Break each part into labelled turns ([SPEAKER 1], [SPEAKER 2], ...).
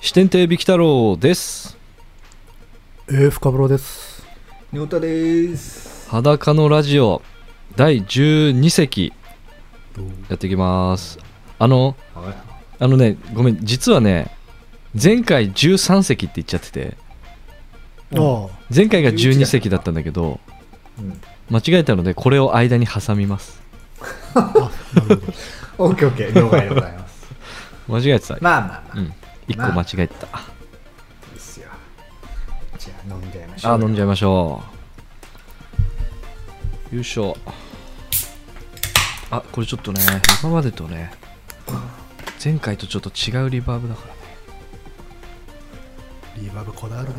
[SPEAKER 1] 支店亭ビキ太郎です
[SPEAKER 2] えー、深風呂です。
[SPEAKER 3] にょうたです。
[SPEAKER 1] 裸のラジオ第12席やっていきますあの
[SPEAKER 3] はい。
[SPEAKER 1] あのねごめん実はね前回13席って言っちゃってて
[SPEAKER 2] ああ、
[SPEAKER 1] 前回が
[SPEAKER 3] 11
[SPEAKER 1] 12席だったんだけど
[SPEAKER 3] うん。
[SPEAKER 1] 間違えたのでこれを間に挟みます
[SPEAKER 2] なるほど。
[SPEAKER 3] オッケーオッケー。了解でございます。
[SPEAKER 1] 間違えてた
[SPEAKER 3] まあまあまあ。
[SPEAKER 1] うん1個間違えてた、
[SPEAKER 3] いいっすよ。じゃあ飲んじゃいましょう。
[SPEAKER 1] あー飲んじゃい
[SPEAKER 3] ま
[SPEAKER 1] ましょうよいしょあこれちょっとね今までとね前回とちょっと違うリバーブだからね
[SPEAKER 2] リバーブこだわるね。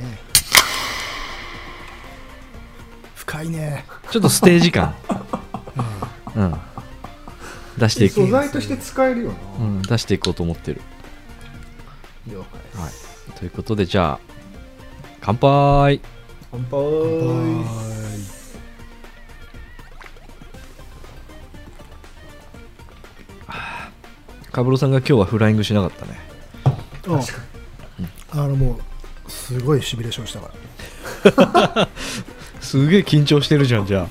[SPEAKER 2] 深いね。
[SPEAKER 1] ちょっとステージ感うん出していこ
[SPEAKER 3] 素
[SPEAKER 1] う、
[SPEAKER 3] 材として使えるよ
[SPEAKER 1] う
[SPEAKER 3] な。
[SPEAKER 1] ん、出していこうと思ってる
[SPEAKER 3] 了解で
[SPEAKER 1] はい
[SPEAKER 3] す。
[SPEAKER 1] ということでじゃあ乾杯
[SPEAKER 3] 乾
[SPEAKER 2] は
[SPEAKER 3] 杯。
[SPEAKER 1] カブロさんが今日はフライングしなかったね
[SPEAKER 2] ーい。うん。あのもう、すごいシミュレーションしたから。
[SPEAKER 1] すげえ緊張してるじゃんじゃ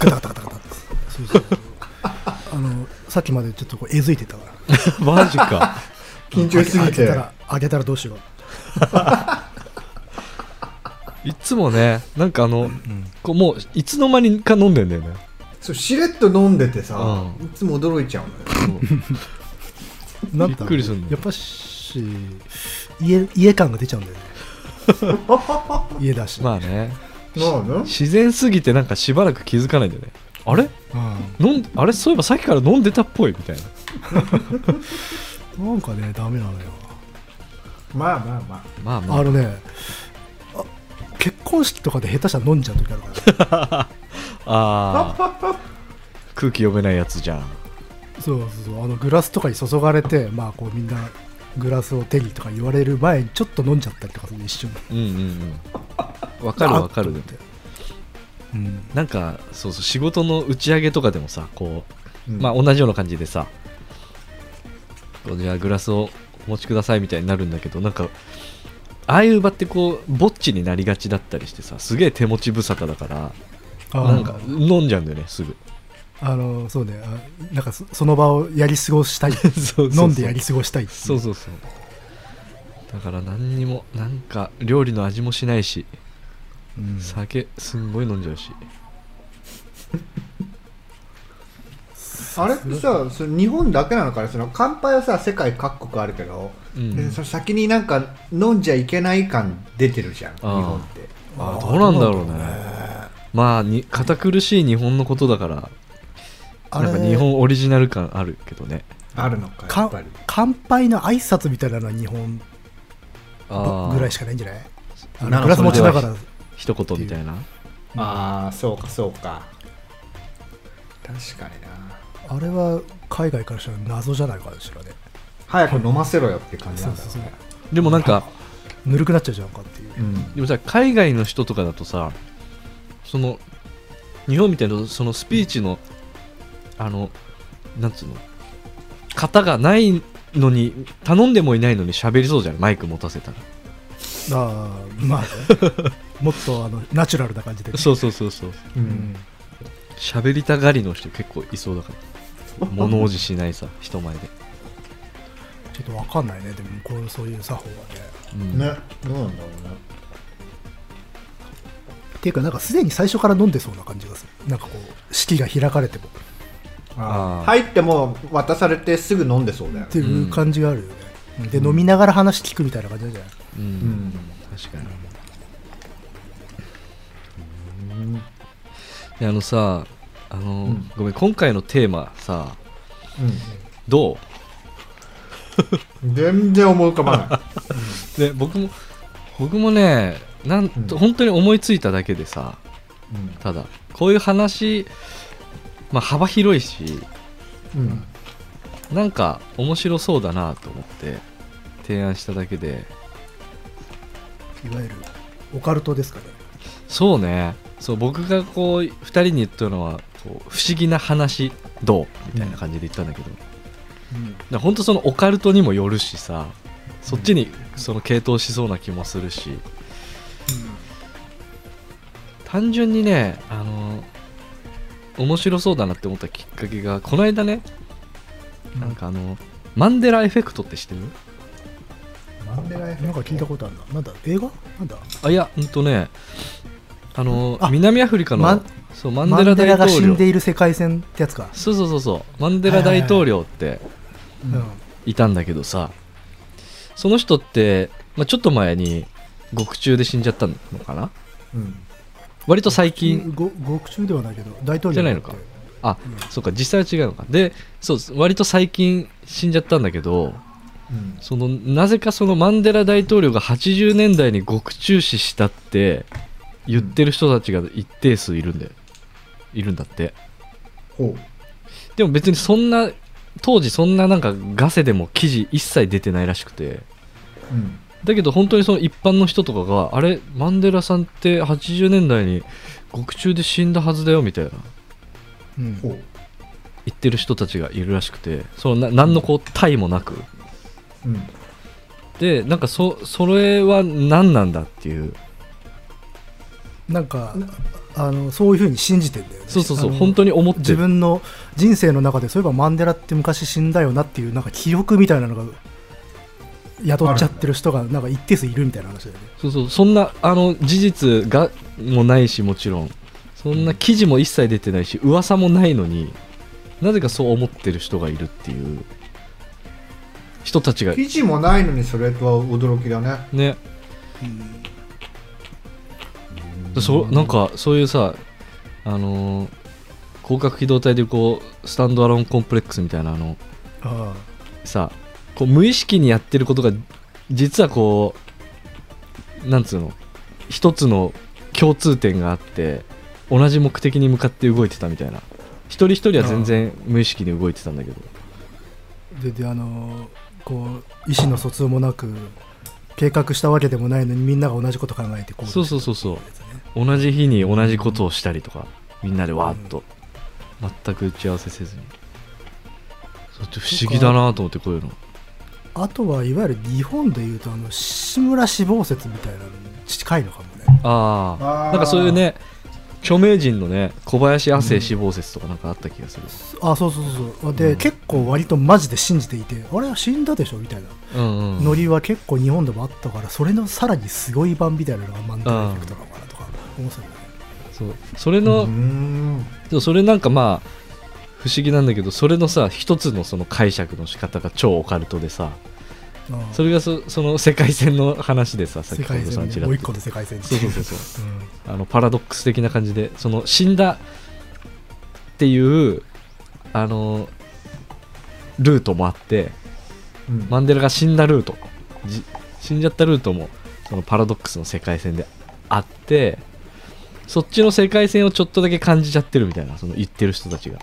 [SPEAKER 2] ガタガタガタガタって。そうそうそう。 あの、さっきまでちょっとこうえずいてたから。
[SPEAKER 1] あ マジか
[SPEAKER 3] 緊張しすぎ
[SPEAKER 2] 開け
[SPEAKER 3] て
[SPEAKER 2] た。ら、開けたらどうしよう。
[SPEAKER 1] いつもねなんかあの
[SPEAKER 2] うん。
[SPEAKER 1] こうもういつの間にか飲んでんだよね
[SPEAKER 3] そうしれっと飲んでてさ、
[SPEAKER 1] う
[SPEAKER 3] いつも驚いちゃうのよ。
[SPEAKER 2] なん
[SPEAKER 1] びっくりすんの
[SPEAKER 2] やっぱし、家、家感が出ち ゃうんだよね。家だし。
[SPEAKER 1] まあね
[SPEAKER 3] まあな。
[SPEAKER 1] 自然すぎてなんかしばらく気づかないんだよねあれ
[SPEAKER 2] う。
[SPEAKER 1] 飲んあれそういえばさっきから飲んでたっぽいみたいなん
[SPEAKER 2] なんかね、ダメなのよ。
[SPEAKER 3] まあまあまあ。
[SPEAKER 1] まあま
[SPEAKER 2] あ
[SPEAKER 1] あ
[SPEAKER 2] のね、あ結婚式とかで下手したら飲んじゃう時ある から。
[SPEAKER 1] あー 空気読めないやつじゃん
[SPEAKER 2] そうそうそうあのグラスとかに注がれてまあこうみんなグラスを手にとか言われる前にちょっと飲んじゃったりとかする一瞬
[SPEAKER 1] うんうんうんわかるわかる
[SPEAKER 2] あっと思ってうん
[SPEAKER 1] なんかそうそう仕事の打ち上げとかでもさこう、
[SPEAKER 3] うん
[SPEAKER 1] まあ同じような感じでさこうじゃあグラスをお持ちくださいみたいになるんだけどなんかああいう場ってこうぼっちになりがちだったりしてさすげえ手持ち無沙汰だから
[SPEAKER 2] あ
[SPEAKER 1] なんか飲んじゃうんだよねすぐ
[SPEAKER 2] あのそうねあなんかそその場をやり過ごしたい
[SPEAKER 1] そうそうそう
[SPEAKER 2] 飲んでやり過ごしたいってい
[SPEAKER 1] そうそうそうだから何にもなんか料理の味もしないし
[SPEAKER 2] うん
[SPEAKER 1] 酒すんごい飲んじゃうし
[SPEAKER 3] あれってさ、それ日本だけなのかなその乾杯はさ、世界各国あるけど、
[SPEAKER 1] うん
[SPEAKER 3] でその先になんか飲んじゃいけない感出てるじゃん、日
[SPEAKER 1] あー
[SPEAKER 3] 本って。
[SPEAKER 1] あどうなんだろうねまあに堅苦しい日本のことだから
[SPEAKER 2] あ
[SPEAKER 1] なんか日
[SPEAKER 2] れ
[SPEAKER 1] 本オリジナル感あるけどね
[SPEAKER 3] あるのか、や
[SPEAKER 2] か
[SPEAKER 3] っぱり。
[SPEAKER 2] 乾杯の挨拶みたいなのは日本ぐらいしかないんじゃないあ
[SPEAKER 3] な
[SPEAKER 2] の
[SPEAKER 3] んか
[SPEAKER 2] グラス持ちながら
[SPEAKER 1] 一言みたいな
[SPEAKER 3] ああそうかそうか確かにな
[SPEAKER 2] あれは海外からしたら謎じゃないかしらね
[SPEAKER 3] 早く飲ませろよって感じ
[SPEAKER 2] そ
[SPEAKER 3] な
[SPEAKER 2] うん
[SPEAKER 3] だ
[SPEAKER 2] そ
[SPEAKER 3] ろ
[SPEAKER 2] うそ
[SPEAKER 3] う
[SPEAKER 2] う
[SPEAKER 3] ね
[SPEAKER 1] でもなんか
[SPEAKER 2] ぬるくなっちゃうじゃんかっていう
[SPEAKER 3] うん
[SPEAKER 1] でもさ海外の人とかだとさその日本みたいなそのスピーチのあのなんつうの型がないのに頼んでもいないのに喋りそうじゃんマイク持たせたら
[SPEAKER 2] ああまあね もっとあのナチュラルな感じで、
[SPEAKER 1] そうそうそうそう
[SPEAKER 3] う
[SPEAKER 2] うんん
[SPEAKER 1] 喋りたがりの人結構いそうだから物おじしないさ人前で、
[SPEAKER 2] ちょっとわかんないねでもこうそういう作法はね
[SPEAKER 1] うん
[SPEAKER 3] ねどうなんだろうね
[SPEAKER 2] っていうかなんかすでに最初から飲んでそうな感じがするなんかこう式が開かれても
[SPEAKER 1] あー
[SPEAKER 3] 入ってもう渡されてすぐ飲んでそうだよ
[SPEAKER 2] って
[SPEAKER 3] ね
[SPEAKER 2] いう感じがあるよね、で飲みながら話聞くみたいな感じなんじゃない
[SPEAKER 1] うん
[SPEAKER 3] うん
[SPEAKER 1] 確かにであのさあの、
[SPEAKER 3] うん
[SPEAKER 1] ごめん今回のテーマさど
[SPEAKER 3] うん全然思い浮かばな
[SPEAKER 1] うで僕も僕もねなんと、
[SPEAKER 3] うん
[SPEAKER 1] 本当に思いついただけでさただこういう話、まあ、幅広いし
[SPEAKER 3] いうん
[SPEAKER 1] なんか面白そうだなと思って提案しただけで
[SPEAKER 2] いわゆるオカルトですかね
[SPEAKER 1] そうねそう僕がこう2人に言ったのはこう不思議な話どうみたいな感じで言ったんだけど、
[SPEAKER 2] うん
[SPEAKER 1] だからほんとそのオカルトにもよるしさそっちにその傾倒しそうな気もするし単純にねあの面白そうだなって思ったきっかけがこの間ねなんかあのマンデラエフェクトって知ってる
[SPEAKER 3] マンデラエフェ
[SPEAKER 2] な
[SPEAKER 3] ク
[SPEAKER 2] ん
[SPEAKER 3] ト
[SPEAKER 2] か聞いたことあるな。なんだ、映画なんだ
[SPEAKER 1] あいやうんとねあの
[SPEAKER 2] あ
[SPEAKER 1] 南アフリカの、
[SPEAKER 2] マン
[SPEAKER 1] そうマンデラ大
[SPEAKER 2] が死
[SPEAKER 1] 統領
[SPEAKER 2] んでいる世界線ってやつか。
[SPEAKER 1] そうそうそうそうマンデラ大統領って
[SPEAKER 2] うん。
[SPEAKER 1] いたんだけどさその人って、まあ、ちょっと前に獄中で死んじゃったのかな
[SPEAKER 3] うん
[SPEAKER 1] 割と最近
[SPEAKER 2] ご獄中ではないけど、大統領
[SPEAKER 1] じゃないのかあ、
[SPEAKER 2] うん
[SPEAKER 1] そうか実際は違うのかでそうです割と最近死んじゃったんだけど
[SPEAKER 3] うん
[SPEAKER 1] そのなぜかそのマンデラ大統領が80年代に獄中死したって言ってる人たちが一定数いるんだよいるんだって
[SPEAKER 3] ほ
[SPEAKER 1] でも別にそんな当時そんななんかガセでも記事一切出てないらしくて
[SPEAKER 3] ううん
[SPEAKER 1] だけど本当にその一般の人とかがあれマンデラさんって80年代に獄中で死んだはずだよみたいな
[SPEAKER 2] うん
[SPEAKER 3] ほう
[SPEAKER 1] 言ってる人たちがいるらしくてそのな何のこう対もなく
[SPEAKER 3] うん
[SPEAKER 1] でなんかそそれは何なんだっていう
[SPEAKER 2] なんか、あの、そういうふうに信じてんだよね。
[SPEAKER 1] そうそうそう
[SPEAKER 2] あの
[SPEAKER 1] 本当に思ってる
[SPEAKER 2] 自分の人生の中でそういえばマンデラって昔死んだよなっていうなんか記憶みたいなのが宿っちゃってる人がなんか一定数いるみたいな話だよね。
[SPEAKER 1] そうそうそんなあの事実がもないしもちろんそんな記事も一切出てないし噂もないのになぜかそう思ってる人がいるっていう人たちが
[SPEAKER 3] 記事もないのにそれとは驚きだね
[SPEAKER 1] ねそなんかそういうさあのー広角機動隊でこうスタンドアローンコンプレックスみたいなあの
[SPEAKER 2] あ
[SPEAKER 1] さこう無意識にやってることが実はこうなんつうの一つの共通点があって同じ目的に向かって動いてたみたいな一人一人は全然無意識に動いてたんだけど
[SPEAKER 2] あでであのーこう意思の疎通もなく計画したわけでもないのにみんなが同じこと考えてこう
[SPEAKER 1] そうそうそうそう同じ日に同じことをしたりとかみんなでわーっと全く打ち合わせせずにそれって不思議だなと思ってこういうの
[SPEAKER 2] あとはいわゆる日本でいうとあの志村死亡説みたいなのに近いのかもね
[SPEAKER 1] ああ
[SPEAKER 3] あー
[SPEAKER 1] なんかそういうね著名人のね小林亜生死亡説とかなんかあった気がする、
[SPEAKER 2] あそうそうそうそうで、
[SPEAKER 1] うん
[SPEAKER 2] 結構割とマジで信じていてあれは死んだでしょみたいな
[SPEAKER 1] うんうん
[SPEAKER 2] ノリは結構日本でもあったからそれのさらにすごい版みたいなのがマンダラエフェクトなのかなとか思ってたよね
[SPEAKER 1] そうそれ
[SPEAKER 3] う
[SPEAKER 1] の、
[SPEAKER 3] ん
[SPEAKER 1] でもそれなんかまあ不思議なんだけどそれのさ一つのその解釈の仕方が超オカルトでさ
[SPEAKER 2] ああ
[SPEAKER 1] それがそその世界線の話でささっ
[SPEAKER 2] 世
[SPEAKER 1] き小
[SPEAKER 2] 界
[SPEAKER 1] 室さ
[SPEAKER 2] 線
[SPEAKER 1] んち
[SPEAKER 2] ね
[SPEAKER 1] ら
[SPEAKER 2] も
[SPEAKER 1] っ
[SPEAKER 2] う
[SPEAKER 1] と
[SPEAKER 2] 一個の世界線
[SPEAKER 1] そうそうそうそう
[SPEAKER 2] うん
[SPEAKER 1] あのパラドックス的な感じでその死んだっていうあのルートもあって
[SPEAKER 3] うん
[SPEAKER 1] マンデラが死んだルートじ死んじゃったルートもそのパラドックスの世界線であってそっちの世界線をちょっとだけ感じちゃってるみたいなその言ってる人たちが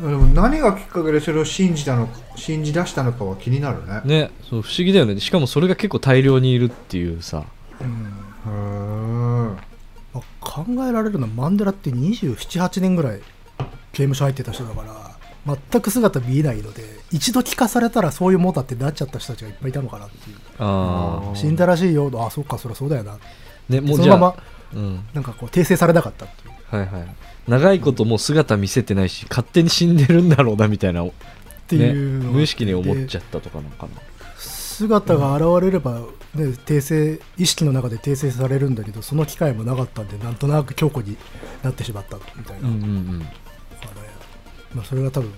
[SPEAKER 3] でも何がきっかけでそれを信じたのか信じ出したのかは気になるね
[SPEAKER 1] ねそう不思議だよねしかもそれが結構大量にいるっていうさ
[SPEAKER 2] うん
[SPEAKER 3] うーん
[SPEAKER 2] まあ考えられるのはマンデラって278年ぐらい刑務所入ってた人だから全く姿見えないので一度聞かされたらそういうもんだってなっちゃった人たちがいっぱいいたのかなっていう
[SPEAKER 1] あ
[SPEAKER 3] あ
[SPEAKER 2] 死んだらしいよああそっかそりゃそうだよな
[SPEAKER 1] ーねもう
[SPEAKER 2] そ
[SPEAKER 1] じ
[SPEAKER 2] の
[SPEAKER 1] ゃ
[SPEAKER 2] ま
[SPEAKER 1] あ、
[SPEAKER 2] ま
[SPEAKER 1] うん
[SPEAKER 2] なんかこう訂正されなかったっていう
[SPEAKER 1] はいはい長いこともう姿見せてないし勝手に死んでるんだろうなみたいな
[SPEAKER 2] っていうの
[SPEAKER 1] ね、
[SPEAKER 2] が
[SPEAKER 1] 無意識に思っ
[SPEAKER 2] で
[SPEAKER 1] ちゃったとかなんかな
[SPEAKER 2] 姿が現れれば、ね訂正意識の中で訂正されるんだけどその機会もなかったんでなんとなく強固になってしまったみたいな、
[SPEAKER 1] うんうん
[SPEAKER 2] あのまあ、それが多分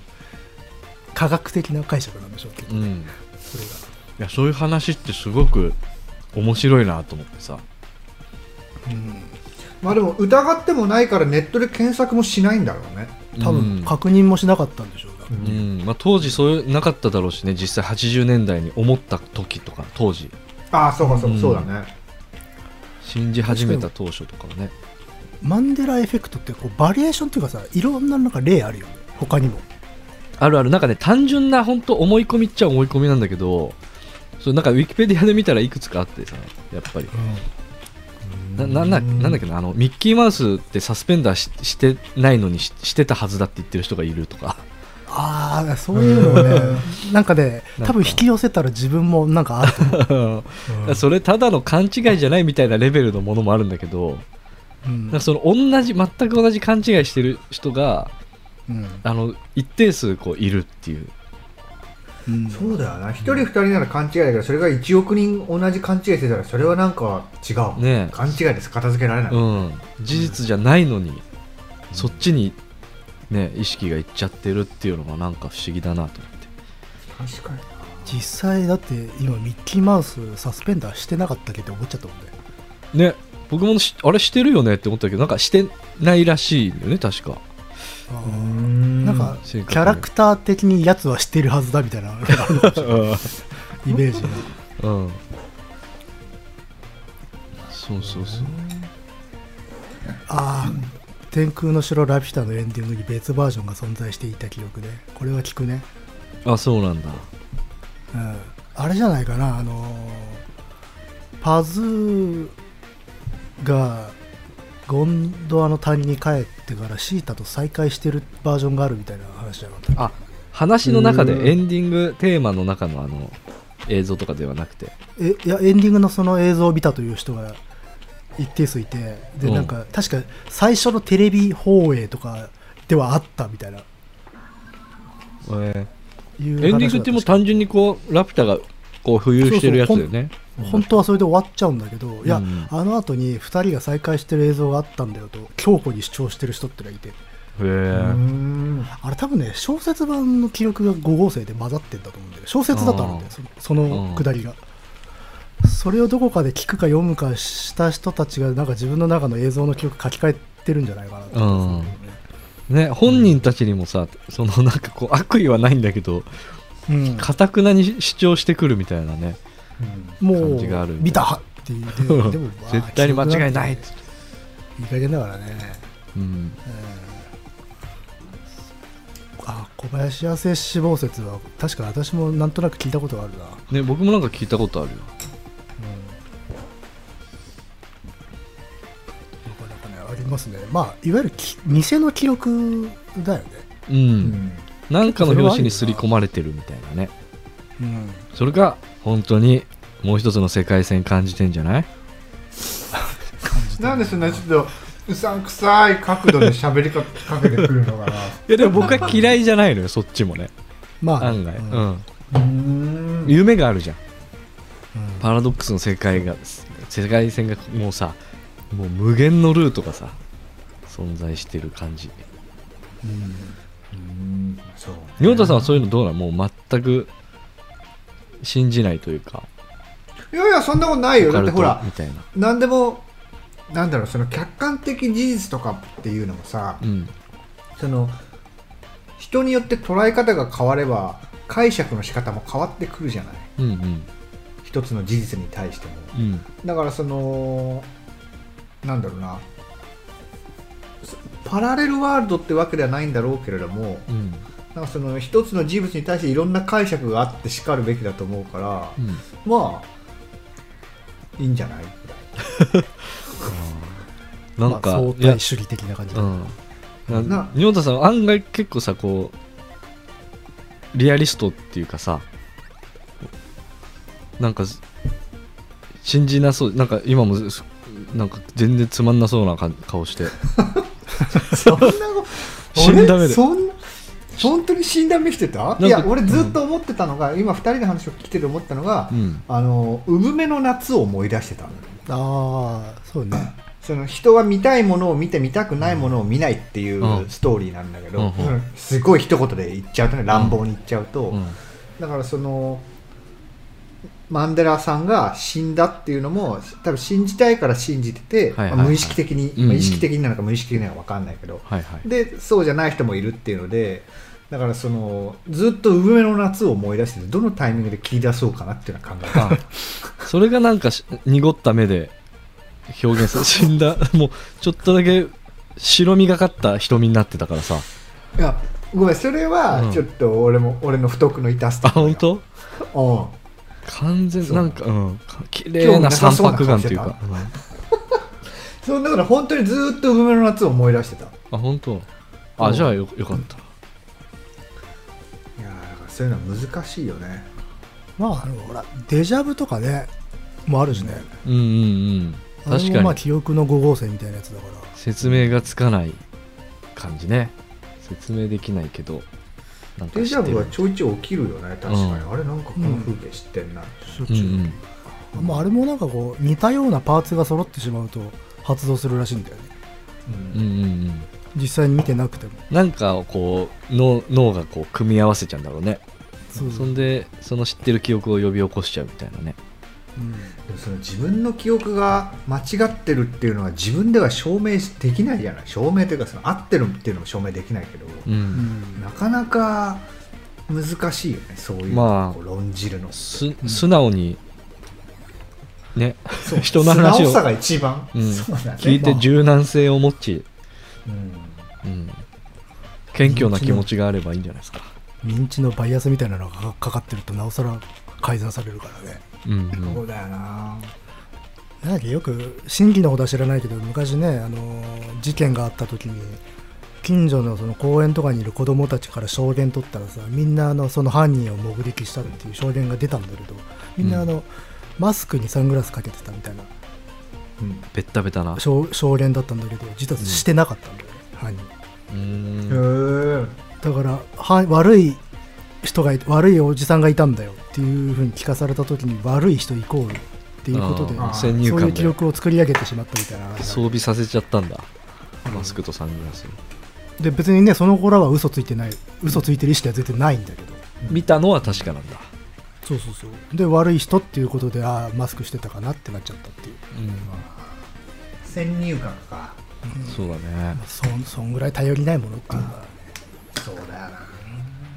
[SPEAKER 2] 科学的な解釈なんでしょうけど、
[SPEAKER 1] うんうん
[SPEAKER 2] それが
[SPEAKER 1] いやそういう話ってすごく面白いなと思ってさ
[SPEAKER 3] まあでも疑ってもないからネットで検索もしないんだろうね
[SPEAKER 2] 多
[SPEAKER 1] うん
[SPEAKER 2] 分確認もしなかったんでしょうが、
[SPEAKER 3] う
[SPEAKER 1] うんまあ、当時そういうなかっただろうしね実際80年代に思った時とか当時
[SPEAKER 3] ああそうかそうか
[SPEAKER 1] うん
[SPEAKER 3] そうだね
[SPEAKER 1] 信じ始めた当初とかはね
[SPEAKER 2] マンデラエフェクトってこうバリエーションっていうかさいろんななんか例あるよね他にも
[SPEAKER 1] あるあるなんかね単純な本当思い込みっちゃ思い込みなんだけどそうなんかウィキペディアで見たらいくつかあってさやっぱりななななんだっけなあのミッキーマウスってサスペンダーししてないのにししてたはずだって言ってる人がいるとか
[SPEAKER 2] ああそういうのね なんかね
[SPEAKER 1] なんか
[SPEAKER 2] 多分引き寄せたら自分もなんか あると思う、
[SPEAKER 1] それただの勘違いじゃないみたいなレベルのものもあるんだけど、
[SPEAKER 2] うん
[SPEAKER 1] なんかその同じ全く同じ勘違いしてる人が
[SPEAKER 2] うん
[SPEAKER 1] あの一定数こういるっていう
[SPEAKER 2] うん
[SPEAKER 3] そうだよな一人二人なら勘違いだけどそれが1億人同じ勘違いしてたらそれはなんか違う、
[SPEAKER 1] ね
[SPEAKER 3] 勘違いです片付けられない、
[SPEAKER 1] うん、事実じゃないのに、そっちに、ね、意識がいっちゃってるっていうのがなんか不思議だなと思って
[SPEAKER 3] 確かに
[SPEAKER 2] 実際だって今ミッキーマウスサスペンダーしてなかったっけって思っちゃったもんね
[SPEAKER 1] ね僕もしあれしてるよねって思ったけどなんかしてないらしいんだよね確か
[SPEAKER 2] あ
[SPEAKER 3] うー
[SPEAKER 2] ー
[SPEAKER 3] ん
[SPEAKER 2] なんかキ
[SPEAKER 1] 正確に
[SPEAKER 2] ャラクター的にやつは知ってるはずだみたい なイメージ
[SPEAKER 1] う
[SPEAKER 2] が
[SPEAKER 1] んそうそうそう
[SPEAKER 2] ああ天空の城ラピュタのエンディングに別バージョンが存在していた記憶でこれは聞くね
[SPEAKER 1] あそうなんだ
[SPEAKER 2] うんあれじゃないかなあのーパズーがゴンドワの谷に帰ってからシータと再会してるバージョンがあるみたいな話じゃなかった
[SPEAKER 1] あ話の中
[SPEAKER 3] うん
[SPEAKER 1] でエンディングテーマの中のあの映像とかではなくて
[SPEAKER 2] えいやエンディングのその映像を見たという人が一定数いてで、
[SPEAKER 1] うん
[SPEAKER 2] なんか確か最初のテレビ放映とかではあったみたいな
[SPEAKER 1] えー
[SPEAKER 2] いう話だ
[SPEAKER 1] エンディングってもう単純にこうラピュタがこう浮遊してるやつだよね
[SPEAKER 2] 本当はそれで終わっちゃうんだけどいや、
[SPEAKER 1] うん
[SPEAKER 2] あの後に2人が再会してる映像があったんだよと強固に主張してる人ってのがいて
[SPEAKER 1] へ
[SPEAKER 3] うー
[SPEAKER 1] え
[SPEAKER 3] ん
[SPEAKER 2] あれ多分ね小説版の記録が5号生で混ざってんだと思うんだよね小説だとあるん
[SPEAKER 1] あ
[SPEAKER 2] だよ
[SPEAKER 1] ー
[SPEAKER 2] そのそのくだりが、それをどこかで聞くか読むかした人たちがなんか自分の中の映像の記憶書き換えてるんじゃないかなと思って
[SPEAKER 1] ね、本人たちにもさ、そのなんかこう悪意はないんだけど
[SPEAKER 2] ますね、
[SPEAKER 1] かたくなに主張してくるみたいなね
[SPEAKER 2] うんも
[SPEAKER 1] 感
[SPEAKER 2] う
[SPEAKER 1] じがある
[SPEAKER 2] 見たって言ってでもまあ
[SPEAKER 1] 絶対に間違いないっつ
[SPEAKER 2] 記憶
[SPEAKER 1] って
[SPEAKER 2] なんていい加減だからね
[SPEAKER 1] うん
[SPEAKER 2] あ小林亜生死亡説は確か私もなんとなく聞いたことがあるな、
[SPEAKER 1] ね、僕もなんか聞いたことあるよ
[SPEAKER 2] なかなかねありますねまあいわゆるき偽の記録だよね、
[SPEAKER 1] うん、なんかの表紙に刷り込まれてるみたいなね
[SPEAKER 2] うん、
[SPEAKER 1] それが本当にもう一つの世界線感じてんじゃない
[SPEAKER 3] なんでそんなちょっとうさんくさい角度で喋りかかけてくるのかない
[SPEAKER 1] やでも僕は嫌いじゃないのよそっちもね
[SPEAKER 2] まあ
[SPEAKER 1] 案外、う
[SPEAKER 2] う
[SPEAKER 1] んん
[SPEAKER 3] うーん
[SPEAKER 1] 夢があるじゃん
[SPEAKER 2] うん
[SPEAKER 1] パラドックスの世界が世界線がもうさもう無限のルートがさ存在してる感じ
[SPEAKER 3] うーんそう
[SPEAKER 1] 仁太さんはそういうのどうなのもう全く信じないというか
[SPEAKER 3] いやいやそんなことないよ
[SPEAKER 1] オカ
[SPEAKER 3] だっ
[SPEAKER 1] ル
[SPEAKER 3] て
[SPEAKER 1] ト
[SPEAKER 3] ほら
[SPEAKER 1] みたいな
[SPEAKER 3] 何でもなんだろうその客観的事実とかっていうのもさ
[SPEAKER 1] うん
[SPEAKER 3] その人によって捉え方が変われば解釈の仕方も変わってくるじゃない
[SPEAKER 1] うんうん
[SPEAKER 3] 一つの事実に対しても
[SPEAKER 1] うん
[SPEAKER 3] だからそのなんだろうなそパラレルワールドってわけではないんだろうけれども
[SPEAKER 1] うん
[SPEAKER 3] なんかその一つの事物に対していろんな解釈があってしかるべきだと思うから
[SPEAKER 1] うん
[SPEAKER 3] まあいいんじゃないぐらい
[SPEAKER 1] なんか、
[SPEAKER 2] まあ
[SPEAKER 1] い
[SPEAKER 2] 相
[SPEAKER 1] や
[SPEAKER 2] 対主義的な感じで、
[SPEAKER 1] うん
[SPEAKER 3] な
[SPEAKER 1] な仁太さんは案外結構さこうリアリストっていうかさなんかす信じなそうなんか今もすなんか全然つまんなそうなか顔して
[SPEAKER 3] そんなこと
[SPEAKER 1] 死んだ目
[SPEAKER 3] 俺
[SPEAKER 1] で
[SPEAKER 3] そんな本当に死んだ目してた
[SPEAKER 1] か
[SPEAKER 3] いや俺ずっと思ってたのが、今2人の話を聞いてて思ったのが、
[SPEAKER 1] うん
[SPEAKER 3] あの産めの夏を思い出してたの
[SPEAKER 2] ああそうね
[SPEAKER 3] その人が見たいものを見て見たくないものを見ないっていう
[SPEAKER 1] うん
[SPEAKER 3] ストーリーなんだけど、
[SPEAKER 1] うんうん
[SPEAKER 3] すごい一言で言っちゃうとね乱暴に言っちゃうと、
[SPEAKER 1] うん
[SPEAKER 3] だからそのマンデラさんが死んだっていうのも多分信じたいから信じてて、
[SPEAKER 1] はいはいはい
[SPEAKER 3] まあ無意識的に、
[SPEAKER 1] うんうん
[SPEAKER 3] まあ意識的になのか無意識的なのか分かんないけど、
[SPEAKER 1] はいはい
[SPEAKER 3] でそうじゃない人もいるっていうのでだからそのずっと上の夏を思い出しててどのタイミングで切り出そうかなっていうのは考えた
[SPEAKER 1] あそれがなんかし濁った目で表 現する死んだもうちょっとだけ白みがかった瞳になってたからさ
[SPEAKER 3] いやごめんそれ
[SPEAKER 1] う
[SPEAKER 3] は
[SPEAKER 1] ん
[SPEAKER 3] ちょっと俺も、俺の不徳の致す
[SPEAKER 1] あ
[SPEAKER 3] ところ
[SPEAKER 1] 本当
[SPEAKER 3] よ
[SPEAKER 1] 完全
[SPEAKER 3] そう
[SPEAKER 1] なんかうんか綺麗な三白眼というかうん
[SPEAKER 3] うんそうだから本当にずっと上の夏を思い出してた
[SPEAKER 1] あ本当
[SPEAKER 3] う
[SPEAKER 1] あ
[SPEAKER 3] ん
[SPEAKER 1] じゃあよよかった
[SPEAKER 3] そういうのは難しいよね
[SPEAKER 2] まああのほらデジャブとかねもあるしね、
[SPEAKER 1] うんうんうん
[SPEAKER 2] あ
[SPEAKER 1] 確
[SPEAKER 2] れもま
[SPEAKER 1] か
[SPEAKER 2] あ
[SPEAKER 1] に
[SPEAKER 2] 記憶の5号線みたいなやつだから
[SPEAKER 1] 説明がつかない感じね説明できないけどなんか
[SPEAKER 3] デ
[SPEAKER 1] 知
[SPEAKER 3] ジ
[SPEAKER 1] っ
[SPEAKER 3] ャ
[SPEAKER 1] て
[SPEAKER 3] ブは
[SPEAKER 1] る
[SPEAKER 3] ちょいちょい起きるよね確かに、
[SPEAKER 1] うん
[SPEAKER 3] あれなんかこの風景知ってんな、
[SPEAKER 2] しょ
[SPEAKER 1] う
[SPEAKER 2] っちゅう、
[SPEAKER 1] ん
[SPEAKER 2] まあ、あれもなんかこう似たようなパーツが揃ってしまうと発動するらしいんだよね
[SPEAKER 1] うんうんうんうん
[SPEAKER 2] 実際に見てなくても
[SPEAKER 1] なんかをこう脳脳がこう組み合わせちゃうんだろうね
[SPEAKER 2] そ
[SPEAKER 1] そんでその知ってる記憶を呼び起こしちゃうみたいなね
[SPEAKER 2] うん
[SPEAKER 3] でもその自分の記憶が間違ってるっていうのは自分では証明できないじゃない証明というかその合ってるっていうのも証明できないけど、
[SPEAKER 1] うん、
[SPEAKER 2] うん
[SPEAKER 3] なかなか難しいよねそういう
[SPEAKER 1] まあ
[SPEAKER 3] こう論じるの、
[SPEAKER 1] す
[SPEAKER 2] ん
[SPEAKER 1] 素直にね
[SPEAKER 3] そ う
[SPEAKER 1] 人の話を
[SPEAKER 3] 素直さが一番、
[SPEAKER 1] うん
[SPEAKER 3] そうだね
[SPEAKER 1] 聞いて柔軟性を持ち、うん、謙虚な気持ちがあればいいんじゃないですか
[SPEAKER 2] 認知のバイアスみたいなのがかかかってるとなおさら改ざんされるからね
[SPEAKER 1] うん
[SPEAKER 3] まあそううだよな
[SPEAKER 2] なんだっけよく真偽のほどは知らないけど昔ねあのー事件があった時に近所のその公園とかにいる子供たちから証言取ったらさみんなあのその犯人を目撃したっていう証言が出たんだけどみんなあの、マスクにサングラスかけてたみたいな
[SPEAKER 3] うん
[SPEAKER 1] ベッタベタな
[SPEAKER 2] 証証言だったんだけど実はしてなかったんだよね、犯人
[SPEAKER 1] うーん
[SPEAKER 3] へ
[SPEAKER 2] だからは悪い人がい悪いおじさんがいたんだよっていうふうに聞かされた時に悪い人イコールっていうことで
[SPEAKER 1] あー
[SPEAKER 3] そ
[SPEAKER 1] 先入
[SPEAKER 2] そういう
[SPEAKER 1] 観
[SPEAKER 2] 記
[SPEAKER 1] で
[SPEAKER 2] 憶を作り上げてしまったみたいな話が
[SPEAKER 1] 装備させちゃったんだマスクとサングラス
[SPEAKER 2] で別にねその子らは嘘ついてない嘘ついてる意識は絶対ないんだけど
[SPEAKER 1] 見たのは確かなんだ、
[SPEAKER 2] そうそうそうで悪い人っていうことでああマスクしてたかなってなっちゃったっていう、
[SPEAKER 3] 先入観か
[SPEAKER 1] そうだね
[SPEAKER 2] まあ、そんそんぐらい頼りないものっていうのは
[SPEAKER 3] そうだ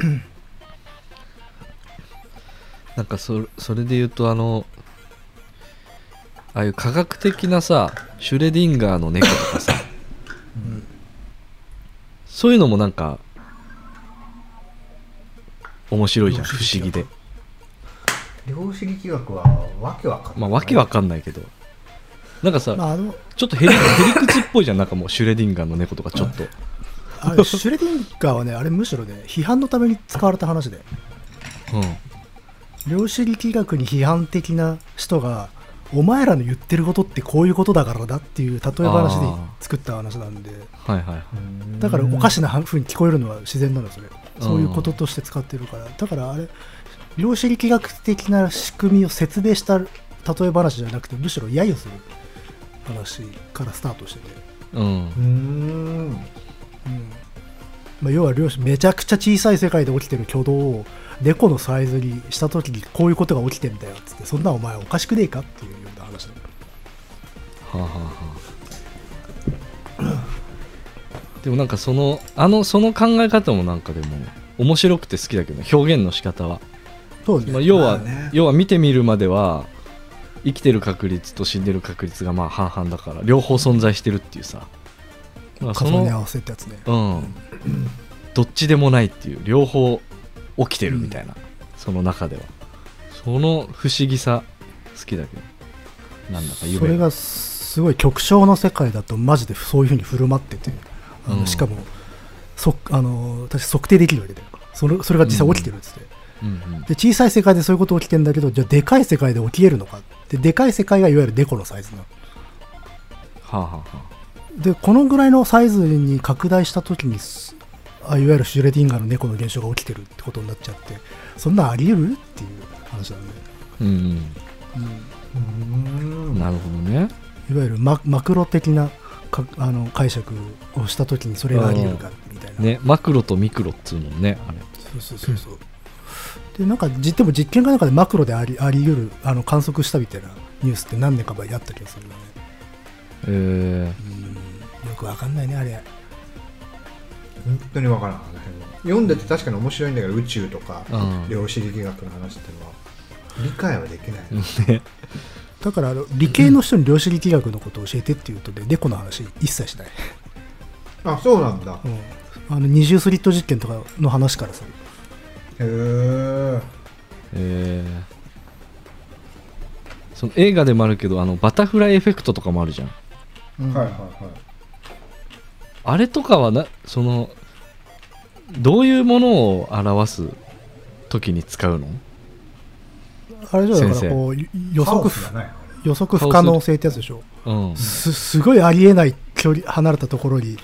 [SPEAKER 3] よな
[SPEAKER 1] なんかそそれで言うとあのああいう科学的なさシュレディンガーの猫とかさ、そういうのもなんか面白いじゃん不思議で
[SPEAKER 3] 量子力学はわけわかんない、
[SPEAKER 1] まあわけわかんないけどなんかさ、
[SPEAKER 2] まああの
[SPEAKER 1] ちょっとヘリヘリクツっぽいじゃんなんかもうシュレディンガーの猫とかちょっと
[SPEAKER 2] あれシュレディンガーはねあれむしろね批判のために使われた話で
[SPEAKER 1] う
[SPEAKER 2] 量子力学に批判的な人がお前らの言ってることってこういうことだからだっていう例え話で作った話なんで
[SPEAKER 1] んはいはいはい
[SPEAKER 3] うん
[SPEAKER 2] だからおかしなふうに聞こえるのは自然なのそれそういうこととして使ってるからだからあれ量子力学的な仕組みを説明した例え話じゃなくてむしろ揶揄する話からスタートしてて、
[SPEAKER 1] うん
[SPEAKER 3] うーん
[SPEAKER 2] うんまあ、要は量子めちゃくちゃ小さい世界で起きてる挙動を猫のサイズにした時にこういうことが起きてんだよっつってそんなんお前おかしくねえかっていうような話だ
[SPEAKER 1] はあはあはあ、でもなんかそのあのその考え方もなんかでも面白くて好きだけどね表現の仕方は、
[SPEAKER 2] そうね、
[SPEAKER 1] まあ、要は、
[SPEAKER 3] まあね
[SPEAKER 1] 要は見てみるまでは生きてる確率と死んでる確率がまあ半々だから両方存在してるっていうさ、まあ、そ
[SPEAKER 2] 重ね合
[SPEAKER 1] の
[SPEAKER 2] わせってやつね
[SPEAKER 1] うんどっちでもないっていう両方起きてるみたいな、その中ではその不思議さ好きだけどなんだか
[SPEAKER 2] それ
[SPEAKER 1] 夢
[SPEAKER 2] がすごい極小の世界だとマジでそういうふうに振る舞っててあの、
[SPEAKER 1] うん
[SPEAKER 2] しかもそあの私測定できるわけだよそれそれが実際起きてるっつって、
[SPEAKER 1] うんうん
[SPEAKER 2] で小さい世界でそういうこと起きてんだけどじゃあでかい世界で起きえるのかででかい世界がいわゆるデコのサイズなの
[SPEAKER 1] はあはあはあ
[SPEAKER 2] でこのぐらいのサイズに拡大した時にすあいわゆるシュレディンガーの猫の現象が起きてるってことになっちゃってそんなんあり得るっていう話なんで、
[SPEAKER 1] うん
[SPEAKER 3] うー
[SPEAKER 1] うんん、なるほどね
[SPEAKER 2] いわゆるママクロ的なかあの解釈をした時にそれがあり得るかみたいな、
[SPEAKER 1] ねマクロとミクロっつうもんねあれ
[SPEAKER 2] そうそうそうそう。で、なんか、じでも実験かなんかでマクロでありあり得る、あの観測したみたいなニュースって何年か前にあった気がするんだね。
[SPEAKER 1] え
[SPEAKER 2] うん、よくわかんないね、あれ。
[SPEAKER 3] 本当にわからんあの辺は読んでて確かに面白いんだけど宇宙とか、
[SPEAKER 1] うん
[SPEAKER 3] 量子力学の話っていうのは理解はできない、
[SPEAKER 1] ー、ね
[SPEAKER 2] だからあの、理系の人に量子力学のことを教えてって言うとで、猫の話一切しない。
[SPEAKER 3] あそうなんだ、
[SPEAKER 2] う
[SPEAKER 3] へ
[SPEAKER 2] んあの二重スリット実験とかの話からする。
[SPEAKER 3] え
[SPEAKER 1] えーその映画でもあるけどあのバタフライエフェクトとかもあるじゃん
[SPEAKER 3] はいはいはい
[SPEAKER 1] あれとかはなそのどういうものを表す時に使うの
[SPEAKER 2] あれじゃだか
[SPEAKER 1] 先生
[SPEAKER 2] らこう予予測
[SPEAKER 3] カオス
[SPEAKER 2] 不
[SPEAKER 3] だね
[SPEAKER 2] 予測不可能性ってやつでしょ
[SPEAKER 1] うん
[SPEAKER 2] すすごいありえない距離離れたところに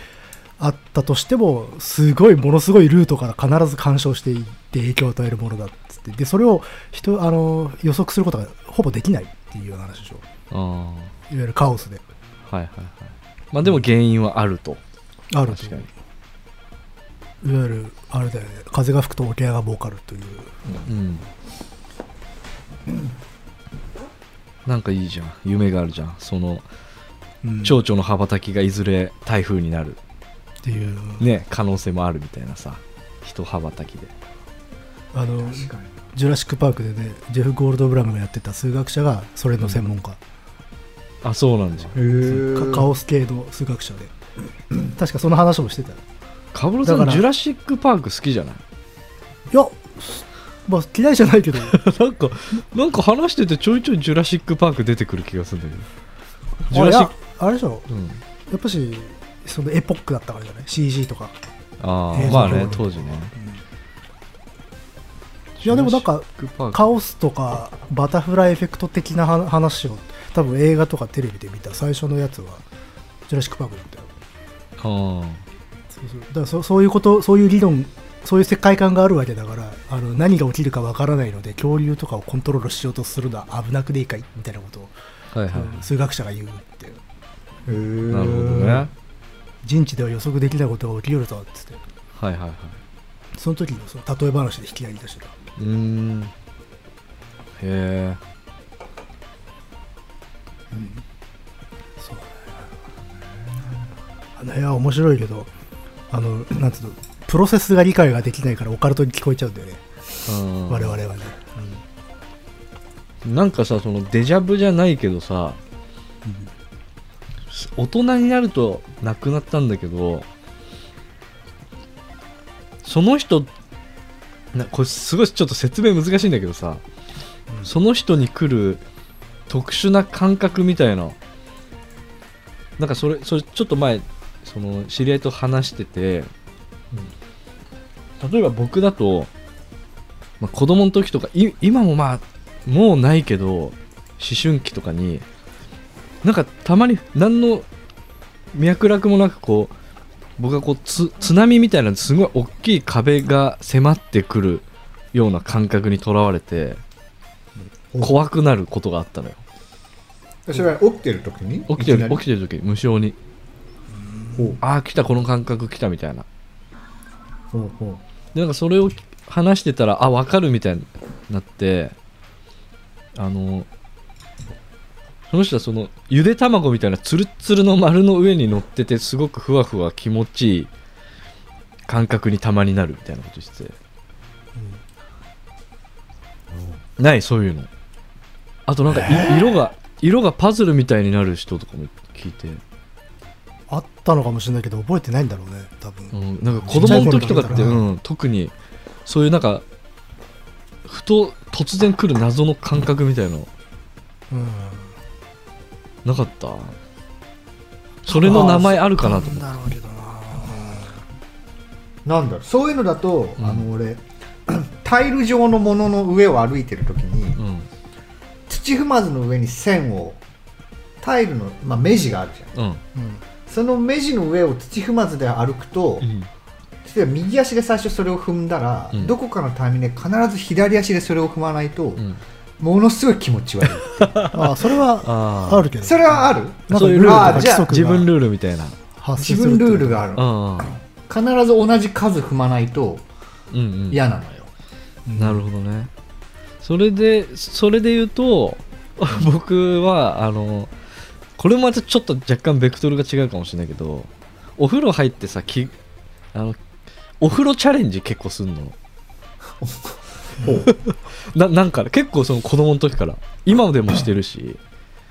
[SPEAKER 2] あったとしてもすごいものすごいルートから必ず干渉していって影響を与えるものだっつってでそれを人あの予測することがほぼできないっていうような話でしょ
[SPEAKER 1] ああ
[SPEAKER 2] いわゆるカオスで
[SPEAKER 1] はいはいはいまあでも原因はあると
[SPEAKER 2] あると
[SPEAKER 1] 確かに
[SPEAKER 2] いわゆるあれだよね風が吹くと桶屋が儲かるという
[SPEAKER 1] うんなんかいいじゃん夢があるじゃんその
[SPEAKER 2] うん
[SPEAKER 1] 蝶々の羽ばたきがいずれ台風になる
[SPEAKER 2] っていう、
[SPEAKER 1] ね可能性もあるみたいなさ人羽ばたきで
[SPEAKER 2] あの
[SPEAKER 3] 確かに
[SPEAKER 2] ジュラシック・パークでねジェフ・ゴールドブラムがやってた数学者がそれの専門家、
[SPEAKER 1] あそうなんですよ
[SPEAKER 3] へ
[SPEAKER 2] カカオス系の数学者で確かその話もしてたよ
[SPEAKER 1] カブロさ
[SPEAKER 2] だか
[SPEAKER 1] ん
[SPEAKER 2] ら
[SPEAKER 1] ジュラシック・パーク好きじゃない
[SPEAKER 2] いやすまあ嫌いじゃないけ ど
[SPEAKER 1] なんかなんか話しててちょいちょいジュラシック・パーク出てくる気がするんだけどジュラシック
[SPEAKER 2] あいやあれでしょ
[SPEAKER 1] うん
[SPEAKER 2] やっぱしそのエポックだったからじゃない CG とか
[SPEAKER 1] あ
[SPEAKER 2] 映
[SPEAKER 1] あ
[SPEAKER 2] 像
[SPEAKER 1] まあ
[SPEAKER 2] 表
[SPEAKER 1] ね
[SPEAKER 2] 現
[SPEAKER 1] 当時ね
[SPEAKER 2] いやでもなんか
[SPEAKER 1] ジュラシックパーク
[SPEAKER 2] カオスとかバタフライエフェクト的なは話を多分映画とかテレビで見た最初のやつはジュラシック・パークだったよ
[SPEAKER 1] あ
[SPEAKER 2] そうそうだからそそういうことそういう理論そういう世界観があるわけだからあの何が起きるかわからないので恐竜とかをコントロールしようとするのは危なくねえかいみたいなことを、
[SPEAKER 1] あはいはい、
[SPEAKER 2] うん数学者が言うっていう
[SPEAKER 3] ー
[SPEAKER 1] なるほどねはい
[SPEAKER 2] 人知では予測できないことが起きうるぞっつって
[SPEAKER 1] はいはい
[SPEAKER 2] その時のその例え話で引き合いに出してた
[SPEAKER 1] うーんへえ
[SPEAKER 2] そうあの部屋は面白いけどあのなんつうのプロセスが理解ができないからオカルトに聞こえちゃうんだよね、我々はね、
[SPEAKER 1] なんかさそのデジャブじゃないけどさ大人になると亡くなったんだけどその人なこれすごいちょっと説明難しいんだけどさ、
[SPEAKER 2] うん
[SPEAKER 1] その人に来る特殊な感覚みたいななんかそれそれちょっと前その知り合いと話してて、例えば僕だと、まあ、子供の時とかい今もまあもうないけど思春期とかになんかたまに何の脈絡もなくこう僕がこうつ津波みたいなすごい大きい壁が迫ってくるような感覚にとらわれて
[SPEAKER 3] うん
[SPEAKER 1] 怖くなることがあったのよ
[SPEAKER 3] それは起きてる時に
[SPEAKER 1] 起きて
[SPEAKER 3] いきな
[SPEAKER 1] る
[SPEAKER 3] り
[SPEAKER 1] 起きてる時無性に
[SPEAKER 3] ほう
[SPEAKER 1] ああ来たこの感覚来たみたいな
[SPEAKER 3] ほうほう
[SPEAKER 1] でなんかそれを話してたらあ分かるみたいになってあのその人はそのゆで卵みたいなツルッツルの丸の上に乗っててすごくふわふわ気持ちいい感覚にたまになるみたいなことしてて、ないそういうのあとなんかい、色が色がパズルみたいになる人とかも聞いて、
[SPEAKER 2] あったのかもしれないけど覚えてないんだろうね多分、
[SPEAKER 1] うん、なんか子供の時とか
[SPEAKER 2] ちっ
[SPEAKER 1] っ
[SPEAKER 2] ち
[SPEAKER 1] て、
[SPEAKER 2] ゃい頃
[SPEAKER 1] うん、特にそういうなんかふと突然来る謎の感覚みたいなの
[SPEAKER 2] うん
[SPEAKER 1] なかったそれの名前あるかなと思っ
[SPEAKER 2] なんだろうけどな
[SPEAKER 3] なんだろうそういうのだと、
[SPEAKER 1] うん
[SPEAKER 3] あの俺 タイル状のものの上を歩いてる時に、
[SPEAKER 1] て、うん
[SPEAKER 3] 土踏まずの上に線をタイルの、まあ、目地があるじゃ
[SPEAKER 1] うん
[SPEAKER 3] ん
[SPEAKER 2] うん
[SPEAKER 3] その目地の上を土踏まずで歩くと、例えば右足で最初それを踏んだら、
[SPEAKER 1] うん
[SPEAKER 3] どこかのタイミングで必ず左足でそれを踏まないと、
[SPEAKER 1] うん
[SPEAKER 3] ものすごい気持ち悪い
[SPEAKER 2] あそれは
[SPEAKER 1] あ
[SPEAKER 2] あるけど
[SPEAKER 3] それはある
[SPEAKER 2] な
[SPEAKER 1] そ
[SPEAKER 2] んか
[SPEAKER 1] ういう
[SPEAKER 2] ルールと
[SPEAKER 3] あ
[SPEAKER 2] か
[SPEAKER 3] ー
[SPEAKER 2] 規
[SPEAKER 3] じゃあ
[SPEAKER 2] 則
[SPEAKER 1] 自分
[SPEAKER 2] が
[SPEAKER 1] ルールみたいな
[SPEAKER 2] 発生
[SPEAKER 3] 自
[SPEAKER 2] する
[SPEAKER 3] 分
[SPEAKER 2] ってこと
[SPEAKER 3] ルールがあるの
[SPEAKER 1] あ
[SPEAKER 3] 必ず同じ数踏まないと
[SPEAKER 1] ーうんうん
[SPEAKER 3] 嫌なのよ、
[SPEAKER 1] なるほどねそれでそれで言うと僕はあのこれもまたちょっと若干ベクトルが違うかもしれないけどお風呂入ってさきあのお風呂チャレンジ結構すんの
[SPEAKER 3] ほう
[SPEAKER 1] ななんか結構その子供の時から今でもしてるし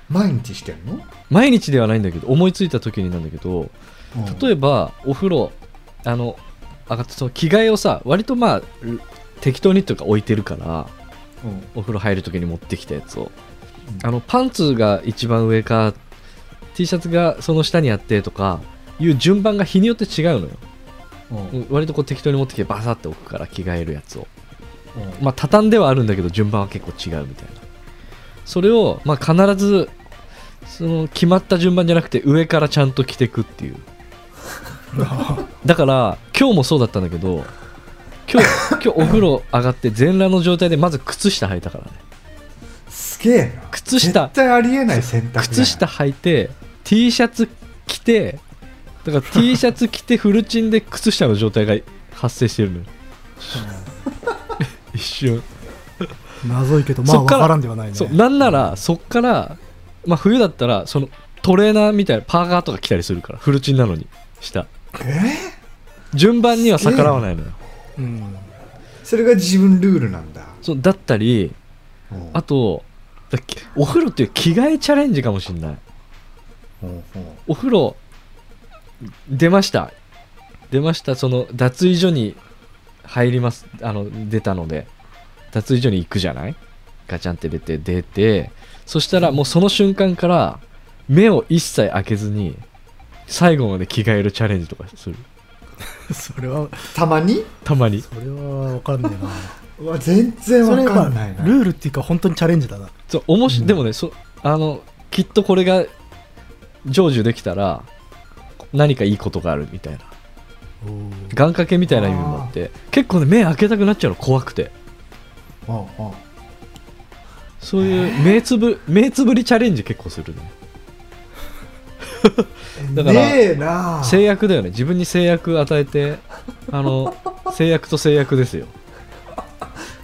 [SPEAKER 3] 毎日してんの、
[SPEAKER 1] 毎日ではないんだけど思いついた時になんだけど
[SPEAKER 3] え
[SPEAKER 1] 例えばお風呂あのあその着替えをさ割とまあ適当にというか置いてるから
[SPEAKER 3] ば、うん
[SPEAKER 1] お風呂入る時に持ってきたやつを
[SPEAKER 3] うん
[SPEAKER 1] あのパンツが一番上か T シャツがその下にあってとかいう順番が日によって違うのよ
[SPEAKER 3] うん
[SPEAKER 1] 割とこう適当に持ってきてバサッて置くから着替えるやつを
[SPEAKER 3] うん
[SPEAKER 1] まあ、畳んではあるんだけど順番は結構違うみたいなそれを、まあ、必ずその決まった順番じゃなくて上からちゃんと着てくっていうだから今日もそうだったんだけど今日今日お風呂上がって全裸の状態でまず靴下履いたからね
[SPEAKER 3] すげえな
[SPEAKER 1] 靴下
[SPEAKER 3] 絶対ありえない選択だな
[SPEAKER 1] 靴下履いて T シャツ着てだから T シャツ着てフルチンで靴下の状態が発生してるのよ一瞬
[SPEAKER 2] 謎いけどまあ
[SPEAKER 1] そっ
[SPEAKER 2] 分
[SPEAKER 1] から
[SPEAKER 2] からんではないね
[SPEAKER 1] そうなんならそっから、まあ、冬だったらそのトレーナーみたいなパーカーとか着たりするからフルチンなのにした
[SPEAKER 3] え
[SPEAKER 1] 順番には逆らわないのよ
[SPEAKER 2] うん
[SPEAKER 3] ーそれが自分ルールなんだ
[SPEAKER 1] そうだったり
[SPEAKER 3] うん
[SPEAKER 1] あとだっけお風呂っていう着替えチャレンジかもしんない
[SPEAKER 3] うんうん
[SPEAKER 1] お風呂出ました出ましたその脱衣所に入りますあの出たので脱衣所に行くじゃないガチャンって出て出てそしたらもうその瞬間から目を一切開けずに最後まで着替えるチャレンジとかする
[SPEAKER 2] それは
[SPEAKER 3] たまに
[SPEAKER 1] たまに
[SPEAKER 2] それは分かんねえな
[SPEAKER 3] うわ全然
[SPEAKER 2] それ
[SPEAKER 3] わ
[SPEAKER 2] は
[SPEAKER 3] かんないな
[SPEAKER 2] ルールっていうか本当にチャレンジだな
[SPEAKER 1] そうおもし、
[SPEAKER 3] うん
[SPEAKER 1] でもねそあのきっとこれが成就できたら何かいいことがあるみたいな願掛けみたいな意味もあって結構ね目開けたくなっちゃうの怖くて
[SPEAKER 3] うんうん
[SPEAKER 1] そういう目つぶ目つぶりチャレンジ結構するねだから
[SPEAKER 3] ねえな
[SPEAKER 1] 制約だよね自分に制約与え てあの制約と制約ですよ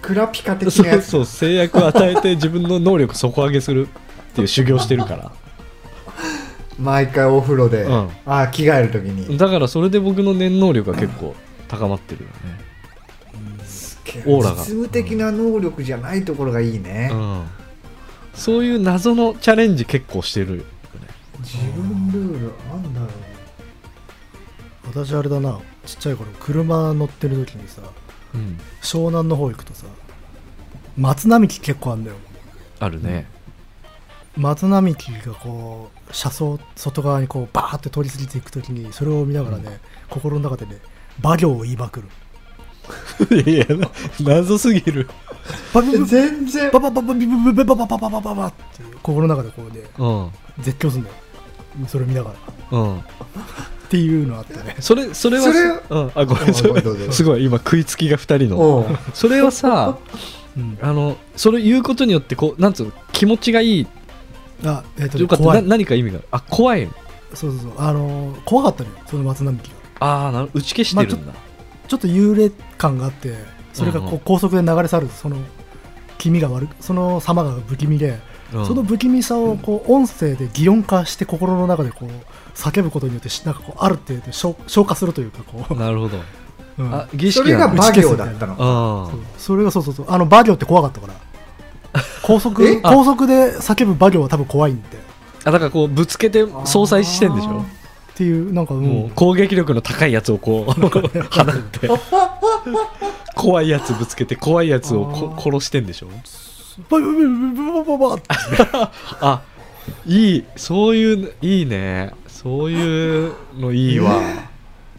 [SPEAKER 3] クラピカ的な
[SPEAKER 1] そう
[SPEAKER 3] やつ
[SPEAKER 1] そう制約を与えて自分の能力底上げするって いう修行してるか
[SPEAKER 3] 毎回お風呂で、
[SPEAKER 1] うん
[SPEAKER 3] ああ着替える時
[SPEAKER 1] ら
[SPEAKER 3] に
[SPEAKER 1] だからそれで僕の念能力が結構高まってるよねオーラが
[SPEAKER 3] 実務的な能力じゃないところがいいね、
[SPEAKER 1] うんそういう謎のチャレンジ結構してるよね
[SPEAKER 3] 自分ルールなんだろう
[SPEAKER 2] 私あれだなちっちゃい頃車乗ってる時にさ
[SPEAKER 1] うん
[SPEAKER 2] 湘南の方行くとさ松並木結構あんだよ
[SPEAKER 1] あるね
[SPEAKER 2] 松並木がこう車窓外側にこうバーって通り過ぎていく時にそれを見ながらね、心の中でね馬行を言いまくる
[SPEAKER 1] いやいやな謎すぎる
[SPEAKER 2] バビブバ
[SPEAKER 3] 全然
[SPEAKER 2] バババビブブバババババババっていう心の中でこうね
[SPEAKER 1] うん
[SPEAKER 2] 絶叫するんだよそれ見ながらっ
[SPEAKER 1] うん
[SPEAKER 2] ていうのあってね
[SPEAKER 1] それそれは
[SPEAKER 3] それ
[SPEAKER 1] うん、あごめ
[SPEAKER 3] うん
[SPEAKER 1] んそれ
[SPEAKER 3] どうぞ
[SPEAKER 1] すごい今食いつきが2人の
[SPEAKER 3] おう
[SPEAKER 1] それはさ
[SPEAKER 2] うん
[SPEAKER 1] あのそれ言うことによってこうなんつうの気持ちがいい
[SPEAKER 2] あえっ、とね
[SPEAKER 1] よかった
[SPEAKER 2] 怖
[SPEAKER 1] ない何か意味があるあ怖い
[SPEAKER 2] そうそうそうあのー怖かったのよその松並木が
[SPEAKER 1] ああなる打ち消してるんだ、
[SPEAKER 2] ちょっと幽霊感があってそれが
[SPEAKER 1] うんう
[SPEAKER 2] こ
[SPEAKER 1] ん
[SPEAKER 2] う高速で流れ去るその気味が悪くその様が不気味で、
[SPEAKER 1] うん
[SPEAKER 2] その不気味さをこう音声で擬音化して心の中でこう叫ぶことによってしなんかこうある程度消消化するというかこ
[SPEAKER 1] なるほど、
[SPEAKER 2] う、うん
[SPEAKER 1] あ儀
[SPEAKER 3] そ
[SPEAKER 1] 式
[SPEAKER 3] れが
[SPEAKER 1] なんだ
[SPEAKER 3] 馬行だったの
[SPEAKER 1] あ
[SPEAKER 2] そうそれがそうそうそうあのバ行って怖かったから高速
[SPEAKER 3] え
[SPEAKER 2] 高速で叫ぶバ行は多分怖いんでっ
[SPEAKER 1] ーあだからこうぶつけて相殺してんでしょ
[SPEAKER 2] ていうなんかうん
[SPEAKER 1] もう攻撃力の高いやつをこう 放って怖いやつぶつけて怖いやつをこ
[SPEAKER 3] あー
[SPEAKER 1] 殺してんでしょ
[SPEAKER 2] バババババババって
[SPEAKER 1] あいいそういういいねそういうのいいわ、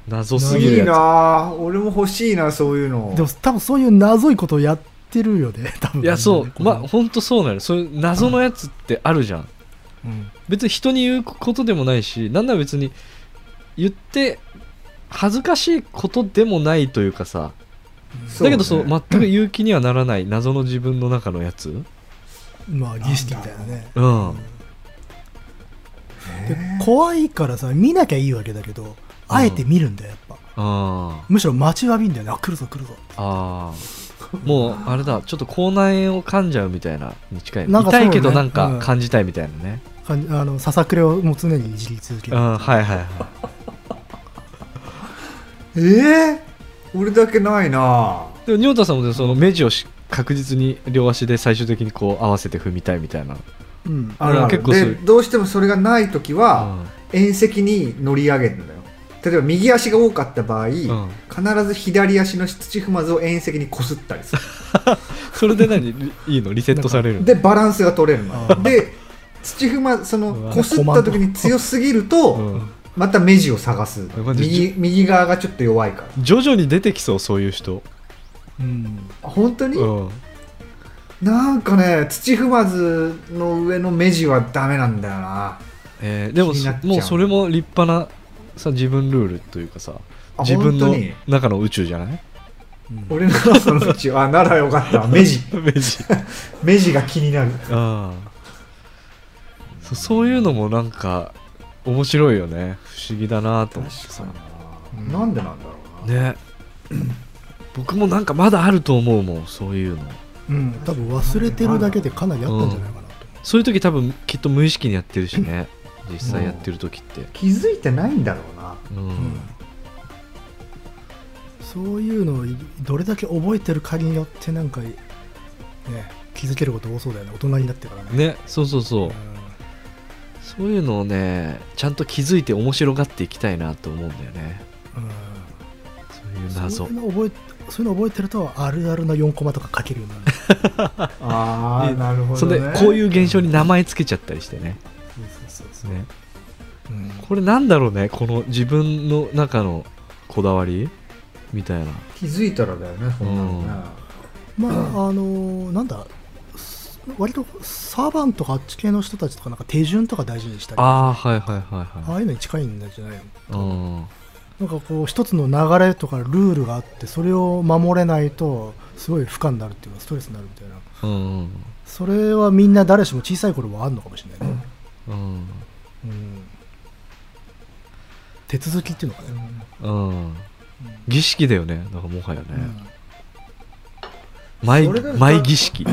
[SPEAKER 1] 謎すぎ
[SPEAKER 3] い
[SPEAKER 1] る
[SPEAKER 3] い
[SPEAKER 1] やつ
[SPEAKER 3] な俺も欲しいなそういうの
[SPEAKER 2] でも多分そういう謎いことをやってるよね多分
[SPEAKER 1] いやそうまあ
[SPEAKER 2] こ
[SPEAKER 1] ほんとそうなのそういう謎のやつってあるじゃん
[SPEAKER 2] れうん
[SPEAKER 1] 別に人に言うことでもないしなんなら別に言って恥ずかしいことでもないというかさだけどそう
[SPEAKER 3] ね
[SPEAKER 1] 全く言う気にはならない謎の自分の中のやつ
[SPEAKER 2] まあ儀式みたいなね
[SPEAKER 1] うん
[SPEAKER 2] で怖いからさ見なきゃいいわけだけどあえて見るんだよやっぱ、
[SPEAKER 1] あー
[SPEAKER 2] むしろ待ちわびんだよねあ来るぞ来るぞ
[SPEAKER 1] あーもうあれだちょっと口内炎を噛んじゃうみたいなに近い、
[SPEAKER 2] なんかそう
[SPEAKER 1] 痛
[SPEAKER 2] ね
[SPEAKER 1] いけどなん
[SPEAKER 2] う
[SPEAKER 1] か
[SPEAKER 2] ん
[SPEAKER 1] 感じたいみたいなね、
[SPEAKER 2] 感じあのささくれをもう常にいじり続け
[SPEAKER 1] う
[SPEAKER 2] る
[SPEAKER 1] ん、はいはいはい
[SPEAKER 3] えー、俺だけないな
[SPEAKER 1] でも仁太さんもねその目地をし確実に両足で最終的にこう合わせて踏みたいみたいな、
[SPEAKER 2] うん
[SPEAKER 3] あるあ
[SPEAKER 1] 結
[SPEAKER 3] る
[SPEAKER 1] 構そう
[SPEAKER 3] でどうしてもそれがない時は、縁石に乗り上げるんだよ例えば右足が多かった場合、
[SPEAKER 1] うん
[SPEAKER 3] 必ず左足の土踏まずを縁石にこすったりする
[SPEAKER 1] それで 何リいいのリセットされるの
[SPEAKER 3] でバランスが取れる
[SPEAKER 2] あ
[SPEAKER 3] の
[SPEAKER 2] ー
[SPEAKER 3] で土踏まその
[SPEAKER 1] うわ
[SPEAKER 3] こすった時に強すぎると、
[SPEAKER 1] うん
[SPEAKER 3] また目地を探す
[SPEAKER 1] マジ
[SPEAKER 3] 右右側がちょっと弱いから
[SPEAKER 1] 徐々に出てきそうそういう人
[SPEAKER 2] うん
[SPEAKER 3] あ本当に、
[SPEAKER 1] うん
[SPEAKER 3] なんかね土踏まずの上の目地はダメなんだよな
[SPEAKER 1] えーでも
[SPEAKER 3] 気になっちゃう
[SPEAKER 1] もうそれも立派なさ自分ルールというかさ
[SPEAKER 3] あ
[SPEAKER 1] 自分の
[SPEAKER 3] 本当に
[SPEAKER 1] 中の宇宙じゃない
[SPEAKER 2] うん
[SPEAKER 3] 俺のその土あならよかった目地
[SPEAKER 1] 明治
[SPEAKER 3] 目地が気になる
[SPEAKER 1] ああそそういうのもなんか面白いよね不思議だなと思ってさ
[SPEAKER 3] になんでなんだろうな、
[SPEAKER 1] ね僕もなんかまだあると思うもんそういうの
[SPEAKER 2] うん、多分忘れてるだけでかなりあったんじゃないかなと、
[SPEAKER 1] そういう時多分きっと無意識にやってるし ね実際やってる時って
[SPEAKER 3] 気づいてないんだろうな
[SPEAKER 1] うん、
[SPEAKER 2] うんそういうのをいどれだけ覚えてるかによってなんか、ね、気づけること多そうだよね大人になってからね
[SPEAKER 1] ねそうそうそううんそういうのをねちゃんと気づいて面白がっていきたいなと思うんだよねそういう
[SPEAKER 2] うん、そ
[SPEAKER 1] 謎
[SPEAKER 2] ういうの覚えそういうの覚えてるとあるあるな4コマとか書けるようになる
[SPEAKER 3] ああ
[SPEAKER 1] で
[SPEAKER 3] なるほ
[SPEAKER 1] そ
[SPEAKER 3] ど、
[SPEAKER 1] れ
[SPEAKER 3] ね、
[SPEAKER 1] でこういう現象に名前つけちゃったりしてね
[SPEAKER 2] そうそうそうそう、
[SPEAKER 1] ね
[SPEAKER 2] うん
[SPEAKER 1] これなんだろうねこの自分の中のこだわりみたいな
[SPEAKER 3] 気づいたらだよねそんなのね、
[SPEAKER 2] まああのなんだす割とサーバンとかあっち系の人たちとかなんか手順とか大事にしたりあ
[SPEAKER 1] ああはいはいはい
[SPEAKER 2] あ
[SPEAKER 1] はい
[SPEAKER 2] いうのに近いんじゃないの
[SPEAKER 1] うん
[SPEAKER 2] なんかこう一つの流れとかルールがあってそれを守れないとすごい負荷になるっていうかストレスになるみたい
[SPEAKER 1] う
[SPEAKER 2] な
[SPEAKER 1] んうん
[SPEAKER 2] それはみんな誰しも小さい頃はあるのかもしれないね、
[SPEAKER 1] うん
[SPEAKER 2] うん、手続きっていうのかね、
[SPEAKER 1] うん儀式だよねなんかもはやね、
[SPEAKER 2] う
[SPEAKER 1] 毎
[SPEAKER 3] それが
[SPEAKER 1] 毎儀式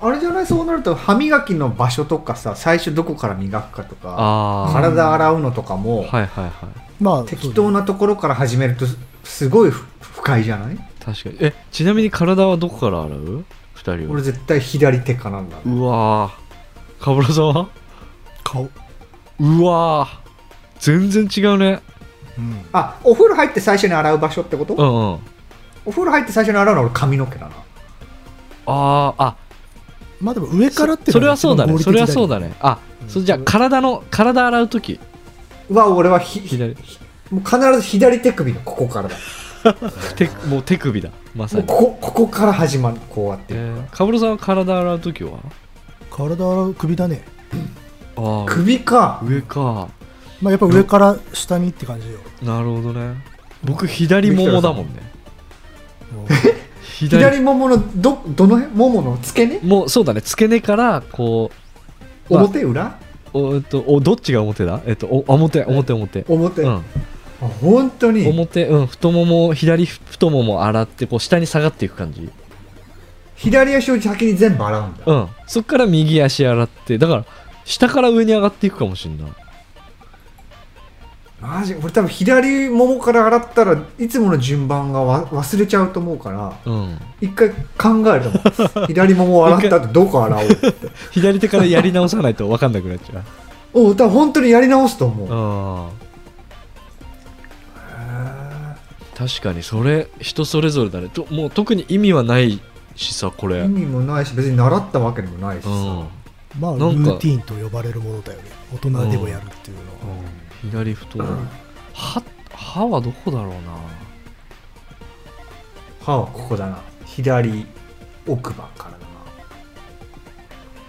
[SPEAKER 3] あれじゃないそうなると歯磨きの場所とかさ最初どこから磨くかとか
[SPEAKER 1] あ
[SPEAKER 3] 体洗うのとかも、
[SPEAKER 1] あはいはいはい
[SPEAKER 2] ん、まあ
[SPEAKER 3] 適当
[SPEAKER 2] な
[SPEAKER 3] なところから始めるとすすごい不不快じゃない
[SPEAKER 1] 確かにえちなみに体はどこから洗う二人
[SPEAKER 3] 俺
[SPEAKER 1] は
[SPEAKER 3] 絶対左手かなんだ、
[SPEAKER 1] うわーかぶらさんは
[SPEAKER 2] 顔、
[SPEAKER 1] うわー全然違うね
[SPEAKER 2] うん、
[SPEAKER 3] あお風呂入って最初に洗う場所ってこと、
[SPEAKER 1] うんうん
[SPEAKER 3] お風呂入って最初に洗うのは俺髪の毛だな
[SPEAKER 1] あーあ
[SPEAKER 2] まあでも上からってい
[SPEAKER 1] そそれはそうだねそれはそうだねあ、
[SPEAKER 2] うん
[SPEAKER 1] それじゃあ
[SPEAKER 2] それ
[SPEAKER 1] 体の体洗う時
[SPEAKER 3] は俺はひ
[SPEAKER 1] 左
[SPEAKER 3] もう必ず左手首のここからだ
[SPEAKER 1] 手もう手首だまさ
[SPEAKER 3] もう
[SPEAKER 1] に
[SPEAKER 3] ここここから始まるこうやって
[SPEAKER 1] え
[SPEAKER 3] るから
[SPEAKER 1] ー、かぶらさんは体洗う時は
[SPEAKER 2] 体洗う首だね
[SPEAKER 1] あー
[SPEAKER 3] 首か
[SPEAKER 1] 上か
[SPEAKER 2] まあやっぱ上から下にって感じよ、
[SPEAKER 1] なるほどね僕左ももだもんね左
[SPEAKER 3] 左もものどどの辺ももの付け根
[SPEAKER 1] もうそうだね付け根からこう、まあ
[SPEAKER 3] 表裏
[SPEAKER 1] おえっとおどっちが表だえっとお表表表
[SPEAKER 3] 表、
[SPEAKER 1] う
[SPEAKER 3] あ
[SPEAKER 1] ん
[SPEAKER 3] 本当に
[SPEAKER 1] 表うん太もも左太もも洗ってこう下に下がっていく感じ
[SPEAKER 3] 左足を先に全部洗うんだ、
[SPEAKER 1] うんそっから右足洗ってだから下から上に上がっていくかもしれない
[SPEAKER 3] マジ俺多分左ももから洗ったらいつもの順番がわ忘れちゃうと思うから
[SPEAKER 1] うん
[SPEAKER 3] 一回考えると思う 左ももを洗った後どこ洗おうって
[SPEAKER 1] 左手からやり直さないと分かんなくなっちゃう
[SPEAKER 3] おう多分本当にやり直すと思う、
[SPEAKER 1] あ
[SPEAKER 3] へー
[SPEAKER 1] 確かにそれ人それぞれだねともう特に意味はないしさこれ
[SPEAKER 3] 意味もないし別に習ったわけでもないしさ、
[SPEAKER 1] うん
[SPEAKER 2] まあル
[SPEAKER 1] なんか
[SPEAKER 2] ーティーンと呼ばれるものだよね大人でもやるっていうのは、
[SPEAKER 1] 左太もも歯歯はどこだろうな
[SPEAKER 3] 歯はここだな左奥歯からだな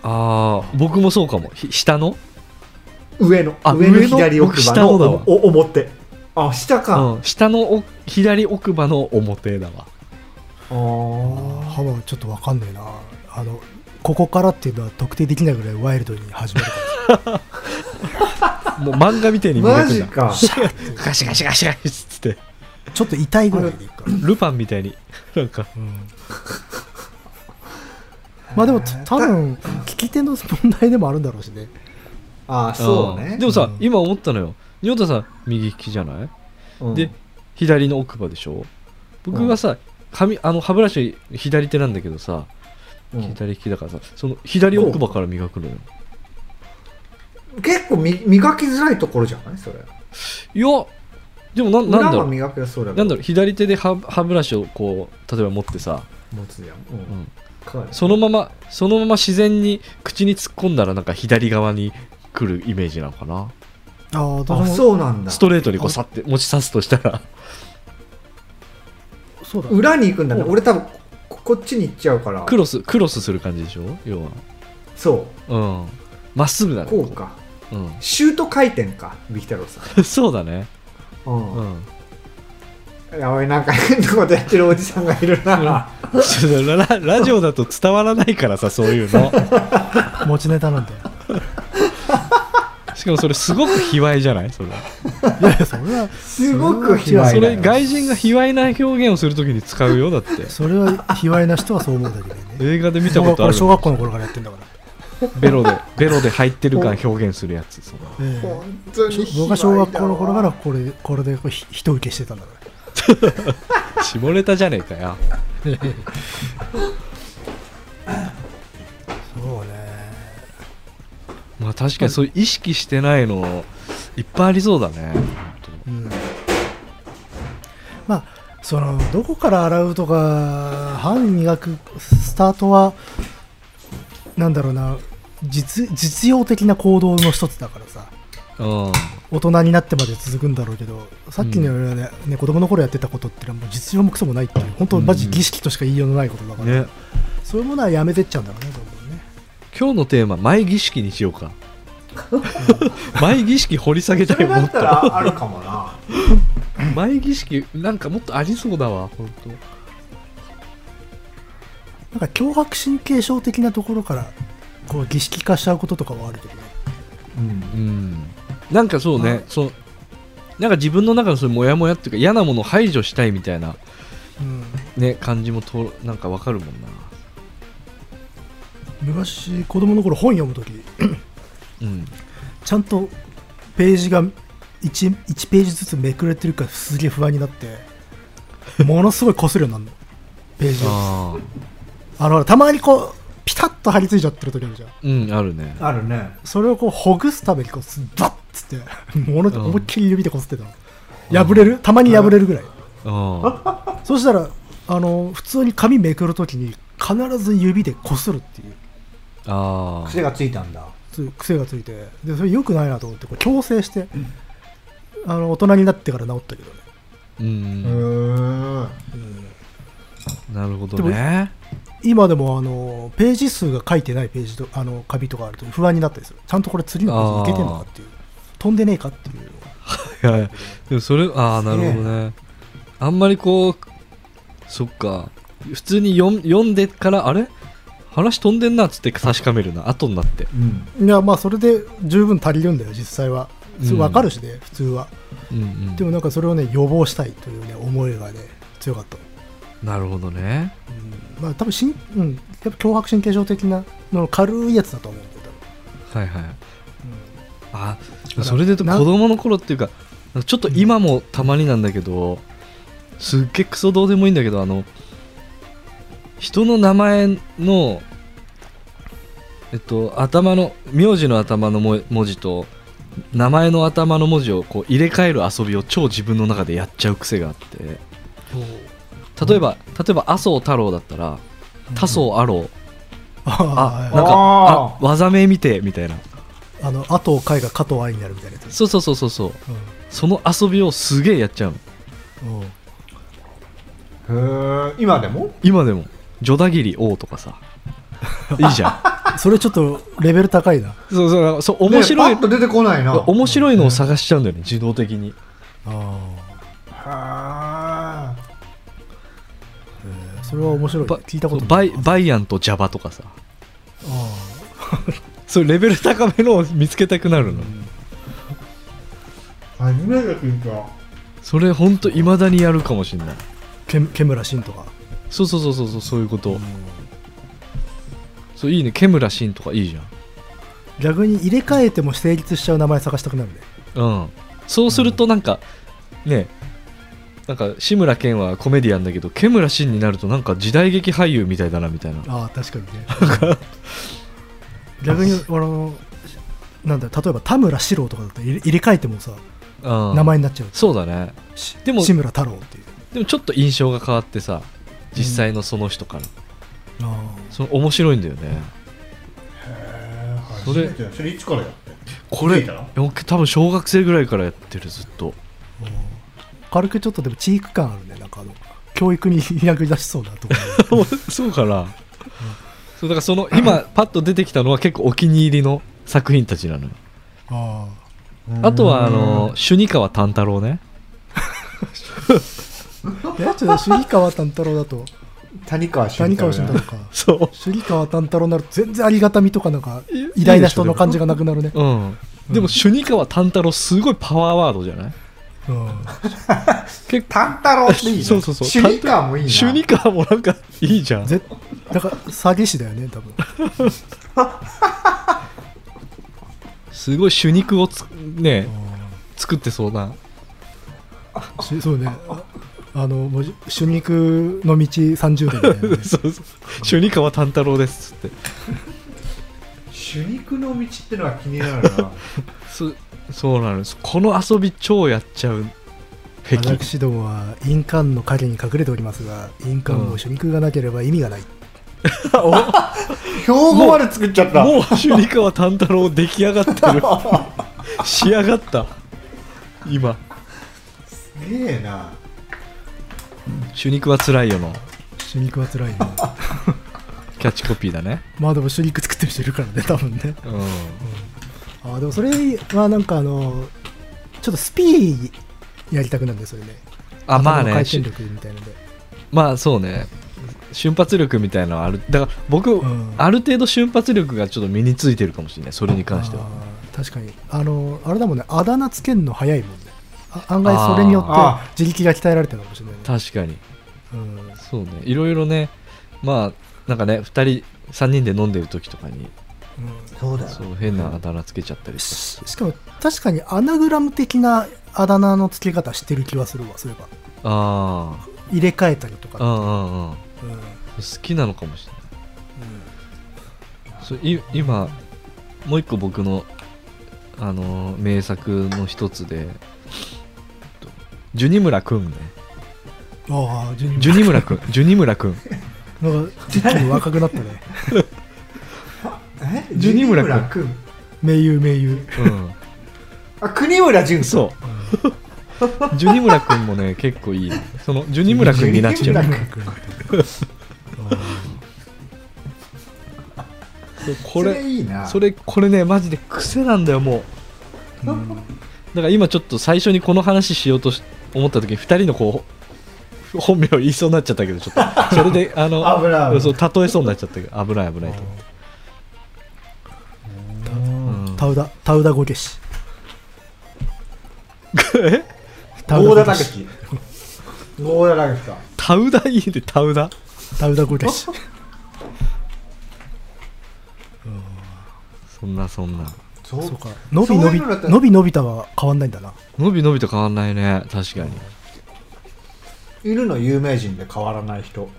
[SPEAKER 1] あー僕もそうかもひ下の
[SPEAKER 3] 上の
[SPEAKER 1] あ
[SPEAKER 3] 上の
[SPEAKER 1] 上の
[SPEAKER 3] 左奥歯
[SPEAKER 1] 下
[SPEAKER 3] の
[SPEAKER 1] のだわ
[SPEAKER 3] おお表あ下か、
[SPEAKER 1] うん、下のお左奥歯の表だわ
[SPEAKER 3] ああ
[SPEAKER 2] 歯はちょっとわかんねえなあのここからっていうのは特定できないぐらいワイルドに始まるか
[SPEAKER 1] もう漫画みたいに
[SPEAKER 3] マ
[SPEAKER 1] 磨くん
[SPEAKER 3] ジ
[SPEAKER 1] だ
[SPEAKER 3] か
[SPEAKER 1] ガシガシガシガシっつって
[SPEAKER 2] らちょっと痛いぐらいでいいから、
[SPEAKER 1] ルパンみたいに なんか
[SPEAKER 2] うんまあでも多分聞き手の問題でもあるんだろうしね
[SPEAKER 3] ああそうね
[SPEAKER 1] んでもさ、
[SPEAKER 2] うん
[SPEAKER 1] 今思ったのよ仁太さん右利きじゃない
[SPEAKER 3] うん
[SPEAKER 1] で左の奥歯でしょ僕がさ髪あの歯ブラシ左手なんだけどさ
[SPEAKER 3] うん
[SPEAKER 1] 左利きだからさその左奥歯から磨くのよ
[SPEAKER 3] 結構み磨きづらいところじゃないそれ
[SPEAKER 1] いやでもなんなん
[SPEAKER 3] 裏
[SPEAKER 1] だ
[SPEAKER 3] は
[SPEAKER 1] ろう
[SPEAKER 3] 磨きやすそうだけ
[SPEAKER 1] な
[SPEAKER 3] ど
[SPEAKER 1] んだろう左手で歯歯ブラシをこう例えば持ってさ、
[SPEAKER 3] 持つじゃん、う
[SPEAKER 1] うんん、
[SPEAKER 3] か
[SPEAKER 1] そのままそのまま自然に口に突っ込んだらなんか左側に来るイメージなのかな
[SPEAKER 2] ああ私
[SPEAKER 3] あ
[SPEAKER 2] も
[SPEAKER 3] そうなんだ
[SPEAKER 1] ストレートにこ
[SPEAKER 2] あ
[SPEAKER 1] うさって持ち刺すとしたら
[SPEAKER 2] そうだ、
[SPEAKER 3] 裏に行くんだね
[SPEAKER 2] うん
[SPEAKER 3] 俺多分ここっちに行っちゃうから
[SPEAKER 1] クロスクロスする感じでしょ要は
[SPEAKER 3] そ
[SPEAKER 1] うんまっすぐだ
[SPEAKER 3] う
[SPEAKER 1] ね
[SPEAKER 3] こうか
[SPEAKER 1] こう、
[SPEAKER 3] シュート回転かビキタロウさん
[SPEAKER 1] うん、 そうだね
[SPEAKER 3] う ん
[SPEAKER 1] うん
[SPEAKER 3] やばいなんか変なことやってるおじさんがいるな、
[SPEAKER 1] ちょっとララジオだと伝わらないからさそういう の
[SPEAKER 2] 持ちネタ なんだよ。
[SPEAKER 1] しかもそれすごく卑猥じゃないそれ
[SPEAKER 2] いやいや、それは、
[SPEAKER 3] すごく卑猥だよ
[SPEAKER 1] それ外人が卑猥な表現をするときに使うよだって
[SPEAKER 2] それは、卑猥な人はそう思うんだけどね。
[SPEAKER 1] 映画で見たことある
[SPEAKER 2] 小学校の頃からやってんだから。
[SPEAKER 1] ベロでベロで入ってる感表現するやつその
[SPEAKER 2] ええ
[SPEAKER 3] 本当に卑猥だわ
[SPEAKER 2] 僕が小学校の頃からこれこれでひ人受けしてたんだから
[SPEAKER 1] 下ネタじゃねえかよ
[SPEAKER 2] そうね
[SPEAKER 1] まあ確かにそういう意識してないのいっぱいありそうだね
[SPEAKER 2] うんまあそのどこから洗うとか歯磨くスタートはなんだろうな実実用的な行動の一つだからさ
[SPEAKER 1] うん
[SPEAKER 2] 大人になってまで続くんだろうけどさっきのようなね、ね子供の頃やってたことってのはもう実用もクソもないっていう本当マジ儀式としか言いようのないことだから、
[SPEAKER 1] ね
[SPEAKER 2] そういうものはやめてっちゃうんだろうねどんどんね
[SPEAKER 1] 今日のテーマ「前儀式」にしようか前儀式掘り下げ
[SPEAKER 3] そ
[SPEAKER 1] た
[SPEAKER 3] れ
[SPEAKER 1] いも
[SPEAKER 3] だ
[SPEAKER 1] っ
[SPEAKER 3] った
[SPEAKER 1] と
[SPEAKER 3] らあるかもな
[SPEAKER 1] 前儀式なんかもっとありそうだわ本当
[SPEAKER 2] なんか脅迫神経症的なところからこう儀式化しちゃうこととかはあるけどね
[SPEAKER 3] うん
[SPEAKER 1] うんなんかそうね、
[SPEAKER 2] はい
[SPEAKER 1] そうなんか自分の中のそういうモヤモヤっていうか嫌なものを排除したいみたいな、
[SPEAKER 2] うん
[SPEAKER 1] ね、感じもとなんかわかるもんな、
[SPEAKER 2] 昔子供の頃本読む時
[SPEAKER 1] うん、
[SPEAKER 2] ちゃんとページが 1, 1ページずつめくれてるからすげえ不安になってものすごい擦るようになるのページを
[SPEAKER 1] あ
[SPEAKER 2] あのほらたまにこうピタッと張り付いちゃってる時あるじゃん
[SPEAKER 1] あうんあるね
[SPEAKER 3] あるね
[SPEAKER 2] それをこうほぐすためにこうすバッつってもの
[SPEAKER 1] うん
[SPEAKER 2] 思いっきり指でこすってたの破れるたまに破れるぐらい
[SPEAKER 1] あ
[SPEAKER 2] そしたらあの普通に紙めくるときに必ず指でこするっていう
[SPEAKER 1] ああ
[SPEAKER 3] 癖がついたんだ
[SPEAKER 2] そういう癖がついてでそれ良くないなと思ってこれ強制して、あの大人になってから治ったけどね、
[SPEAKER 1] う
[SPEAKER 3] うんーん
[SPEAKER 1] なるほどね
[SPEAKER 2] 今でもあのページ数が書いてないページとあのカビとかあると不安になったりするちゃんとこれ次のページいけてんのかっていう飛んでねえかっていう
[SPEAKER 1] いやいやでもそれああなるほどねあんまりこうそっか普通に読ん読んでからあれ話飛んでんなっつって確かめるな後になって
[SPEAKER 3] うん
[SPEAKER 2] いやまあそれで十分足りるんだよ実際は
[SPEAKER 1] うん
[SPEAKER 2] 分かるしね、普通は
[SPEAKER 1] うんうん
[SPEAKER 2] でもなんかそれをね予防したいというね思いがね強かった
[SPEAKER 1] なるほどね
[SPEAKER 2] うんまあ多分しん、うん、やっぱ脅迫神経症的なのの軽いやつだと思うんだよ
[SPEAKER 1] はいはい
[SPEAKER 2] 多分、
[SPEAKER 1] あ
[SPEAKER 2] ら
[SPEAKER 1] それで言うと
[SPEAKER 2] な
[SPEAKER 1] 子供の頃っていうかちょっと今もたまになんだけどすっげえクソどうでもいいんだけどあの人の名前のえっと頭の名字の頭のも文字と名前の頭の文字をこう入れ替える遊びを超自分の中でやっちゃう癖があって例えば、例えば麻生太郎だったら多
[SPEAKER 2] う
[SPEAKER 1] 生アローあ
[SPEAKER 2] あ
[SPEAKER 1] なんか
[SPEAKER 3] あ
[SPEAKER 1] あ技名見てみたいな
[SPEAKER 2] ああのあと海が加藤愛になるみたいなやつ、
[SPEAKER 1] そうそうそうそうそう
[SPEAKER 2] う
[SPEAKER 1] その遊びをすげえやっちゃうの
[SPEAKER 2] んうん
[SPEAKER 3] へー今でも
[SPEAKER 1] 今でもジョダギリ王とかさ いいじゃ
[SPEAKER 2] それちょっとレベル高いな、
[SPEAKER 1] んそうそうだからそう面白い、
[SPEAKER 3] ねパッと出てこないな
[SPEAKER 1] 面白いのを探しちゃうんだよね自動的に
[SPEAKER 3] は
[SPEAKER 2] え
[SPEAKER 3] ー
[SPEAKER 2] ーそれは面白い
[SPEAKER 1] ば
[SPEAKER 2] 聞いたこと
[SPEAKER 1] バ
[SPEAKER 2] ない
[SPEAKER 1] イバイアンとジャバとかさ
[SPEAKER 2] あ
[SPEAKER 1] そういうレベル高めのを見つけたくなるの、
[SPEAKER 3] 初めて聞いた
[SPEAKER 1] それほんといまだにやるかもしんない
[SPEAKER 2] ーけケムラシンとか、
[SPEAKER 1] そうそうそうそうそうそういうこと、そういいねケムラシンとかいいじ
[SPEAKER 2] 逆に入れ替えても成立しちゃう名前探したくなるね
[SPEAKER 1] ゃんうんそうするとなんか、ねなんか志村けんはコメディアンだけどケムラシンになるとなんか時代劇俳優みたいだなみたいな
[SPEAKER 2] ああ確かにね 逆にあのなんだろう例えば田村史郎とかだったら入れ入れ替えてもさ
[SPEAKER 1] うん
[SPEAKER 2] 名前になっちゃう
[SPEAKER 1] そうだね
[SPEAKER 2] し
[SPEAKER 1] でも
[SPEAKER 2] 志村太郎っていう
[SPEAKER 1] でもちょっと印象が変わってさ実際のその人から、
[SPEAKER 2] ああ
[SPEAKER 1] その面白いんだよね
[SPEAKER 3] へー
[SPEAKER 1] それ
[SPEAKER 3] 初めてそれいつからやってんの
[SPEAKER 1] これ
[SPEAKER 3] 気づいたの
[SPEAKER 1] 僕多分小学生ぐらいからやってるずっと
[SPEAKER 2] 軽くちょっとでもチーク感あるねなんかあの教育に役立ちそうだと思う
[SPEAKER 1] そうかなそうだからその今パッと出てきたのは結構お気に入りの作品たちなのよ
[SPEAKER 2] あ
[SPEAKER 1] あとはあの朱二川炭太郎ね
[SPEAKER 2] あえちょっと杉川丹太郎だと
[SPEAKER 3] 谷川
[SPEAKER 2] 谷
[SPEAKER 3] 俊太
[SPEAKER 2] 川
[SPEAKER 3] 郎じ
[SPEAKER 2] 俊
[SPEAKER 3] ゃな
[SPEAKER 2] 太
[SPEAKER 3] い
[SPEAKER 2] 郎
[SPEAKER 1] そ
[SPEAKER 2] か杉川丹太郎になると全然ありがたみとかなんか
[SPEAKER 1] いいでしょ
[SPEAKER 2] 偉大な人の感じがなくなるね
[SPEAKER 1] ううんでも朱二川炭太郎すごいパワーワードじゃない
[SPEAKER 2] うん
[SPEAKER 1] 結構
[SPEAKER 3] 炭太郎っていいな
[SPEAKER 1] そうそうそう
[SPEAKER 3] 主任官もいいな
[SPEAKER 1] 朱二川もなんかいいじゃん
[SPEAKER 2] ぜだから詐欺師だよね多分
[SPEAKER 1] すごい朱肉をつね
[SPEAKER 2] う
[SPEAKER 1] 作ってそうなん
[SPEAKER 2] しそうねああのもうし主肉の道30代だよね
[SPEAKER 1] そうそう朱二川炭太郎ですっつって
[SPEAKER 3] 主肉の道ってのは気になるな
[SPEAKER 1] そそうなのですこの遊び超やっちゃう壁
[SPEAKER 2] 私どもは印鑑の影に隠れておりますが印鑑も主肉がなければ意味がない、
[SPEAKER 3] 標語まで作っちゃった
[SPEAKER 1] もう朱二川炭太郎出来上がって る仕上がった今
[SPEAKER 3] すげえな
[SPEAKER 1] 朱肉はつらいよの
[SPEAKER 2] 主肉は辛 いね
[SPEAKER 1] キャッチコピーだね
[SPEAKER 2] まあでも主肉作ってる人いるからね多分ね
[SPEAKER 1] うん
[SPEAKER 2] あーでもそれはなんかあのちょっとスピーやりたくなるんですよね
[SPEAKER 1] あまあ
[SPEAKER 2] 頭の回
[SPEAKER 1] ね
[SPEAKER 2] 転
[SPEAKER 1] し
[SPEAKER 2] 力みたいので
[SPEAKER 1] まあそうね瞬発力みたいなのはあるだから僕、
[SPEAKER 2] ん
[SPEAKER 1] ある程度瞬発力がちょっと身についてるかもしれないそれに関しては
[SPEAKER 2] あー確かにあのあれだもんねあだ名つけるの早いもんねあ案外それによ
[SPEAKER 3] あ
[SPEAKER 2] って自力が鍛えられてるかもしれないね
[SPEAKER 1] 確かに
[SPEAKER 2] うん
[SPEAKER 1] そうねいろいろねまあなんかね2人3人で飲んでる時とかに
[SPEAKER 2] う
[SPEAKER 3] そうだ
[SPEAKER 1] そう変なあだ名つけちゃったり
[SPEAKER 2] ん、
[SPEAKER 1] とか
[SPEAKER 2] ししかも確かにアナグラム的なあだ名の付け方してる気はするわそういえば
[SPEAKER 1] あ
[SPEAKER 2] 入れ替えたりと
[SPEAKER 1] あう
[SPEAKER 2] か、
[SPEAKER 1] んうんうん
[SPEAKER 2] うん
[SPEAKER 1] 好きなのかもしれないそうい今もう一個僕の、あのー名作の一つでえっとジュニムラくんね
[SPEAKER 2] ああジュニ
[SPEAKER 1] ジュニムラくんジュニムラくん
[SPEAKER 2] なんか一気に若くなった ね
[SPEAKER 3] え
[SPEAKER 1] ジュニムラ君
[SPEAKER 3] 君
[SPEAKER 2] 名優名優
[SPEAKER 1] う
[SPEAKER 3] あ国村淳
[SPEAKER 1] んそうジュニムラくんもね結構いいそのジュニムラくんになっち
[SPEAKER 3] ジュニ
[SPEAKER 1] ゃ
[SPEAKER 3] 村
[SPEAKER 1] う
[SPEAKER 3] ム
[SPEAKER 2] 君
[SPEAKER 1] そう
[SPEAKER 3] こ
[SPEAKER 1] こ
[SPEAKER 3] れ
[SPEAKER 1] れ
[SPEAKER 3] いいな
[SPEAKER 1] それこれねマジで癖なんだよもう
[SPEAKER 2] うん
[SPEAKER 1] だから今ちょっと最初にこの話しようとし思った時に2人のこう本名言いそうになっちゃったけどちょっとそれで あの
[SPEAKER 3] 危ない危ない
[SPEAKER 1] そう例えそうになっちゃったけど危ない危ないと思
[SPEAKER 3] うん
[SPEAKER 1] う、うん
[SPEAKER 2] タウダタウダゴケシ
[SPEAKER 1] え
[SPEAKER 2] タウ
[SPEAKER 3] 郷
[SPEAKER 2] ダ
[SPEAKER 3] 田
[SPEAKER 2] ゴケ
[SPEAKER 3] 武
[SPEAKER 2] シ
[SPEAKER 3] 志郷田武志 か
[SPEAKER 1] タウダいいでタウダ
[SPEAKER 2] タウダゴケシ
[SPEAKER 1] そんなそんな
[SPEAKER 3] そう
[SPEAKER 2] そうか伸び伸び
[SPEAKER 3] そういうのだったら
[SPEAKER 2] 伸び伸びたは変わんないんだな
[SPEAKER 1] 伸び伸びと変わんないね確かに
[SPEAKER 3] いるの有名人で変わらない人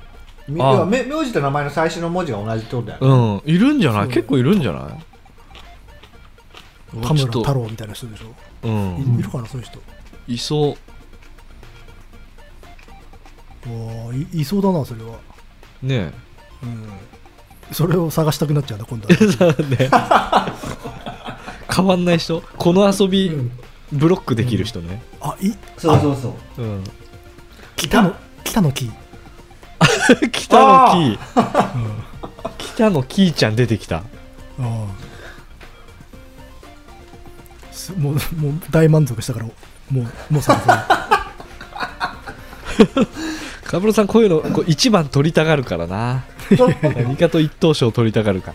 [SPEAKER 3] み
[SPEAKER 1] ああ
[SPEAKER 3] 要はめ名字と名前の最初の文字が同じってことだよね、
[SPEAKER 1] うんいるんじゃない
[SPEAKER 2] そう
[SPEAKER 1] 結構いるんじゃない
[SPEAKER 2] 田
[SPEAKER 1] ちょ
[SPEAKER 2] 村
[SPEAKER 1] っと
[SPEAKER 2] 太郎みたいな人でしょ
[SPEAKER 1] うん
[SPEAKER 3] ん
[SPEAKER 2] いるかなそういう人
[SPEAKER 1] いそう
[SPEAKER 2] おーいいそうだなそれは
[SPEAKER 1] ね
[SPEAKER 2] うんそれを探したくなっちゃう な今度
[SPEAKER 1] えね
[SPEAKER 2] は
[SPEAKER 1] 変わんない人この遊び
[SPEAKER 3] うん
[SPEAKER 1] ブロックできる人ね
[SPEAKER 2] あい
[SPEAKER 3] そうそうそう
[SPEAKER 1] うん
[SPEAKER 2] 北の北の木
[SPEAKER 1] 北のキー北のキーちゃん出てきた
[SPEAKER 2] ああすもうもう大満足したからもうもう探せない
[SPEAKER 1] カブロさんこういうのこう一番取りたがるから な何かと一等賞取りたがるから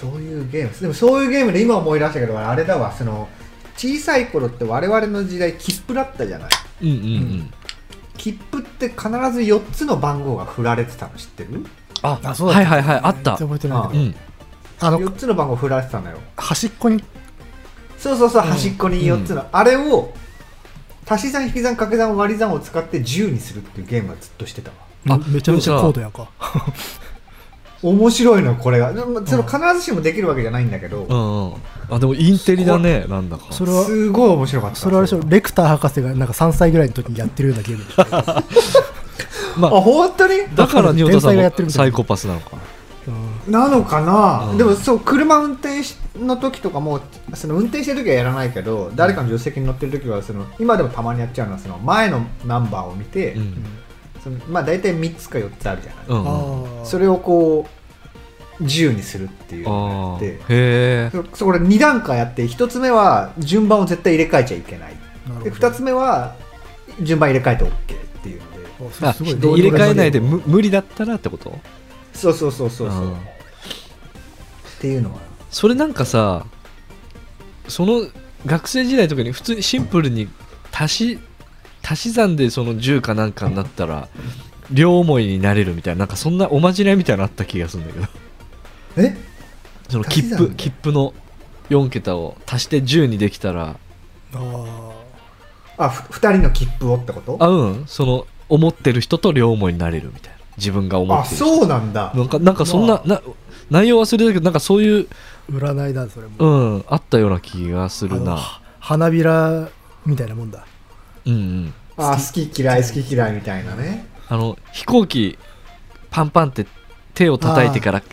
[SPEAKER 3] そういうゲームでもそういうゲームで今思い出したけどあれだわその小さい頃って我々の時代切符だったじゃない
[SPEAKER 1] うんうんうん
[SPEAKER 3] 切符って必ず4つの番号が振られてたの知ってる
[SPEAKER 1] あ
[SPEAKER 2] あそうだ
[SPEAKER 1] はいはいはい あった
[SPEAKER 2] 全然覚えてないけ
[SPEAKER 1] う
[SPEAKER 2] ど
[SPEAKER 1] ん
[SPEAKER 2] あの
[SPEAKER 3] ?4 つの番号振られてたのよ
[SPEAKER 2] 端っこに
[SPEAKER 3] そうそうそう端っこに4つの、あれを足し算引き算掛け算割り算を使って10にするっていうゲームはずっとしてたわ
[SPEAKER 1] あ
[SPEAKER 2] めちゃめちゃ高度やか
[SPEAKER 3] 面白いのこれがでもその必ずしもできるわけじゃないんだけど、
[SPEAKER 1] うんうんあでもインテリだねなんだか
[SPEAKER 2] それは
[SPEAKER 3] すごい面白かった
[SPEAKER 2] それはあれでしょレクター博士がなんか3歳ぐらいの時にやってるようなゲームでしょ
[SPEAKER 1] ま
[SPEAKER 3] あ
[SPEAKER 1] あ
[SPEAKER 3] 本当に
[SPEAKER 1] だから仁
[SPEAKER 2] 天
[SPEAKER 1] 太さ
[SPEAKER 2] 才
[SPEAKER 1] ん
[SPEAKER 2] がやってる
[SPEAKER 1] も
[SPEAKER 2] みた
[SPEAKER 1] サ
[SPEAKER 2] い
[SPEAKER 1] イ
[SPEAKER 2] な
[SPEAKER 1] コパスなのかな
[SPEAKER 2] うん
[SPEAKER 3] なのかな、
[SPEAKER 1] うん
[SPEAKER 3] でもそう車運転しの時とかもその運転してる時はやらないけど誰かの助手席に乗ってる時はその今でもたまにやっちゃうのはその前のナンバーを見て、
[SPEAKER 1] うん
[SPEAKER 3] そのまあ、大体3つか4つあるじゃない、
[SPEAKER 1] うんあ
[SPEAKER 2] ああ
[SPEAKER 3] それをこう10にするっていう
[SPEAKER 1] あ
[SPEAKER 3] のがあって
[SPEAKER 1] ーへえ
[SPEAKER 3] そそこれ2段階あって1つ目は順番を絶対入れ替えちゃいけない
[SPEAKER 2] なる
[SPEAKER 3] で
[SPEAKER 2] ほ
[SPEAKER 3] 2
[SPEAKER 2] ど
[SPEAKER 3] つ目は順番入れ替えて OK っていう
[SPEAKER 2] あ
[SPEAKER 3] ので
[SPEAKER 2] それ
[SPEAKER 1] あ
[SPEAKER 2] すごい
[SPEAKER 1] 入
[SPEAKER 2] どう
[SPEAKER 1] れ
[SPEAKER 2] も
[SPEAKER 1] 替えないで
[SPEAKER 2] なる
[SPEAKER 1] む無理だったらってこと
[SPEAKER 3] そうそうそうそうそう
[SPEAKER 1] うん
[SPEAKER 3] っていうのは
[SPEAKER 1] それなんかさその学生時代とかに普通にシンプルに足し足し算でその10かなんかになったら両思いになれるみたいななんかそんなおまじないみたいなのあった気がするんだけ ど
[SPEAKER 3] え
[SPEAKER 1] その切
[SPEAKER 3] 足し算
[SPEAKER 1] 符
[SPEAKER 3] で
[SPEAKER 1] 切符の4桁を足して10にできたら
[SPEAKER 2] あ
[SPEAKER 3] あふ2人の切符をってこと
[SPEAKER 1] あうんその思ってる人と両思いになれるみたいな自分が思
[SPEAKER 3] あ
[SPEAKER 1] ってる人
[SPEAKER 3] そうなんだ
[SPEAKER 1] なんかなんかそんな,、
[SPEAKER 2] ま
[SPEAKER 1] な内容忘れたけどなんかそういう
[SPEAKER 2] あ占いだそれも
[SPEAKER 1] うんあったような気がする
[SPEAKER 2] あの
[SPEAKER 1] な
[SPEAKER 2] は花びらみたいなもんだ
[SPEAKER 1] うんうん
[SPEAKER 3] あ好き嫌い好き嫌いみたいなね
[SPEAKER 1] あの飛行機パンパンって手を叩いてからこ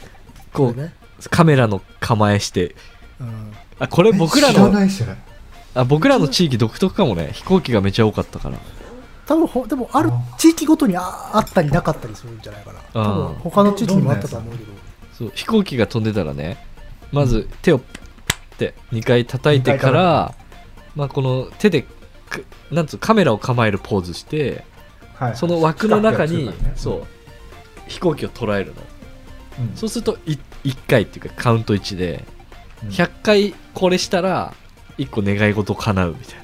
[SPEAKER 2] こ
[SPEAKER 1] う
[SPEAKER 2] れね
[SPEAKER 1] カメラの構えして
[SPEAKER 2] うん
[SPEAKER 1] あこれ僕ら
[SPEAKER 3] え知ら
[SPEAKER 1] の
[SPEAKER 3] ないそれ
[SPEAKER 1] あ僕らの地域独特かもね飛行機がめちゃ多かったから
[SPEAKER 2] 多分ほでもある
[SPEAKER 3] あ
[SPEAKER 2] 地域ごとにああったりなかったりするんじゃないかな多分他の地域にもあったと思うけど
[SPEAKER 1] そう飛行機が飛んでたらねまず手をピッて2回叩いてか
[SPEAKER 3] 二回
[SPEAKER 1] ら、まあ、この手でくなんつうカメラを構えるポーズして
[SPEAKER 3] はい
[SPEAKER 1] その枠の中に、
[SPEAKER 3] 四角いやつとかね
[SPEAKER 1] そう飛行機を捉えるの
[SPEAKER 3] うん
[SPEAKER 1] そうすると1回っていうかカウント1で
[SPEAKER 3] うん
[SPEAKER 1] 100回これしたら1個願い事叶うみたい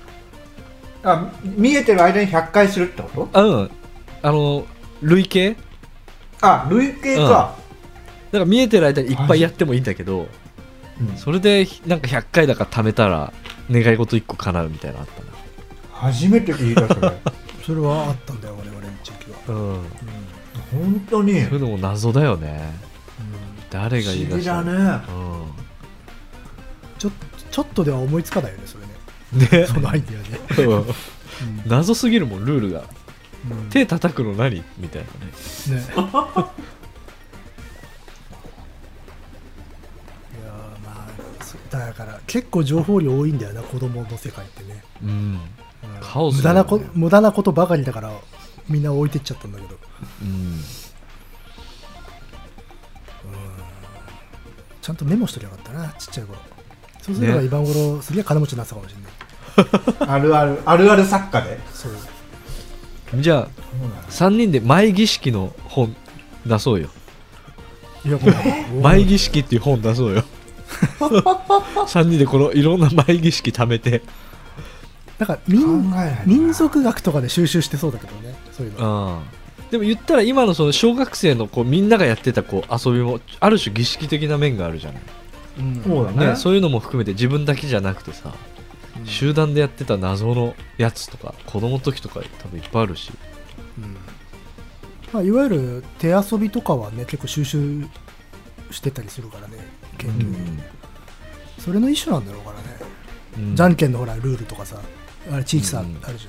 [SPEAKER 3] あ見えてる間に100回するってこと
[SPEAKER 1] なうんあの累計
[SPEAKER 3] あ累計か、
[SPEAKER 1] だから見えてる間にいっぱいやってもいいんだけど
[SPEAKER 3] うん
[SPEAKER 1] それでなんか100回だから貯めたら願い事1個叶うみたいなのあった
[SPEAKER 3] 初めて聞いたそれ
[SPEAKER 2] それはあったんだよ我々の地域
[SPEAKER 1] な
[SPEAKER 2] は、
[SPEAKER 1] うん
[SPEAKER 2] うんうん
[SPEAKER 3] 本当に
[SPEAKER 1] そういうのも謎だよね誰が言い
[SPEAKER 3] 不
[SPEAKER 1] 出
[SPEAKER 3] 思議
[SPEAKER 1] した
[SPEAKER 3] だ
[SPEAKER 1] の
[SPEAKER 3] ね
[SPEAKER 2] ちょちょっとでは思いつかないよねそれね
[SPEAKER 1] うんね
[SPEAKER 2] そのアイディア ね、
[SPEAKER 1] うん謎すぎるもんルールが
[SPEAKER 2] うんうん
[SPEAKER 1] 手叩くの何みたいなね
[SPEAKER 2] ねいやーまあそだから結構情報量多いんだよな子供の世界ってね、
[SPEAKER 1] うん
[SPEAKER 2] うん
[SPEAKER 1] カオス
[SPEAKER 2] 無
[SPEAKER 1] だ
[SPEAKER 2] 駄
[SPEAKER 1] よね
[SPEAKER 2] なこ無駄なことばかりだからみんな置いてっちゃったんだけど
[SPEAKER 1] うん
[SPEAKER 2] ちゃんとメモしとりゃよかったなちっちゃい頃そうすれば
[SPEAKER 1] ね
[SPEAKER 2] 今頃すげえ金持ちになってたかもしれない、
[SPEAKER 3] あるあるあるある作家で
[SPEAKER 2] そう
[SPEAKER 1] じゃあ3人で「前儀式」の本出そうよ
[SPEAKER 2] いやこれ
[SPEAKER 1] 「前儀式」っていう本出 そうよ3人でこのいろんな前儀式貯めて
[SPEAKER 2] なんか民
[SPEAKER 3] 考えないな
[SPEAKER 2] 民族学とかで収集してそうだけどねそういうの
[SPEAKER 1] でも言ったら今のその小学生のこうみんながやってたこう遊びもある種儀式的な面があるじゃない、
[SPEAKER 2] うん
[SPEAKER 3] そうだね
[SPEAKER 1] ね、そういうのも含めて自分だけじゃなくてさ、
[SPEAKER 2] うん
[SPEAKER 1] 集団でやってた謎のやつとか子供の時とか多分いっぱいあるし
[SPEAKER 2] うんまあ、いわゆる手遊びとかはね結構収集してたりするからね研究、それの一種なんだろうからね、
[SPEAKER 1] うん
[SPEAKER 2] じゃんけんのほらルールとかさあれ地域差あ
[SPEAKER 1] う
[SPEAKER 2] る
[SPEAKER 1] ん
[SPEAKER 2] じ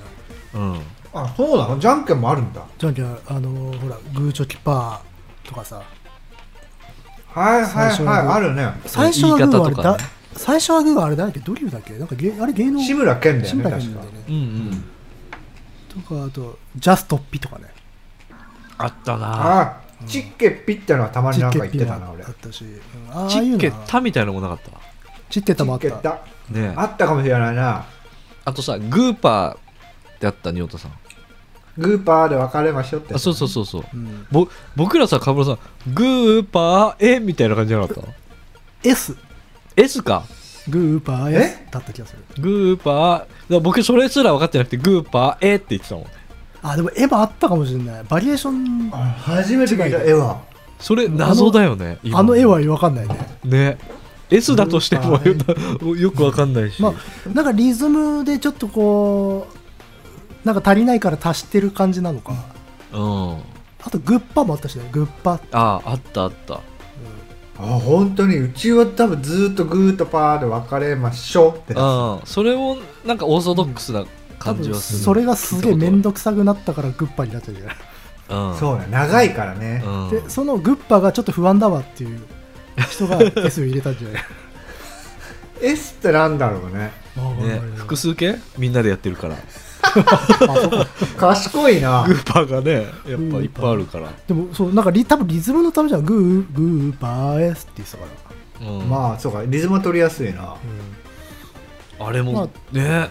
[SPEAKER 2] ゃん、
[SPEAKER 1] うん
[SPEAKER 3] あそうなのじゃんけんもあるんだ
[SPEAKER 2] じゃんけんあのーほらグーチョキパーとかさ
[SPEAKER 3] はいはい
[SPEAKER 2] 最初の
[SPEAKER 3] はいあるね
[SPEAKER 2] 最初はグーはあれ
[SPEAKER 1] 言い方
[SPEAKER 2] だ、
[SPEAKER 1] とかね
[SPEAKER 2] 最初はグーはあれだっけドリルだっけなんかゲあれ芸能
[SPEAKER 3] 志村けんだよ
[SPEAKER 2] 新
[SPEAKER 3] ね
[SPEAKER 2] だけ
[SPEAKER 3] 確
[SPEAKER 2] な
[SPEAKER 3] か
[SPEAKER 2] んだよ
[SPEAKER 1] う
[SPEAKER 2] ね
[SPEAKER 1] んうん
[SPEAKER 2] とかあとジャストッピとかね
[SPEAKER 1] あったな
[SPEAKER 3] あチッケピってのはたまに
[SPEAKER 2] チ
[SPEAKER 3] なん
[SPEAKER 2] ッ
[SPEAKER 3] か
[SPEAKER 2] ケッピ
[SPEAKER 3] 言って
[SPEAKER 2] も
[SPEAKER 3] たな
[SPEAKER 2] あ
[SPEAKER 3] 俺チ
[SPEAKER 2] ったし、うんあ
[SPEAKER 1] チ
[SPEAKER 2] あいう
[SPEAKER 1] ッ
[SPEAKER 2] の
[SPEAKER 1] ケ
[SPEAKER 2] は
[SPEAKER 1] タみたいなのもなかった
[SPEAKER 2] チッケッタもあ
[SPEAKER 3] ッ
[SPEAKER 2] っ
[SPEAKER 3] ケ
[SPEAKER 2] た
[SPEAKER 3] タ
[SPEAKER 1] ね
[SPEAKER 3] あったかもしれないな
[SPEAKER 1] あとさグーパーってあった仁タさん
[SPEAKER 3] グーパーで別れましょうって
[SPEAKER 1] あそうそうそうそう
[SPEAKER 2] うん、
[SPEAKER 1] ぼ僕らさかぶらさんグーパーえみたいな感じじゃなかった
[SPEAKER 2] S
[SPEAKER 1] S か
[SPEAKER 2] グーパー S だった気がする
[SPEAKER 1] グーパーだから僕それすら分かってなくてグーパーえって言ってたもん
[SPEAKER 2] あでも絵もあったかもしれないバリエーション
[SPEAKER 3] あ初めて見た絵は
[SPEAKER 1] それ謎だよね今
[SPEAKER 2] あの絵は分かんないね
[SPEAKER 1] ね S だとしても
[SPEAKER 3] グ
[SPEAKER 1] よ
[SPEAKER 3] ー
[SPEAKER 1] よく分かんないし、
[SPEAKER 2] まあなんかリズムでちょっとこうなんか足りないから足してる感じなのか
[SPEAKER 1] うんあ
[SPEAKER 2] あとグッパもあったしねグッパ、
[SPEAKER 1] ああったあ った
[SPEAKER 3] あ本当にうちは多分ずーっとグーとパーで別れましょうってな
[SPEAKER 1] あそれをなんかオーソドックスな
[SPEAKER 2] 多
[SPEAKER 1] 感じ
[SPEAKER 2] 分
[SPEAKER 1] はする
[SPEAKER 2] それがすげえ面
[SPEAKER 1] 倒
[SPEAKER 2] 倒くさくなったからグッパになったじゃない、
[SPEAKER 1] うん
[SPEAKER 3] そうね長いからね
[SPEAKER 1] うん
[SPEAKER 2] でそのグッパがちょっと不安だわっていう人が S を入れたんじゃない
[SPEAKER 3] S ってなんだろうね
[SPEAKER 2] ああ
[SPEAKER 1] ね
[SPEAKER 2] わかる、
[SPEAKER 1] 複数形みんなでやってるから
[SPEAKER 2] あそうか
[SPEAKER 3] 賢いな
[SPEAKER 1] グーパーがねやっぱいっぱいあるから、
[SPEAKER 2] でもそうなんかリ多分リズムのためじゃんグーグーバーエスって言ってたから、
[SPEAKER 1] うん
[SPEAKER 3] まあそうかリズム取りやすいな
[SPEAKER 2] う
[SPEAKER 1] あれも、
[SPEAKER 2] まあ
[SPEAKER 1] ね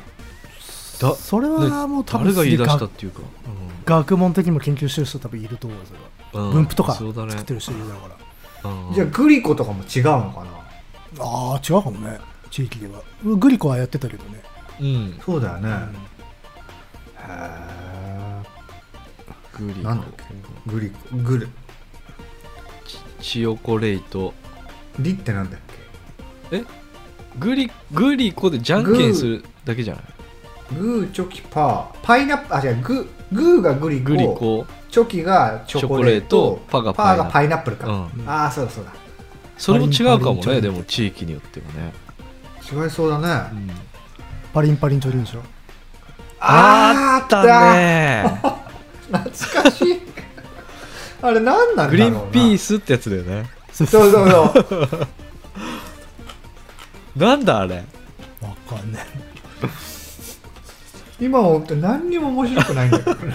[SPEAKER 1] だ
[SPEAKER 2] ん、それはもう多分
[SPEAKER 1] 誰が言い出したっ
[SPEAKER 2] 学
[SPEAKER 1] ていうか、
[SPEAKER 2] 学問的にも研究してる人多分いると思うよそれは
[SPEAKER 1] うん
[SPEAKER 2] 分布とか
[SPEAKER 1] そ
[SPEAKER 2] 作
[SPEAKER 1] うだね
[SPEAKER 2] ってる人いるだろうから、
[SPEAKER 1] うん
[SPEAKER 3] じゃあグリコとかも違うのかな
[SPEAKER 2] ああ違うかもね地域ではグリコはやってたけどね
[SPEAKER 1] うん
[SPEAKER 3] そうだよね、へ
[SPEAKER 1] グリ
[SPEAKER 3] え
[SPEAKER 1] コ
[SPEAKER 3] なんだっけグリコグル
[SPEAKER 1] チヨコレイと
[SPEAKER 3] リってなんだっ
[SPEAKER 1] グリグリコでじゃんけんするだけじゃない
[SPEAKER 3] けグーチョキパーパイナップあ違うグーグーがグリコ
[SPEAKER 1] グリコ
[SPEAKER 3] チョキがチョコレート
[SPEAKER 1] チョコレートパーが
[SPEAKER 3] パーがパイナップルか、
[SPEAKER 1] うん
[SPEAKER 3] ああそうだそうだ
[SPEAKER 1] それも違うかも
[SPEAKER 2] パリ
[SPEAKER 1] ね
[SPEAKER 2] ンチョ
[SPEAKER 1] でも地域によってもね、
[SPEAKER 3] 違いそうだね、
[SPEAKER 2] パリンパリンチョリンでしょ
[SPEAKER 1] あったね
[SPEAKER 3] あった懐かしいあれ何なんだろうな
[SPEAKER 1] グリーンピースってやつだよね
[SPEAKER 2] そう
[SPEAKER 3] そうそうそう
[SPEAKER 1] なんだあれ
[SPEAKER 2] わかんない
[SPEAKER 3] 今本当何にも面白くないんだけどね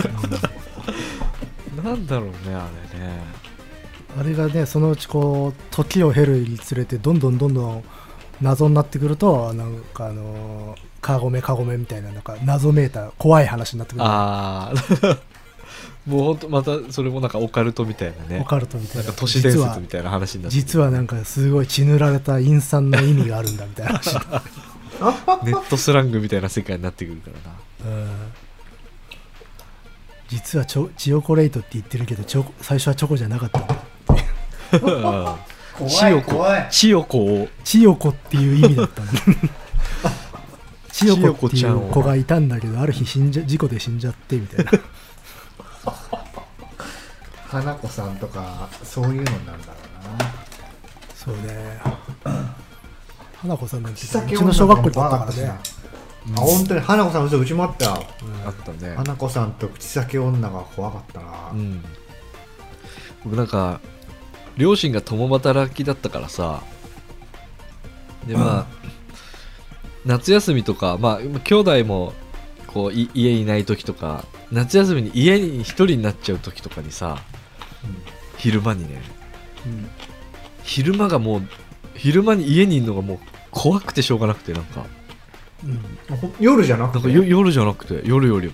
[SPEAKER 1] なんだろうねあれね
[SPEAKER 2] あれがねそのうちこう時を経るにつれてどんどんどんどん謎になってくるとなんかあのーカゴメカゴメみたいななんか謎めいた怖い話になってくる
[SPEAKER 1] ああ もうほんとまたそれもなんかオカルトみたいな
[SPEAKER 2] オ
[SPEAKER 1] ね
[SPEAKER 2] カルトみた
[SPEAKER 1] ないん
[SPEAKER 2] な
[SPEAKER 1] か都市伝
[SPEAKER 2] 実は
[SPEAKER 1] 説みたいな話になって
[SPEAKER 2] 実はなんかすごい血塗られた陰惨な意味があるんだみたいな 話、う、
[SPEAKER 1] ネットスラングみたいな世界になってくるからなん
[SPEAKER 2] 実はチョチヨコレートって言ってるけどチョコ最初はチョコじゃなかったんだ
[SPEAKER 3] 怖い怖い
[SPEAKER 1] 千代子を
[SPEAKER 2] チヨコっていう意味だったんだ チヨコってい
[SPEAKER 1] チヨコちゃん
[SPEAKER 2] う
[SPEAKER 1] を
[SPEAKER 2] 子がいたんだけどある日死んじゃ事故で死んじゃってみたいな
[SPEAKER 3] 花子さんとかそういうのになるんだろうな
[SPEAKER 2] そうね。花子さんなんて、
[SPEAKER 3] 口
[SPEAKER 2] う
[SPEAKER 3] 先
[SPEAKER 2] ちの小学校にもあったからね。
[SPEAKER 3] あ本当に花子さん嘘うちもあったよ
[SPEAKER 1] あったね
[SPEAKER 3] 花子さんと口先女が怖かったな、
[SPEAKER 1] うん僕なんか両親が共働きだったからさでまあ、夏休みとかまあ兄弟もこうい家いない時とか夏休みに家に一人になっちゃう時とかにさ昼間にね
[SPEAKER 2] うん
[SPEAKER 1] 昼間がもう昼間に家にいるのがもう怖くてしょうがなくてなんか
[SPEAKER 2] うん
[SPEAKER 3] ほ夜じゃな
[SPEAKER 1] な
[SPEAKER 3] く
[SPEAKER 1] ん
[SPEAKER 3] て
[SPEAKER 1] かよ夜じゃなくて夜よりも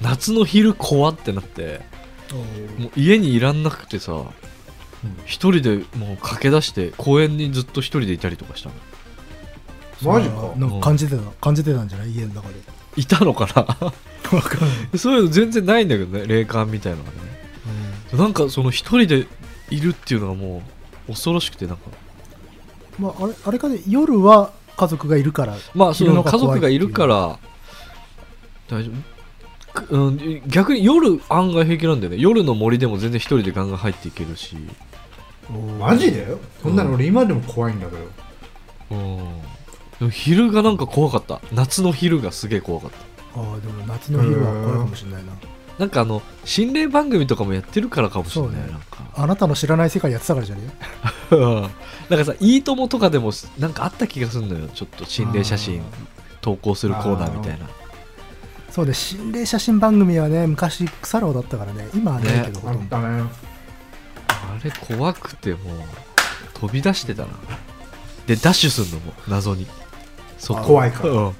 [SPEAKER 1] 夏の昼怖ってなってもう家にいらんなくてさ
[SPEAKER 3] うん
[SPEAKER 1] 一人でもう駆け出して公園にずっと一人でいたりとかしたの
[SPEAKER 3] マジか
[SPEAKER 2] そうなんか感じてた、感じてたんじゃない家の中で。
[SPEAKER 1] いたのか
[SPEAKER 2] わかんない。
[SPEAKER 1] な そういうの全然ないんだけどね霊感みたいなのがねなんかその一人でいるっていうのがもう恐ろしくてなんか
[SPEAKER 2] まあ、あれ、あれかね、夜は家族がいるから。
[SPEAKER 1] まあそ
[SPEAKER 2] 昼
[SPEAKER 1] の
[SPEAKER 2] のが
[SPEAKER 1] 家
[SPEAKER 2] 怖
[SPEAKER 1] 族
[SPEAKER 2] いって
[SPEAKER 1] が
[SPEAKER 2] いう
[SPEAKER 1] いるから大丈夫くうん、逆に夜案外平気なんだよね夜の森でも全然一人でガンガン入っていけるし
[SPEAKER 3] マジでそんなの俺今でも怖いんだけど、
[SPEAKER 1] うんでも昼がなんか怖かった夏の昼がすげえ怖かった
[SPEAKER 2] ああ、でも夏の昼は怖いかもしれないな。
[SPEAKER 1] なんかあの心霊番組とかもやってるからかもしれない、
[SPEAKER 2] そうね
[SPEAKER 1] なんか
[SPEAKER 2] あなたの知らない世界やってたからじゃね
[SPEAKER 1] なんかさ 「いいとも!」とかでもなんかあった気がするのよちょっと心霊写真
[SPEAKER 2] あ
[SPEAKER 1] 投稿するコーナーみたいな
[SPEAKER 2] そうね、心霊写真番組はね、昔腐るほどだったからね、今はないけど、ほ
[SPEAKER 3] あ
[SPEAKER 2] と
[SPEAKER 3] っ
[SPEAKER 2] んど。
[SPEAKER 3] たね
[SPEAKER 1] あれ怖くてもう飛び出してたなでダッシュすんのも謎にそ
[SPEAKER 3] あ怖いから
[SPEAKER 1] うん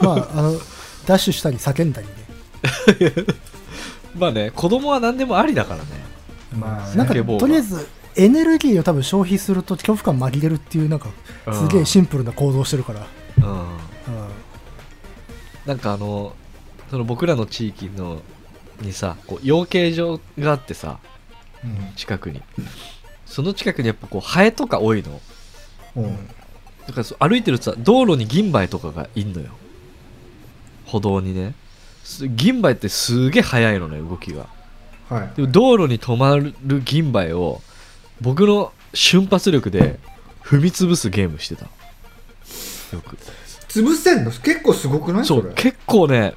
[SPEAKER 2] まあ、あの、ダッシュしたり叫んだりね。
[SPEAKER 1] まあね子供は何でもありだからね
[SPEAKER 3] まあ
[SPEAKER 2] なんか
[SPEAKER 1] スケボーが
[SPEAKER 2] とりあえずエネルギーを多分消費すると恐怖感紛れるっていうなんか
[SPEAKER 1] うん
[SPEAKER 2] すげえシンプルな行動してるから、
[SPEAKER 1] うん
[SPEAKER 2] うん
[SPEAKER 1] なんかあのその僕らの地域のにさこう養鶏場があってさ近くにその近くにやっぱこうハエとか多いの
[SPEAKER 3] うん、うん
[SPEAKER 1] だからそう歩いてるとさ道路に銀杯とかがいんのよ歩道にねす銀杯ってすげえ速いのね動きが
[SPEAKER 3] はい
[SPEAKER 1] でも道路に止まる銀杯を僕の瞬発力で踏み潰すゲームしてたよく
[SPEAKER 3] 潰せんの結構すごくない
[SPEAKER 1] そ
[SPEAKER 3] そうれ
[SPEAKER 1] 結構ね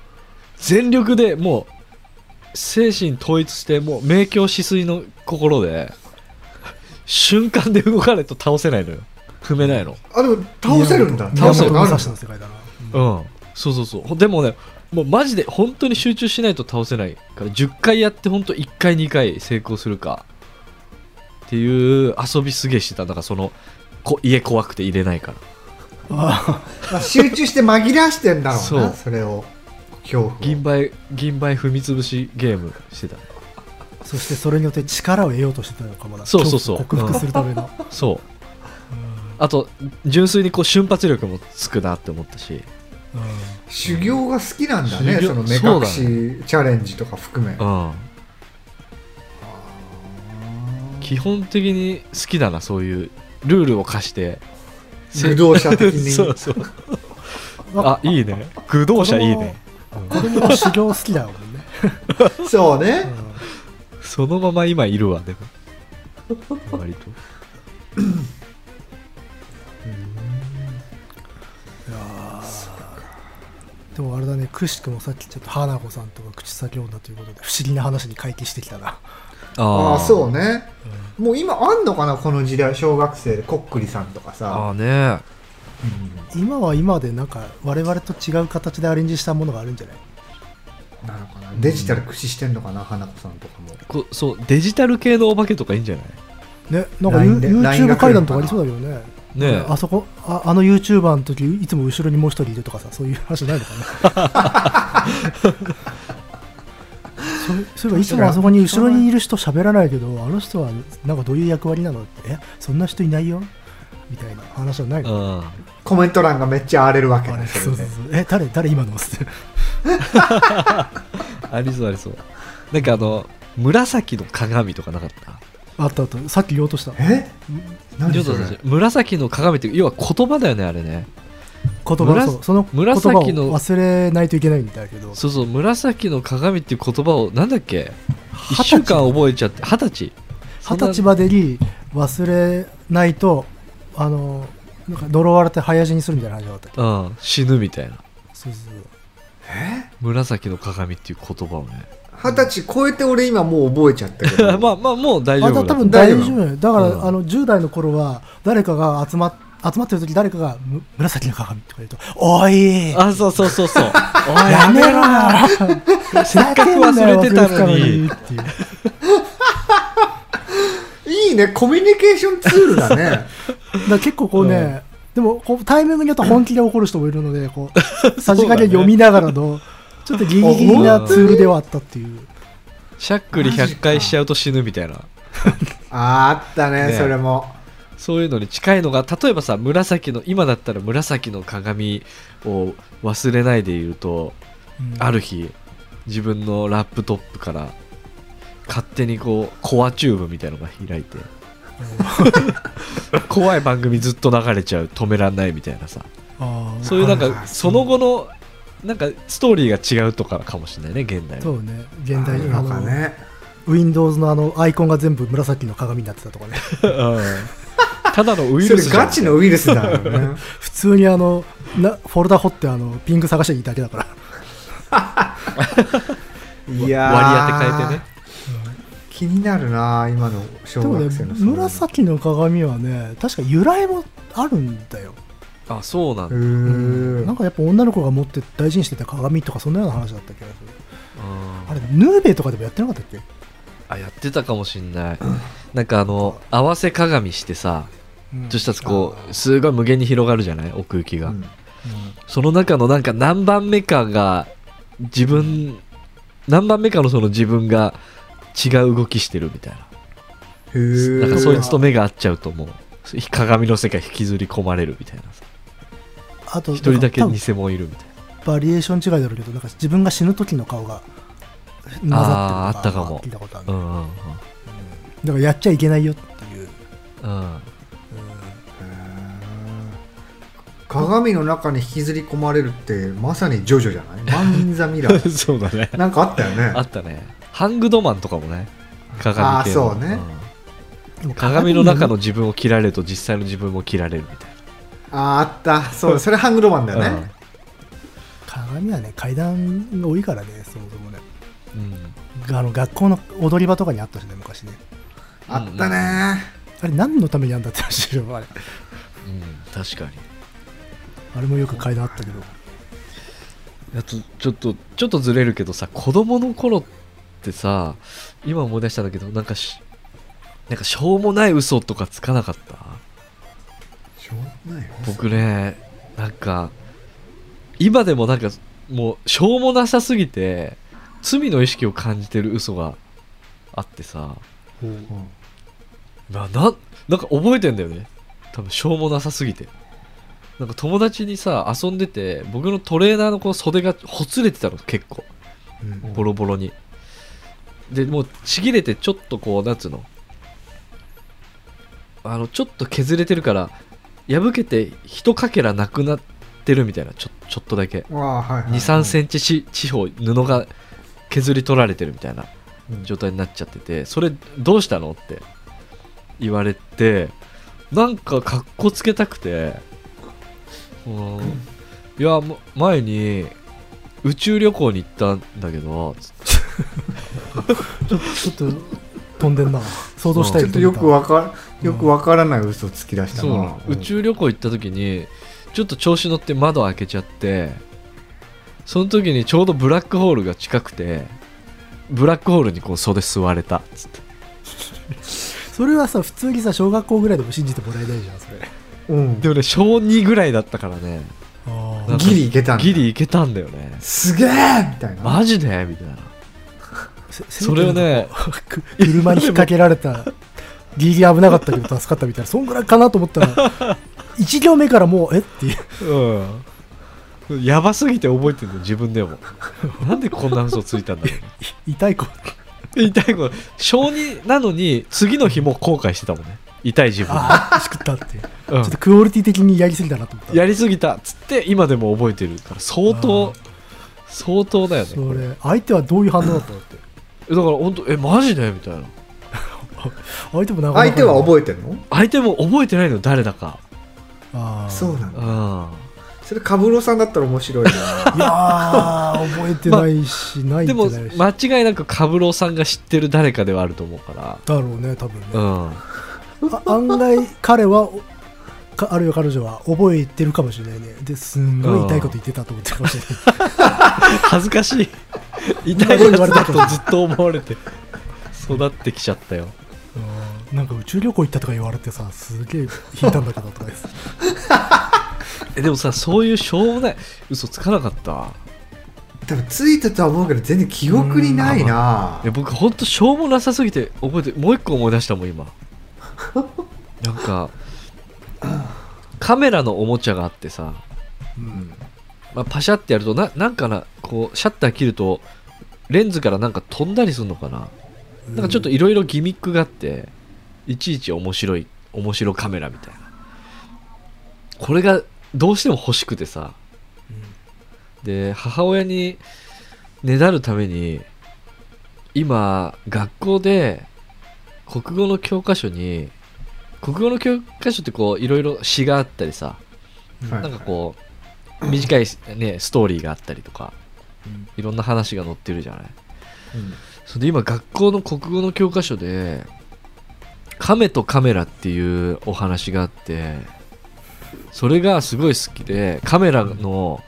[SPEAKER 1] 全力でもう精神統一してもう明鏡止水の心で瞬間で動かないと倒せないのよ踏めないの
[SPEAKER 3] あでも倒せるんだ
[SPEAKER 2] 倒
[SPEAKER 3] 倒せ
[SPEAKER 2] せ
[SPEAKER 3] る
[SPEAKER 2] る
[SPEAKER 3] のあ
[SPEAKER 2] の
[SPEAKER 3] るんだ
[SPEAKER 2] の世界だな。
[SPEAKER 1] うん、そうそうそうほでもねもうマジで本当に集中しないと倒せないから10回やって本当1回2回成功するかっていう遊びすげえしてただからそのこ家怖くて入れないから
[SPEAKER 2] あ
[SPEAKER 3] 集中して紛らわしてんだろうな
[SPEAKER 1] そ
[SPEAKER 3] そうれを恐怖を
[SPEAKER 1] 銀杯銀杯踏み潰しゲームしてた
[SPEAKER 2] あそしてそれによって力を得ようとしてたのかもな。
[SPEAKER 1] そうそうそう
[SPEAKER 2] 恐怖を克服するための。
[SPEAKER 1] そうあと純粋にこう瞬発力もつくなって思ったし
[SPEAKER 2] うん
[SPEAKER 3] 修行が好きなんだね
[SPEAKER 1] 修行
[SPEAKER 3] その目
[SPEAKER 1] そ
[SPEAKER 3] 隠
[SPEAKER 1] うだね
[SPEAKER 3] しチャレンジとか含め
[SPEAKER 1] うん
[SPEAKER 3] あー
[SPEAKER 1] 基本的に好きだなそういうルールを課して
[SPEAKER 3] 駆動者的 に
[SPEAKER 1] そうそうあいいね駆動者いいね
[SPEAKER 2] 子供は修行好きだもんね。
[SPEAKER 3] そうね
[SPEAKER 2] う
[SPEAKER 1] そのまま今いるわでも割と
[SPEAKER 2] んいやーでもあれだね、くしくもさっきちょっと花子さんとか口先女ということで不思議な話に回帰してきたな。
[SPEAKER 3] ああそうね
[SPEAKER 2] う
[SPEAKER 3] もう今あんのかなこの時代小学生でこっくりさんとか
[SPEAKER 1] あ
[SPEAKER 3] さ
[SPEAKER 1] あね
[SPEAKER 2] ん今は今でなんか我々と違う形でアレンジしたものがあるんじゃない
[SPEAKER 3] なのかなデジタル駆使してんのかな花子さんとかも
[SPEAKER 1] こそうデジタル系のお化けとかいいんじゃない
[SPEAKER 2] ね、なんか
[SPEAKER 3] LINE で LINE が来るの
[SPEAKER 2] YouTube
[SPEAKER 3] か
[SPEAKER 2] 階段
[SPEAKER 3] な
[SPEAKER 2] とかありそうだけどね。
[SPEAKER 1] ね
[SPEAKER 2] あそこあ、あの YouTuber の時いつも後ろにもう一人いるとかさ、そういう話ないのかな。それそういえばいつもあそこに後ろにいる人喋らないけど、あの人はなんかどういう役割なのって、え、そんな人いないよみたいな話はないの
[SPEAKER 1] うん
[SPEAKER 3] コメント欄がめっちゃ荒れるわけ
[SPEAKER 2] あ
[SPEAKER 3] ね
[SPEAKER 2] れ
[SPEAKER 3] そ
[SPEAKER 2] そう
[SPEAKER 3] れ
[SPEAKER 2] そう
[SPEAKER 3] で
[SPEAKER 2] そうえ、誰、誰今のっつって。
[SPEAKER 1] ありそうありそうなんかあの紫の鏡とかなかった
[SPEAKER 2] あったあった、さっき言おうとした。言
[SPEAKER 3] え何
[SPEAKER 1] ちょっ
[SPEAKER 3] そ
[SPEAKER 1] と
[SPEAKER 3] れ
[SPEAKER 1] 私紫の鏡って要は言葉だよねあれね
[SPEAKER 2] 葉
[SPEAKER 1] 紫
[SPEAKER 2] そうその言葉を
[SPEAKER 1] 紫の
[SPEAKER 2] 忘れないといけないんだけど、
[SPEAKER 1] そうそう紫の鏡っていう言葉をなんだっけ1
[SPEAKER 2] 歳
[SPEAKER 1] 週間覚えちゃって二十歳
[SPEAKER 2] 二十歳
[SPEAKER 1] ま
[SPEAKER 2] までに忘れないと、あの、なんか呪われて早死にするみたいな話があったっけ
[SPEAKER 1] うん死ぬみたいな
[SPEAKER 2] そうそうそう
[SPEAKER 3] え
[SPEAKER 1] 紫の鏡っていう言葉をね
[SPEAKER 3] 二十歳超えて俺今もう覚えちゃったけ ど
[SPEAKER 1] まあまあもう大丈
[SPEAKER 2] あ
[SPEAKER 1] 夫だ
[SPEAKER 2] た多
[SPEAKER 1] と
[SPEAKER 2] 分大丈
[SPEAKER 3] 大丈
[SPEAKER 2] 夫よだから、
[SPEAKER 1] うん
[SPEAKER 2] あの10代の頃は誰かが集まっ集まってる時誰かがむ「紫の鏡」とか言うと「おい
[SPEAKER 1] あそうそうそう そう
[SPEAKER 2] やめろよ
[SPEAKER 1] せっかく忘れてたのに」
[SPEAKER 2] っていう
[SPEAKER 3] いいねコミュニケーションツールだ ね
[SPEAKER 2] だから結構こうね、でもこうタイミングによって本気で怒る人もいるのでこう
[SPEAKER 1] そうだ
[SPEAKER 2] さ
[SPEAKER 1] ね
[SPEAKER 2] じ加減読みながらのちょっとギリギリなツールではあったっていう
[SPEAKER 1] しゃっくり100回しちゃうと死ぬみたいな
[SPEAKER 3] あーあったね
[SPEAKER 1] ね
[SPEAKER 3] それも
[SPEAKER 1] そういうのに近いのが例えばさ紫の今だったら紫の鏡を忘れないでいるとある日自分のラップトップから勝手にこうコアチューブみたいのが開いて怖い番組ずっと流れちゃう止めらんないみたいなさ
[SPEAKER 2] あー
[SPEAKER 1] そういうなん
[SPEAKER 3] はいはい
[SPEAKER 1] かその後のなんかストーリーが違うとかかもしれないね現代
[SPEAKER 2] そ
[SPEAKER 1] は
[SPEAKER 2] うね現
[SPEAKER 3] あ
[SPEAKER 2] 代
[SPEAKER 3] る
[SPEAKER 2] あ
[SPEAKER 3] のか
[SPEAKER 2] の、
[SPEAKER 3] ね
[SPEAKER 2] Windows のあのアイコンが全部紫の鏡になってたとかね
[SPEAKER 1] うんただのウイ
[SPEAKER 3] そ
[SPEAKER 1] ル
[SPEAKER 3] れ
[SPEAKER 1] スじゃ
[SPEAKER 3] ガ
[SPEAKER 1] ん
[SPEAKER 3] チのウイルスだよ ね
[SPEAKER 2] 普通にあのなフォルダ掘ってあのピンク探していいだけだから
[SPEAKER 1] 割り当
[SPEAKER 3] いやー
[SPEAKER 1] て変えてね
[SPEAKER 3] 気になるな今の小
[SPEAKER 2] でもね
[SPEAKER 3] 学生の、
[SPEAKER 2] 紫の鏡はね、確か由来もあるんだよ。
[SPEAKER 1] あそうなん
[SPEAKER 3] う
[SPEAKER 1] だ、
[SPEAKER 3] ー
[SPEAKER 2] なん
[SPEAKER 3] ん
[SPEAKER 2] かやっぱ女の子が持って大事にしてた鏡とか、そんなような話だった気がする。
[SPEAKER 1] うん
[SPEAKER 2] あれ、ヌーベとかでもやってなかったっけ
[SPEAKER 1] あやってたかもしんないなんかあの合わせ鏡してさ
[SPEAKER 2] うん
[SPEAKER 1] そしたらこうすごい無限に広がるじゃない奥行きが、
[SPEAKER 3] うん
[SPEAKER 1] その中のなんか何番目かが自分何番目かのその自分が違う動きしてるみたいな
[SPEAKER 3] へー
[SPEAKER 1] なんかそいつと目が合っちゃうともう鏡の世界引きずり込まれるみたいなさ
[SPEAKER 2] あと、
[SPEAKER 1] 一人だけ
[SPEAKER 2] 多分
[SPEAKER 1] 偽物いるみたいな
[SPEAKER 2] バリエーション違いだろうけど、なんか自分が死ぬ時の顔が混ざってると
[SPEAKER 1] あーあったかも
[SPEAKER 2] 聞いたことある、
[SPEAKER 1] う
[SPEAKER 2] だ
[SPEAKER 1] んうん
[SPEAKER 2] からやっちゃいけないよっていう。
[SPEAKER 1] うんうん
[SPEAKER 3] 鏡の中に引きずり込まれるってまさにジョジョじゃないマン・イン・ザ・ミラ ー
[SPEAKER 1] そうだね
[SPEAKER 3] なんかあったよ
[SPEAKER 1] あ
[SPEAKER 3] ね
[SPEAKER 1] ったねハングドマンとかもね鏡系
[SPEAKER 3] あーそうね
[SPEAKER 2] でも
[SPEAKER 1] 鏡の中の自分を切られると実際の自分も切られるみたい
[SPEAKER 3] ああったそうそれハングロマンだよ
[SPEAKER 1] な、
[SPEAKER 3] ね
[SPEAKER 2] 鏡はね、階段が多いからね、そもそもね。
[SPEAKER 1] うんうん
[SPEAKER 2] あの学校の踊り場とかにあったしね、昔ね。
[SPEAKER 3] あったね
[SPEAKER 2] あれ何のためにやんだって話で しょあれ
[SPEAKER 1] うん、確かに
[SPEAKER 2] あれもよく階段あったけど
[SPEAKER 1] あとちょっとちょっとずれるけどさ子供の頃ってさ今思い出したんだけどなんかしなんかしょうもない嘘とかつかなかった
[SPEAKER 3] しょうがないよ
[SPEAKER 1] 僕ねなんか今でもなんかもうしょうもなさすぎて罪の意識を感じてる嘘があってさ
[SPEAKER 3] うん
[SPEAKER 1] なななんか覚えてんだよね多分しょうもなさすぎてなんか友達にさ遊んでて僕のトレーナーのこの袖がほつれてたの結構
[SPEAKER 3] うん
[SPEAKER 1] ボロボロにでもうちぎれてちょっとこうなんつうのあのちょっと削れてるから破けて一かけらなくなってるみたいなちょちょっとだけ
[SPEAKER 3] ああはいはい
[SPEAKER 1] 2 3センチし四方布が削り取られてるみたいな
[SPEAKER 3] うん
[SPEAKER 1] 状態になっちゃっててそれどうしたのって言われてなんかかっこつけたくてうんいやも前に宇宙旅行に行ったんだけどつって
[SPEAKER 2] ちょっと飛んでんな想像した
[SPEAKER 3] ち
[SPEAKER 2] よ
[SPEAKER 3] ょっ
[SPEAKER 2] り
[SPEAKER 3] と
[SPEAKER 2] 飛ん
[SPEAKER 3] よ
[SPEAKER 2] でた
[SPEAKER 3] くわかよくわからない嘘をつき出した
[SPEAKER 1] そうな
[SPEAKER 3] な
[SPEAKER 1] の宇宙旅行行った時にちょっと調子乗って窓開けちゃってその時にちょうどブラックホールが近くてブラックホールにこう袖座れたつって
[SPEAKER 2] それはさ普通にさ小学校ぐらいでも信じてもらえないじゃんそれ
[SPEAKER 3] うん
[SPEAKER 1] でもね小2ぐらいだったからね
[SPEAKER 2] あ
[SPEAKER 1] なんか
[SPEAKER 3] ギリいけたんだ
[SPEAKER 1] ギリいけたんだよね
[SPEAKER 3] すげえみたいな
[SPEAKER 1] マジでみたいなそ
[SPEAKER 2] そ
[SPEAKER 1] れをね
[SPEAKER 2] 車に引っ掛けられたギリギリ危なかったけど助かったみたいなそんぐらいかなと思ったら 1行目からもうえっていう
[SPEAKER 1] うんやばすぎて覚えてるの自分でも なんでこんな嘘ついたんだろうな
[SPEAKER 2] 痛い子
[SPEAKER 1] 痛いこと小児なのに次の日も後悔してたもんね痛い自分
[SPEAKER 2] ああしくったっていうち
[SPEAKER 1] う
[SPEAKER 2] ょ
[SPEAKER 1] ん
[SPEAKER 2] っとクオリティ的にやりすぎたなと思った
[SPEAKER 1] やりすぎたっつって今でも覚えてるから相
[SPEAKER 2] あ
[SPEAKER 1] 当
[SPEAKER 2] ー
[SPEAKER 1] 相当だよね
[SPEAKER 2] そ
[SPEAKER 1] これ
[SPEAKER 2] れ相手はどういう反応だったのって
[SPEAKER 1] だから本当えマジでみたいな
[SPEAKER 2] 相手もなかなか
[SPEAKER 3] 相手は覚えてるの
[SPEAKER 1] 相手も覚えてないの誰だか
[SPEAKER 2] ああ
[SPEAKER 3] そうなん
[SPEAKER 1] う
[SPEAKER 3] だ
[SPEAKER 1] ん
[SPEAKER 3] それカブロさんだったら面白い な
[SPEAKER 2] いやー覚えてな いし、ないんじ
[SPEAKER 1] で
[SPEAKER 2] ゃな
[SPEAKER 1] も
[SPEAKER 2] いし、
[SPEAKER 1] 間違いなくカブローさんが知ってる誰かではあると思うから
[SPEAKER 2] だろうね多分ね、
[SPEAKER 1] うん
[SPEAKER 2] あ案外彼はおかあるいは彼女は覚えてるかもしれないねですんごい痛いこと言ってたと思ってるかもしれない
[SPEAKER 1] 恥ずかしい 痛いやつだとずっと思われて育ってきちゃったよ
[SPEAKER 2] うんなんか宇宙旅行行ったとか言われてさすげえ引いたんだけどとかです
[SPEAKER 1] えでもさそういうしょうもない嘘つかなかった
[SPEAKER 3] 多分ついたとは思うけど全然記憶にないない
[SPEAKER 1] や僕ほんとしょうもなさすぎて覚えてもう一個思い出したもん今 なんかカメラのおもちゃがあってさ、
[SPEAKER 3] うん
[SPEAKER 1] まあ、パシャってやるとななんかなこうシャッター切るとレンズからなんか飛んだりするのかな なんかちょっといろいろギミックがあって、いちいち面白い、面白カメラみたいな。これがどうしても欲しくてさ、で、母親にねだるために、今、学校で国語の教科書に、国語の教科書ってこう、いろいろ詩があったりさ、
[SPEAKER 3] はい
[SPEAKER 1] なんかこう、短いね、ストーリーがあったりとか、
[SPEAKER 2] うん
[SPEAKER 1] いろんな話が載ってるじゃない。
[SPEAKER 3] うん
[SPEAKER 1] それで今学校の国語の教科書で「亀とカメラ」っていうお話があってそれがすごい好きでカメラの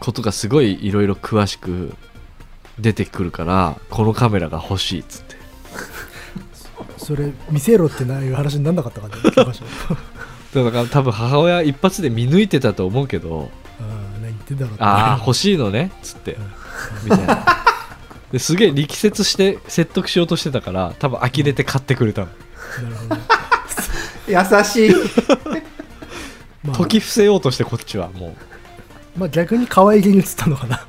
[SPEAKER 1] ことがすごいいろいろ詳しく出てくるからこのカメラが欲しいっつって
[SPEAKER 2] それ見せろってない話になんなかっ たからね教科書
[SPEAKER 1] だから多分母親一発で見抜いてたと思うけど
[SPEAKER 2] うん何言ってんだろうって
[SPEAKER 1] ああ欲しいのねっつってみたいなですげえ力説して説得しようとしてたから多分呆れて買ってくれたの
[SPEAKER 2] なるほどね、
[SPEAKER 3] 優しい
[SPEAKER 2] まあ、
[SPEAKER 1] 解き伏せようとしてこっちはもう
[SPEAKER 2] まあ逆に可愛げに映ったのかな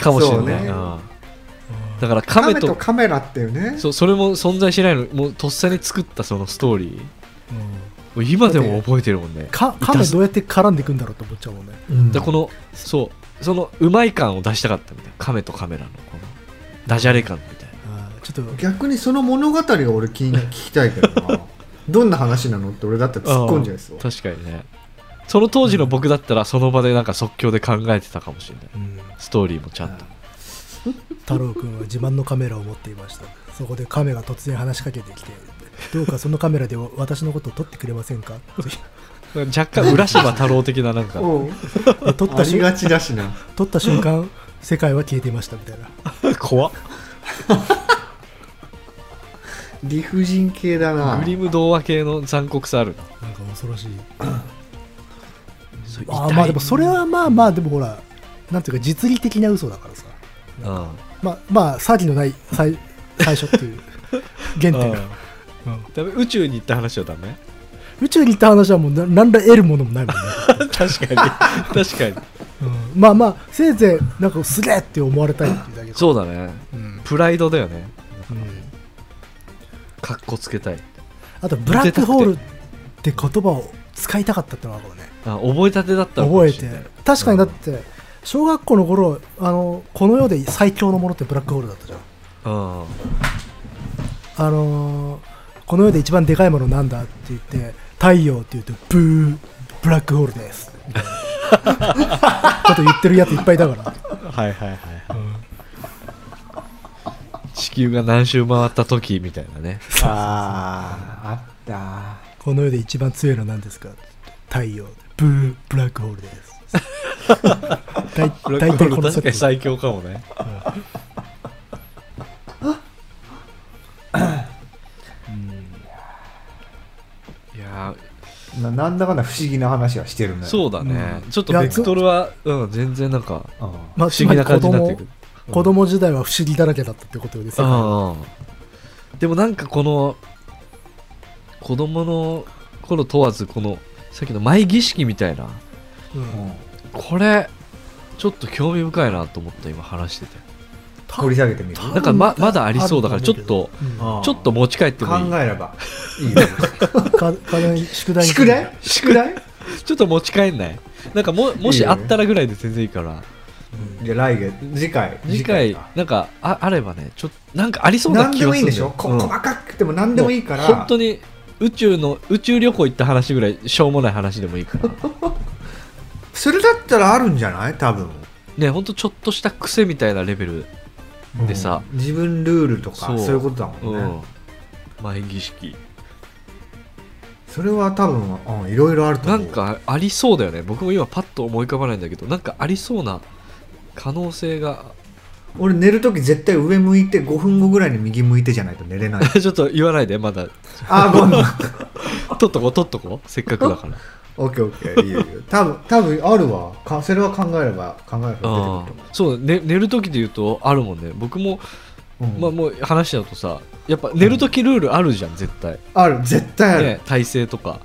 [SPEAKER 1] かもしれない、
[SPEAKER 3] そうね
[SPEAKER 1] うん
[SPEAKER 2] うん
[SPEAKER 1] だからカ
[SPEAKER 3] カメ
[SPEAKER 1] メと
[SPEAKER 3] とカメラっていうね
[SPEAKER 1] そうそれも存在しないのもうとっさに作ったそのストーリー
[SPEAKER 2] うん
[SPEAKER 1] もう今でも覚えてるもんね
[SPEAKER 2] かカメどうやって絡んでいくんだろうと思っちゃうもんね
[SPEAKER 3] うん
[SPEAKER 1] だこのそうそのうまい感を出したかったみたいなカメとカメラのこのダジャレ感みたいな
[SPEAKER 2] あーちょっと
[SPEAKER 3] 逆にその物語が俺気に聞きたいけど などんな話なのって俺だったら突っ込んじゃいそう
[SPEAKER 1] あー確かにねその当時の僕だったらその場でなんか即興で考えてたかもしれない
[SPEAKER 2] うん
[SPEAKER 1] ストーリーもちゃんと、
[SPEAKER 3] うん
[SPEAKER 2] 太郎くんは自慢のカメラを持っていましたそこでカメが突然話しかけてきてどうかそのカメラで私のことを撮ってくれませんかと
[SPEAKER 1] 若干浦島太郎的ななん か
[SPEAKER 3] おう
[SPEAKER 2] 撮っ
[SPEAKER 3] あ
[SPEAKER 2] た
[SPEAKER 3] り
[SPEAKER 2] 瞬
[SPEAKER 3] がちだしな
[SPEAKER 2] 撮った瞬間世界は消えていましたみたいな
[SPEAKER 1] 怖っ
[SPEAKER 3] 理不尽系だな
[SPEAKER 1] グリム童話系の残酷さある
[SPEAKER 2] なんか恐ろしい
[SPEAKER 1] そう
[SPEAKER 2] あ
[SPEAKER 1] 痛
[SPEAKER 2] ー
[SPEAKER 1] い
[SPEAKER 2] まあでもそれはまあまあでもほらなんていうか実利的な嘘だからさ
[SPEAKER 1] うん
[SPEAKER 2] まあまあ詐欺のない最最初っていう原点
[SPEAKER 1] うん
[SPEAKER 2] うん
[SPEAKER 1] ダメ宇宙に行った話はダメ
[SPEAKER 2] 宇宙に行った話はもうな何ら得るものもないもん ね、
[SPEAKER 1] 確かに確かに
[SPEAKER 2] うんまあまあせいぜいなんかすげえって思われたいっていうだけ
[SPEAKER 1] そうだね
[SPEAKER 2] うん
[SPEAKER 1] プライドだよね
[SPEAKER 2] うん
[SPEAKER 1] かっこつけたい
[SPEAKER 2] あとブラックホールって言葉を使いたかったってのはあるかもね
[SPEAKER 1] あ覚えたてだったのか
[SPEAKER 2] 覚
[SPEAKER 1] も
[SPEAKER 2] え
[SPEAKER 1] しれ
[SPEAKER 2] て
[SPEAKER 1] ない
[SPEAKER 2] 確かにだって小学校の頃あのこの世で最強のものってブラックホールだったじゃ
[SPEAKER 1] う
[SPEAKER 2] ん
[SPEAKER 1] ん
[SPEAKER 2] あのーこの世で一番でかいものなんだって言って太陽って言うとブーブラックホールですみたいなこと言ってるやついっぱいだから
[SPEAKER 1] はいはいはい、地球が何周回った時みたいなね
[SPEAKER 3] あーあっ
[SPEAKER 2] この世で一番強いのは何ですか太陽ブーブラックホールですだい
[SPEAKER 1] ブラッ
[SPEAKER 2] 大
[SPEAKER 1] ク
[SPEAKER 2] 体
[SPEAKER 1] ホー
[SPEAKER 2] こ
[SPEAKER 1] ル確
[SPEAKER 2] の
[SPEAKER 1] かに
[SPEAKER 2] セッ
[SPEAKER 1] 最強かもねいや
[SPEAKER 3] たななんだかんだ不思議な話はしてるね
[SPEAKER 1] ーそうだね、ちょっとベクトルは、うん、全然なんか
[SPEAKER 3] うん
[SPEAKER 2] まあ
[SPEAKER 1] 不思議な感じになってくる、
[SPEAKER 2] ト子供時代は不思議だらけだったってことですよね
[SPEAKER 1] ああでもなんかこの子供の頃問わずこのさっきの前儀式みたいな
[SPEAKER 2] うん
[SPEAKER 1] これちょっと興味深いなと思った今話してて
[SPEAKER 3] 掘り下げてみる
[SPEAKER 1] なんかままだありそうだからちょっと
[SPEAKER 2] うん
[SPEAKER 1] ちょっと持ち帰って
[SPEAKER 3] 考
[SPEAKER 1] もいい
[SPEAKER 3] えればいいよ
[SPEAKER 2] か課題宿題に
[SPEAKER 3] 宿題宿題
[SPEAKER 1] ちょっと持ち帰んないなんかもも
[SPEAKER 3] いい
[SPEAKER 1] し
[SPEAKER 3] よ
[SPEAKER 1] あったらぐらいで全然いいから
[SPEAKER 3] じゃあ来月次回
[SPEAKER 1] 次回
[SPEAKER 3] か
[SPEAKER 1] なんかああればねちょっとなんかありそうな
[SPEAKER 3] 何
[SPEAKER 1] 気
[SPEAKER 3] で
[SPEAKER 1] が
[SPEAKER 3] もい
[SPEAKER 1] す
[SPEAKER 3] いん
[SPEAKER 1] るんだ
[SPEAKER 3] でしょ
[SPEAKER 1] よ、
[SPEAKER 3] こ
[SPEAKER 1] うん
[SPEAKER 3] 細かくても何でもいいから
[SPEAKER 1] もう本当に宇宙の宇宙旅行行った話ぐらいしょうもない話でもいいから
[SPEAKER 3] それだったらあるんじゃない多分
[SPEAKER 1] ねほんとちょっとした癖みたいなレベルでさ、
[SPEAKER 3] うん自分ルールとか
[SPEAKER 1] そ
[SPEAKER 3] そうういうことだもんね、
[SPEAKER 1] うん前儀式
[SPEAKER 3] それは多分、うん、いろいろあると
[SPEAKER 1] な
[SPEAKER 3] 思うん
[SPEAKER 1] かありそうだよね僕も今パッと思い浮かばないんだけどなんかありそうな可能性が
[SPEAKER 3] 俺寝るとき絶対上向いて5分後ぐらいに右向いてじゃないと寝れない
[SPEAKER 1] ちょっと言わないでまだ
[SPEAKER 3] あーごめん
[SPEAKER 1] 取っとこう取っとこうせっかくだ から
[SPEAKER 3] オッケーオッケーいいよいいよ多分多分あるわかそれは考えれば考えれば出てくると
[SPEAKER 1] ああそう、ね、寝る時で言うとあるもんね僕も、
[SPEAKER 3] 思う、うん
[SPEAKER 1] まあ、もう話しちゃうとさやっぱ寝る時ルールあるじゃん絶対、
[SPEAKER 3] ある絶対ある、
[SPEAKER 1] ね、体勢とか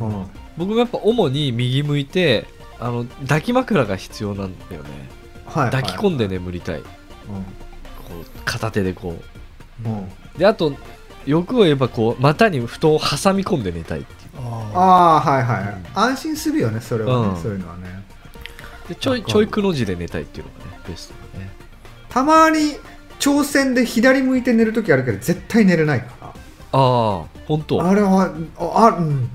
[SPEAKER 3] うん、
[SPEAKER 1] 僕もやっぱ主に右向いてあの抱き枕が必要なんだよね
[SPEAKER 3] はい
[SPEAKER 1] 抱き込んで
[SPEAKER 3] ね、
[SPEAKER 1] 眠りたいこう片手でこ
[SPEAKER 3] うんうん
[SPEAKER 1] うであと欲を言えばこう股に布団を挟み込んで寝たいっていう
[SPEAKER 2] あ
[SPEAKER 3] ああはいはい安心するよねそれはね、
[SPEAKER 1] うん
[SPEAKER 3] そういうのはね
[SPEAKER 1] でちょい
[SPEAKER 3] わか
[SPEAKER 1] ち
[SPEAKER 3] る
[SPEAKER 1] ょいくの字で寝たいっていうのがねベストだね
[SPEAKER 3] たまに挑戦で左向いて寝るときあるけど絶対寝れないから
[SPEAKER 1] ああ本当
[SPEAKER 3] あれはああうん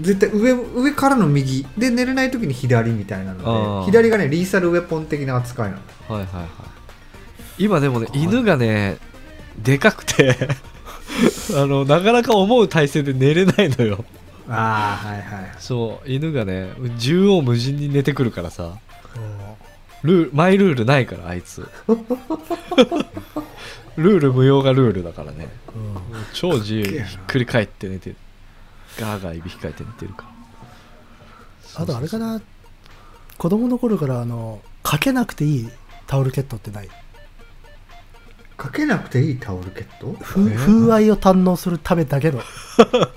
[SPEAKER 3] 絶対上上からの右で寝れない時に左みたいな
[SPEAKER 1] あ
[SPEAKER 3] の
[SPEAKER 1] ー
[SPEAKER 3] で左がねリーサルウェポン的な扱いなの
[SPEAKER 1] はいはいはい今でもね犬がねでかくて あのなかなか思う体勢で寝れないのよ
[SPEAKER 3] ああはいはい
[SPEAKER 1] そう犬がね縦横無尽に寝てくるからさ
[SPEAKER 2] ーうん
[SPEAKER 1] ルールマイルールないからあい つルール無用がルールだからね
[SPEAKER 2] うん
[SPEAKER 1] もう超自由
[SPEAKER 3] かっけ
[SPEAKER 1] に
[SPEAKER 3] えな
[SPEAKER 1] ひっくり返って寝てるガーガーいびきかいて寝てるから
[SPEAKER 2] あとあれか
[SPEAKER 1] そう
[SPEAKER 2] な子供の頃からあのかけなくていいタオルケットってない
[SPEAKER 3] かけなくていいタオルケット
[SPEAKER 2] 風
[SPEAKER 1] え
[SPEAKER 2] 風合いを堪能するためだけの
[SPEAKER 1] そうそう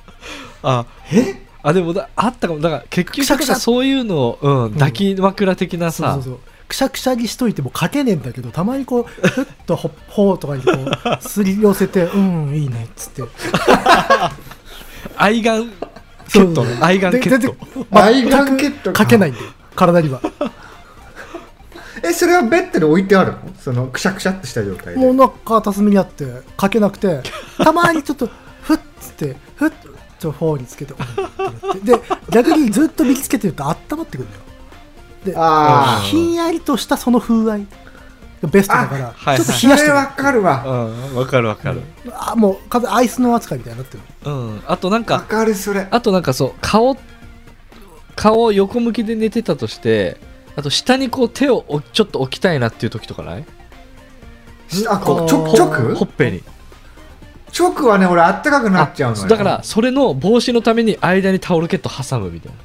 [SPEAKER 1] あ
[SPEAKER 3] え
[SPEAKER 1] あでもだあったかもだから結局
[SPEAKER 2] くしゃくしゃ
[SPEAKER 1] なんかそういうのを、うん、抱き枕的な
[SPEAKER 2] そう
[SPEAKER 1] さ、
[SPEAKER 2] そうそうくしゃくしゃにしといてもかけねえんだけどたまにこうふっとほほうとかにこ うすり寄せてうんいいねっつって
[SPEAKER 1] 愛眼ケットね愛眼ケット
[SPEAKER 3] 愛眼ケット
[SPEAKER 2] かけないんだよ体には
[SPEAKER 3] えそれはベッドで置いてあるのそのくしゃくしゃっとした状態で
[SPEAKER 2] もうなんか片隅にあってかけなくてたまにちょっとふっつってふっと頬につけてうんってなってで逆にずっと見つけてると温まってくるんだよ
[SPEAKER 3] あ
[SPEAKER 2] ひんやりとしたその風合いベストだから、
[SPEAKER 1] はい
[SPEAKER 2] ちょっと
[SPEAKER 3] そ
[SPEAKER 2] 冷やして
[SPEAKER 3] れ
[SPEAKER 2] る
[SPEAKER 3] わかるわ
[SPEAKER 1] うんわかるわかる
[SPEAKER 2] あもう完全にアイスの扱いみたいになってる
[SPEAKER 1] うんあとなん
[SPEAKER 3] わ
[SPEAKER 1] か
[SPEAKER 3] かるそれ
[SPEAKER 1] あとなんかそう顔顔を横向きで寝てたとしてあと下にこう手をおちょっと置きたいなっていう時とかない
[SPEAKER 3] あこうちょ
[SPEAKER 2] ほ
[SPEAKER 3] ちょく
[SPEAKER 1] ほっぺに
[SPEAKER 3] チョクはね俺あったかくなっちゃうの
[SPEAKER 1] あ
[SPEAKER 3] よ
[SPEAKER 1] だからそれの防止のために間にタオルケット挟むみたいな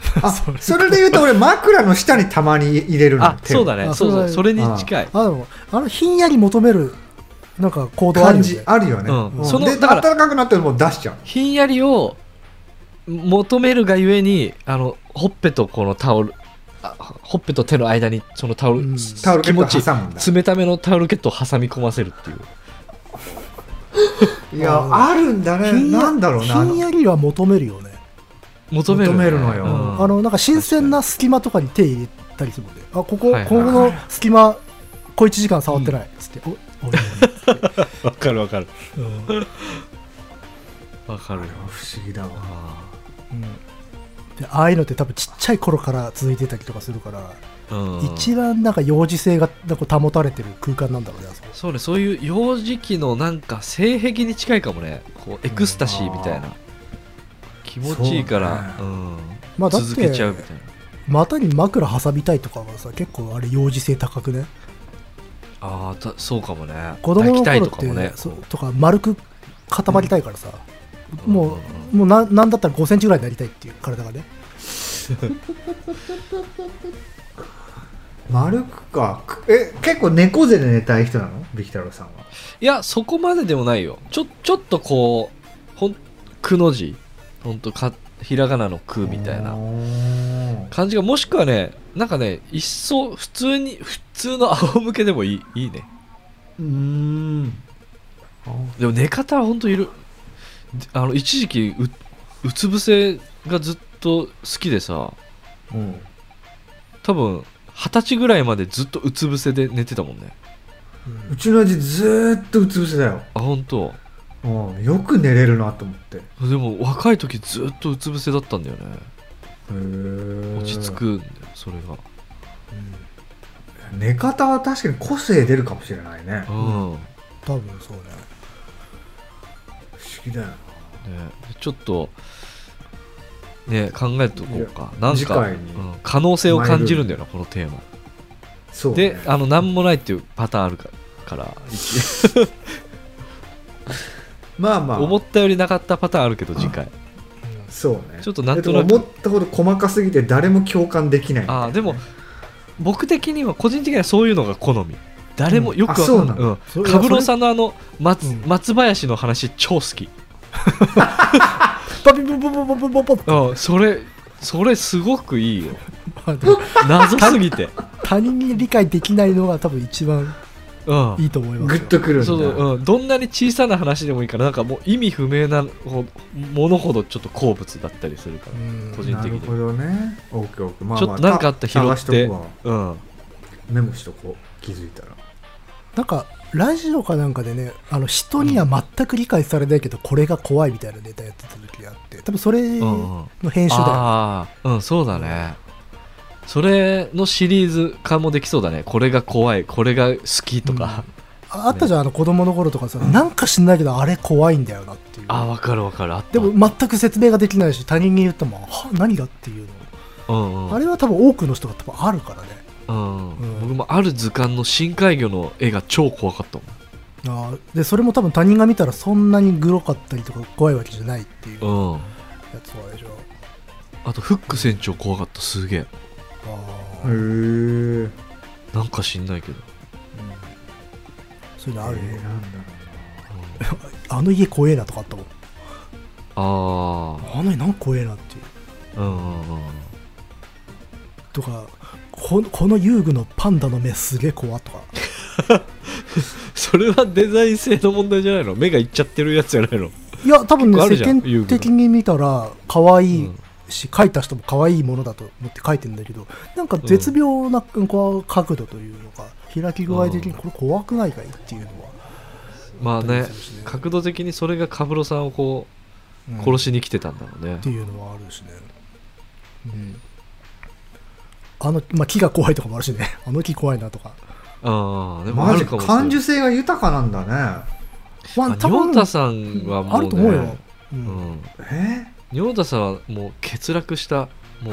[SPEAKER 3] あそれで言うと俺枕の下にたまに入れるの
[SPEAKER 1] あそうだね
[SPEAKER 2] あ
[SPEAKER 1] そう
[SPEAKER 2] そう
[SPEAKER 1] そ
[SPEAKER 2] だ
[SPEAKER 1] う
[SPEAKER 2] ね
[SPEAKER 1] それに近い
[SPEAKER 2] あのあのひんやり求めるなんか行動ある
[SPEAKER 3] 感
[SPEAKER 2] よ
[SPEAKER 3] じ
[SPEAKER 2] ね
[SPEAKER 3] あるよね、
[SPEAKER 1] うん
[SPEAKER 3] うん
[SPEAKER 1] その
[SPEAKER 3] で
[SPEAKER 1] だから
[SPEAKER 3] 暖かくなってもう出しちゃう
[SPEAKER 1] ひんやりを求めるがゆえにあのほっぺとこのタオルあほっぺと手の間にそのタオル、
[SPEAKER 2] うん
[SPEAKER 3] タオル
[SPEAKER 1] 気
[SPEAKER 3] ケッ
[SPEAKER 1] 持
[SPEAKER 3] ト
[SPEAKER 1] ちい
[SPEAKER 3] 挟むんだ
[SPEAKER 1] い冷ためのタオルケットを挟み込ませるっていう
[SPEAKER 3] いやあるんだね
[SPEAKER 2] ひんや
[SPEAKER 3] なんだろうなあ
[SPEAKER 2] ひん
[SPEAKER 3] の
[SPEAKER 2] やりは求めるよね
[SPEAKER 1] 求める,、
[SPEAKER 3] 求めるのよ
[SPEAKER 1] うん
[SPEAKER 2] あのなんか新鮮な隙間とかに手入れたりするもんで、あここ、
[SPEAKER 1] はいはい
[SPEAKER 2] ここの隙間小1時間触ってないっつって、お俺もね
[SPEAKER 1] わかるわかる
[SPEAKER 2] うんうん
[SPEAKER 1] わかるよ
[SPEAKER 3] 不思議だわ
[SPEAKER 1] あ
[SPEAKER 2] でああいうのって多分ちっちゃい頃から続いてたりとかするから、
[SPEAKER 1] ーうん
[SPEAKER 2] 一番なんか幼児性がなんか保たれてる空間なんだろうねあそこ
[SPEAKER 1] そうねそういう幼児期のなんか性癖に近いかもねこうエクスタシーみたいな気持ちいいからう、
[SPEAKER 3] そ
[SPEAKER 1] ん
[SPEAKER 2] まあだって
[SPEAKER 1] 続けちゃうみたいな
[SPEAKER 2] 股に枕挟みたいとかはさ結構あれ幼児性高くね
[SPEAKER 1] ああそうかもね
[SPEAKER 2] 子供の
[SPEAKER 1] 抱きたい
[SPEAKER 2] 頃
[SPEAKER 1] と
[SPEAKER 2] っ
[SPEAKER 1] か
[SPEAKER 2] て
[SPEAKER 1] もね
[SPEAKER 2] そうとか丸く固まりたいからさ、
[SPEAKER 1] うん
[SPEAKER 2] も
[SPEAKER 1] う
[SPEAKER 2] うもうななんだったら5センチぐらいになりたいっていう体がね
[SPEAKER 3] 丸くかくえ結構猫背で寝たい人なのビキタロウさんはい
[SPEAKER 1] やそこまででもないよちょちょっとこうほんくの字ほんとかひらがなの「く」みたいな
[SPEAKER 3] おー
[SPEAKER 1] 感じがもしくはねなんかね一層普通に普通の仰向けでもいいいいね
[SPEAKER 3] うーん
[SPEAKER 1] でも寝方は本当いるあの一時期ううつ伏せがずっと好きでさ
[SPEAKER 3] うん
[SPEAKER 1] 多分二十歳ぐらいまでずっとうつ伏せで寝てたもんね
[SPEAKER 3] うちの親父ずーっとうつ伏せだよ、
[SPEAKER 1] あ本当。
[SPEAKER 3] うん、よく寝れるなと思ってへ
[SPEAKER 1] でも若い時ずっとうつ伏せだったんだよね
[SPEAKER 3] ー
[SPEAKER 1] 落ち着くんだよそれが
[SPEAKER 3] 寝方は確かに個性出るかもしれないね
[SPEAKER 1] う
[SPEAKER 3] 不思
[SPEAKER 1] ん、ね、
[SPEAKER 2] 多分そうね
[SPEAKER 3] 議だよ
[SPEAKER 1] ちょっとね考えておこうかなんか
[SPEAKER 3] 次回に
[SPEAKER 1] うん可能性を感じるんだよなこのテーマ
[SPEAKER 3] そう、ね、
[SPEAKER 1] であの何もないっていうパターンあるかから一
[SPEAKER 3] まあまあ
[SPEAKER 1] 思ったよりなかったパターンあるけど次回
[SPEAKER 3] そうね
[SPEAKER 1] ちょっとなんとなく
[SPEAKER 3] えでも思ったほど細かすぎて誰も共感できないみたいな
[SPEAKER 1] あーでも僕的には個人的にはそういうのが好み誰もよく
[SPEAKER 3] あそうな
[SPEAKER 1] う
[SPEAKER 3] の
[SPEAKER 1] ん
[SPEAKER 2] それ
[SPEAKER 1] カブロさんのあの松,、
[SPEAKER 2] うん
[SPEAKER 1] 松林の話超好き、
[SPEAKER 2] パピポポポポポポポポ
[SPEAKER 1] うん、それそれすごくいいよ
[SPEAKER 2] あでも
[SPEAKER 1] 謎すぎ て、
[SPEAKER 2] 他人に理解できないのが多分一番
[SPEAKER 1] うん、
[SPEAKER 2] いいと思いま
[SPEAKER 3] グ
[SPEAKER 2] す
[SPEAKER 3] ッとくるんだ
[SPEAKER 1] そううん、どんなに小さな話でもいいからなんかもう意味不明なほものほどちょっと好物だったりするか
[SPEAKER 2] うん
[SPEAKER 1] 個人
[SPEAKER 3] な
[SPEAKER 1] 的
[SPEAKER 3] る
[SPEAKER 1] に
[SPEAKER 3] ほどねオッケーオッケーまあまあ
[SPEAKER 1] ちょっとなんかあったら拾って
[SPEAKER 3] 探しとくわ
[SPEAKER 1] ら、うん、
[SPEAKER 3] メモしとこう気づいたら
[SPEAKER 2] なんかラジオかなんかでねあの人には全く理解されないけどこれが怖いみたいなネタやってた時があって多分それ
[SPEAKER 1] うん
[SPEAKER 2] の編集だよ、
[SPEAKER 1] ああうんそうだねそれのシリーズ化もできそうだねこれが怖いこれが好きとか、
[SPEAKER 2] ああったじゃんあの子供の頃とかさ、なんか知んないけどあれ怖いんだよなっていう
[SPEAKER 1] ああわかるわかるあった
[SPEAKER 2] でも全く説明ができないし他人に言ってもは何がっていうの、
[SPEAKER 1] うんうん
[SPEAKER 2] あれは多分多くの人が多分あるからね
[SPEAKER 1] うん
[SPEAKER 2] うん
[SPEAKER 1] 僕もある図鑑の深海魚の絵が超怖かった
[SPEAKER 2] あーでそれも多分他人が見たらそんなにグロかったりとか怖いわけじゃないっていうや
[SPEAKER 1] もん、うん、
[SPEAKER 2] つはあれでしょ
[SPEAKER 1] あとフック船長怖かったすげえ
[SPEAKER 2] あ
[SPEAKER 3] へ
[SPEAKER 2] ー、
[SPEAKER 3] え
[SPEAKER 1] なんか知んないけど、
[SPEAKER 2] そういうのあるよ、
[SPEAKER 3] なんだろ
[SPEAKER 1] うん
[SPEAKER 2] あの家怖えなとかあったもん
[SPEAKER 1] ああ
[SPEAKER 2] あの家なんか怖えなっていう
[SPEAKER 1] うんうんうん
[SPEAKER 2] とかここの遊具のパンダの目すげえ怖とか
[SPEAKER 1] それはデザイン性の問題じゃないの目がいっちゃってるやつじゃないの
[SPEAKER 2] いや多分ね
[SPEAKER 1] 結構ある
[SPEAKER 2] 世
[SPEAKER 1] じゃん
[SPEAKER 2] 間的に見たら可愛いし、描いた人も可愛いものだと思って描いてんだけどなんか絶妙なこう角度というのか開き具合的にこれ怖くないかいっていうのは、
[SPEAKER 1] まあね
[SPEAKER 2] そうですね
[SPEAKER 1] 角度的にそれがカブロさんをこう
[SPEAKER 2] うん
[SPEAKER 1] 殺しに来てたんだろうね、
[SPEAKER 2] っていうのはあるしね、 あの、まあ、木が怖いとかもあるしねあの木怖いなとか
[SPEAKER 1] ああでもあ
[SPEAKER 3] マ
[SPEAKER 1] る
[SPEAKER 3] ジ
[SPEAKER 1] かもしれない
[SPEAKER 3] 感受性が豊かなんだね
[SPEAKER 2] ま
[SPEAKER 1] ま
[SPEAKER 2] あ
[SPEAKER 1] あ、ニョータさんはもう、ね、
[SPEAKER 2] あると思うよ。う
[SPEAKER 1] うんん、
[SPEAKER 3] え
[SPEAKER 1] ニョータさんはもう欠落したもう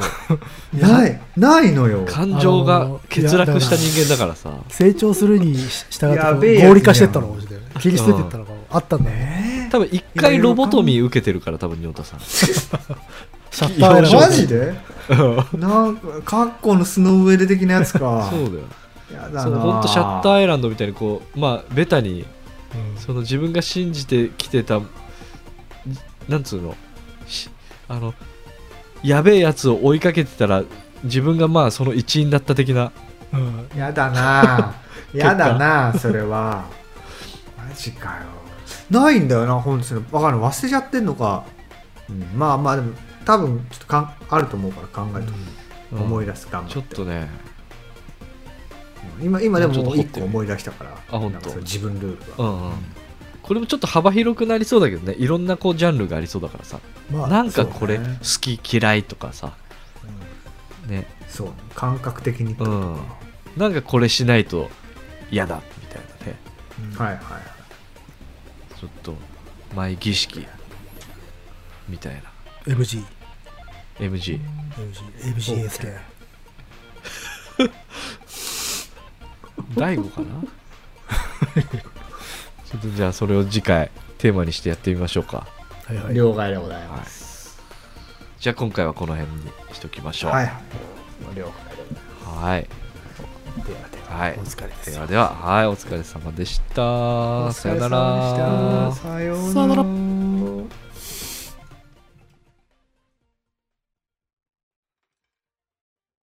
[SPEAKER 3] ないないのよ
[SPEAKER 1] 感情が欠落した人間だからさ
[SPEAKER 2] 成長するに従って
[SPEAKER 3] や
[SPEAKER 2] こ
[SPEAKER 3] べえ
[SPEAKER 2] う
[SPEAKER 3] やつじゃん
[SPEAKER 2] 合理化してったのかもしれない切り捨ててったのかもあったんだね
[SPEAKER 3] え
[SPEAKER 1] 多分一回ロボトミー受けてるから多分ニョータさん
[SPEAKER 2] シャッター
[SPEAKER 1] いや
[SPEAKER 2] 選び
[SPEAKER 3] マジで
[SPEAKER 1] うん
[SPEAKER 3] なんかカッコのスノーウェル的なやつか
[SPEAKER 1] そうだよ
[SPEAKER 3] やだな
[SPEAKER 1] そうほんとシャッターアイランドみたいにこうまあベタに
[SPEAKER 2] うん
[SPEAKER 1] その自分が信じてきてたなんつうのしあのやべえやつを追いかけてたら自分がまあその一員だった的な
[SPEAKER 2] うん
[SPEAKER 3] や だなやだなそれはマジかよないんだよな本日の分かんない忘れちゃってんのか、うん、まあまあでも多分ちょっとかんあると思うから考えると、
[SPEAKER 1] うん
[SPEAKER 3] 思い出すかも
[SPEAKER 1] ちょっとね
[SPEAKER 3] 今今で
[SPEAKER 1] ちょっと
[SPEAKER 3] も
[SPEAKER 1] 掘っ
[SPEAKER 3] 一
[SPEAKER 1] て
[SPEAKER 3] 個思い出したから
[SPEAKER 1] あほんと
[SPEAKER 3] なんかその自分ルール
[SPEAKER 1] う
[SPEAKER 3] は、
[SPEAKER 1] んうんこれもちょっと幅広くなりそうだけどねいろんなこうジャンルがありそうだからさ
[SPEAKER 2] まあ
[SPEAKER 1] なんかこれ
[SPEAKER 3] そうね
[SPEAKER 1] 好き嫌いとかさね
[SPEAKER 3] そうね感覚的にってことか、
[SPEAKER 1] うんなんかこれしないと嫌だみたいなね
[SPEAKER 3] はいはいはい
[SPEAKER 1] ちょっと前儀式みたいな
[SPEAKER 2] MG
[SPEAKER 1] MG
[SPEAKER 2] MG MGSK
[SPEAKER 1] 第5かな ちょっとじゃあそれを次回テーマにしてやってみましょうか
[SPEAKER 2] はいはい
[SPEAKER 3] 了解でございます、
[SPEAKER 1] じゃあ今回はこの辺にしときましょう
[SPEAKER 3] はいはい了解でございま
[SPEAKER 1] はい
[SPEAKER 3] すではでは
[SPEAKER 1] はい
[SPEAKER 2] お疲れです
[SPEAKER 1] ではでははいお疲れ様でした
[SPEAKER 3] お
[SPEAKER 1] さ
[SPEAKER 3] 疲
[SPEAKER 1] よ
[SPEAKER 3] れ
[SPEAKER 1] な
[SPEAKER 3] 様で
[SPEAKER 1] ら
[SPEAKER 3] したさよう
[SPEAKER 2] さよ
[SPEAKER 3] な
[SPEAKER 2] な
[SPEAKER 3] ら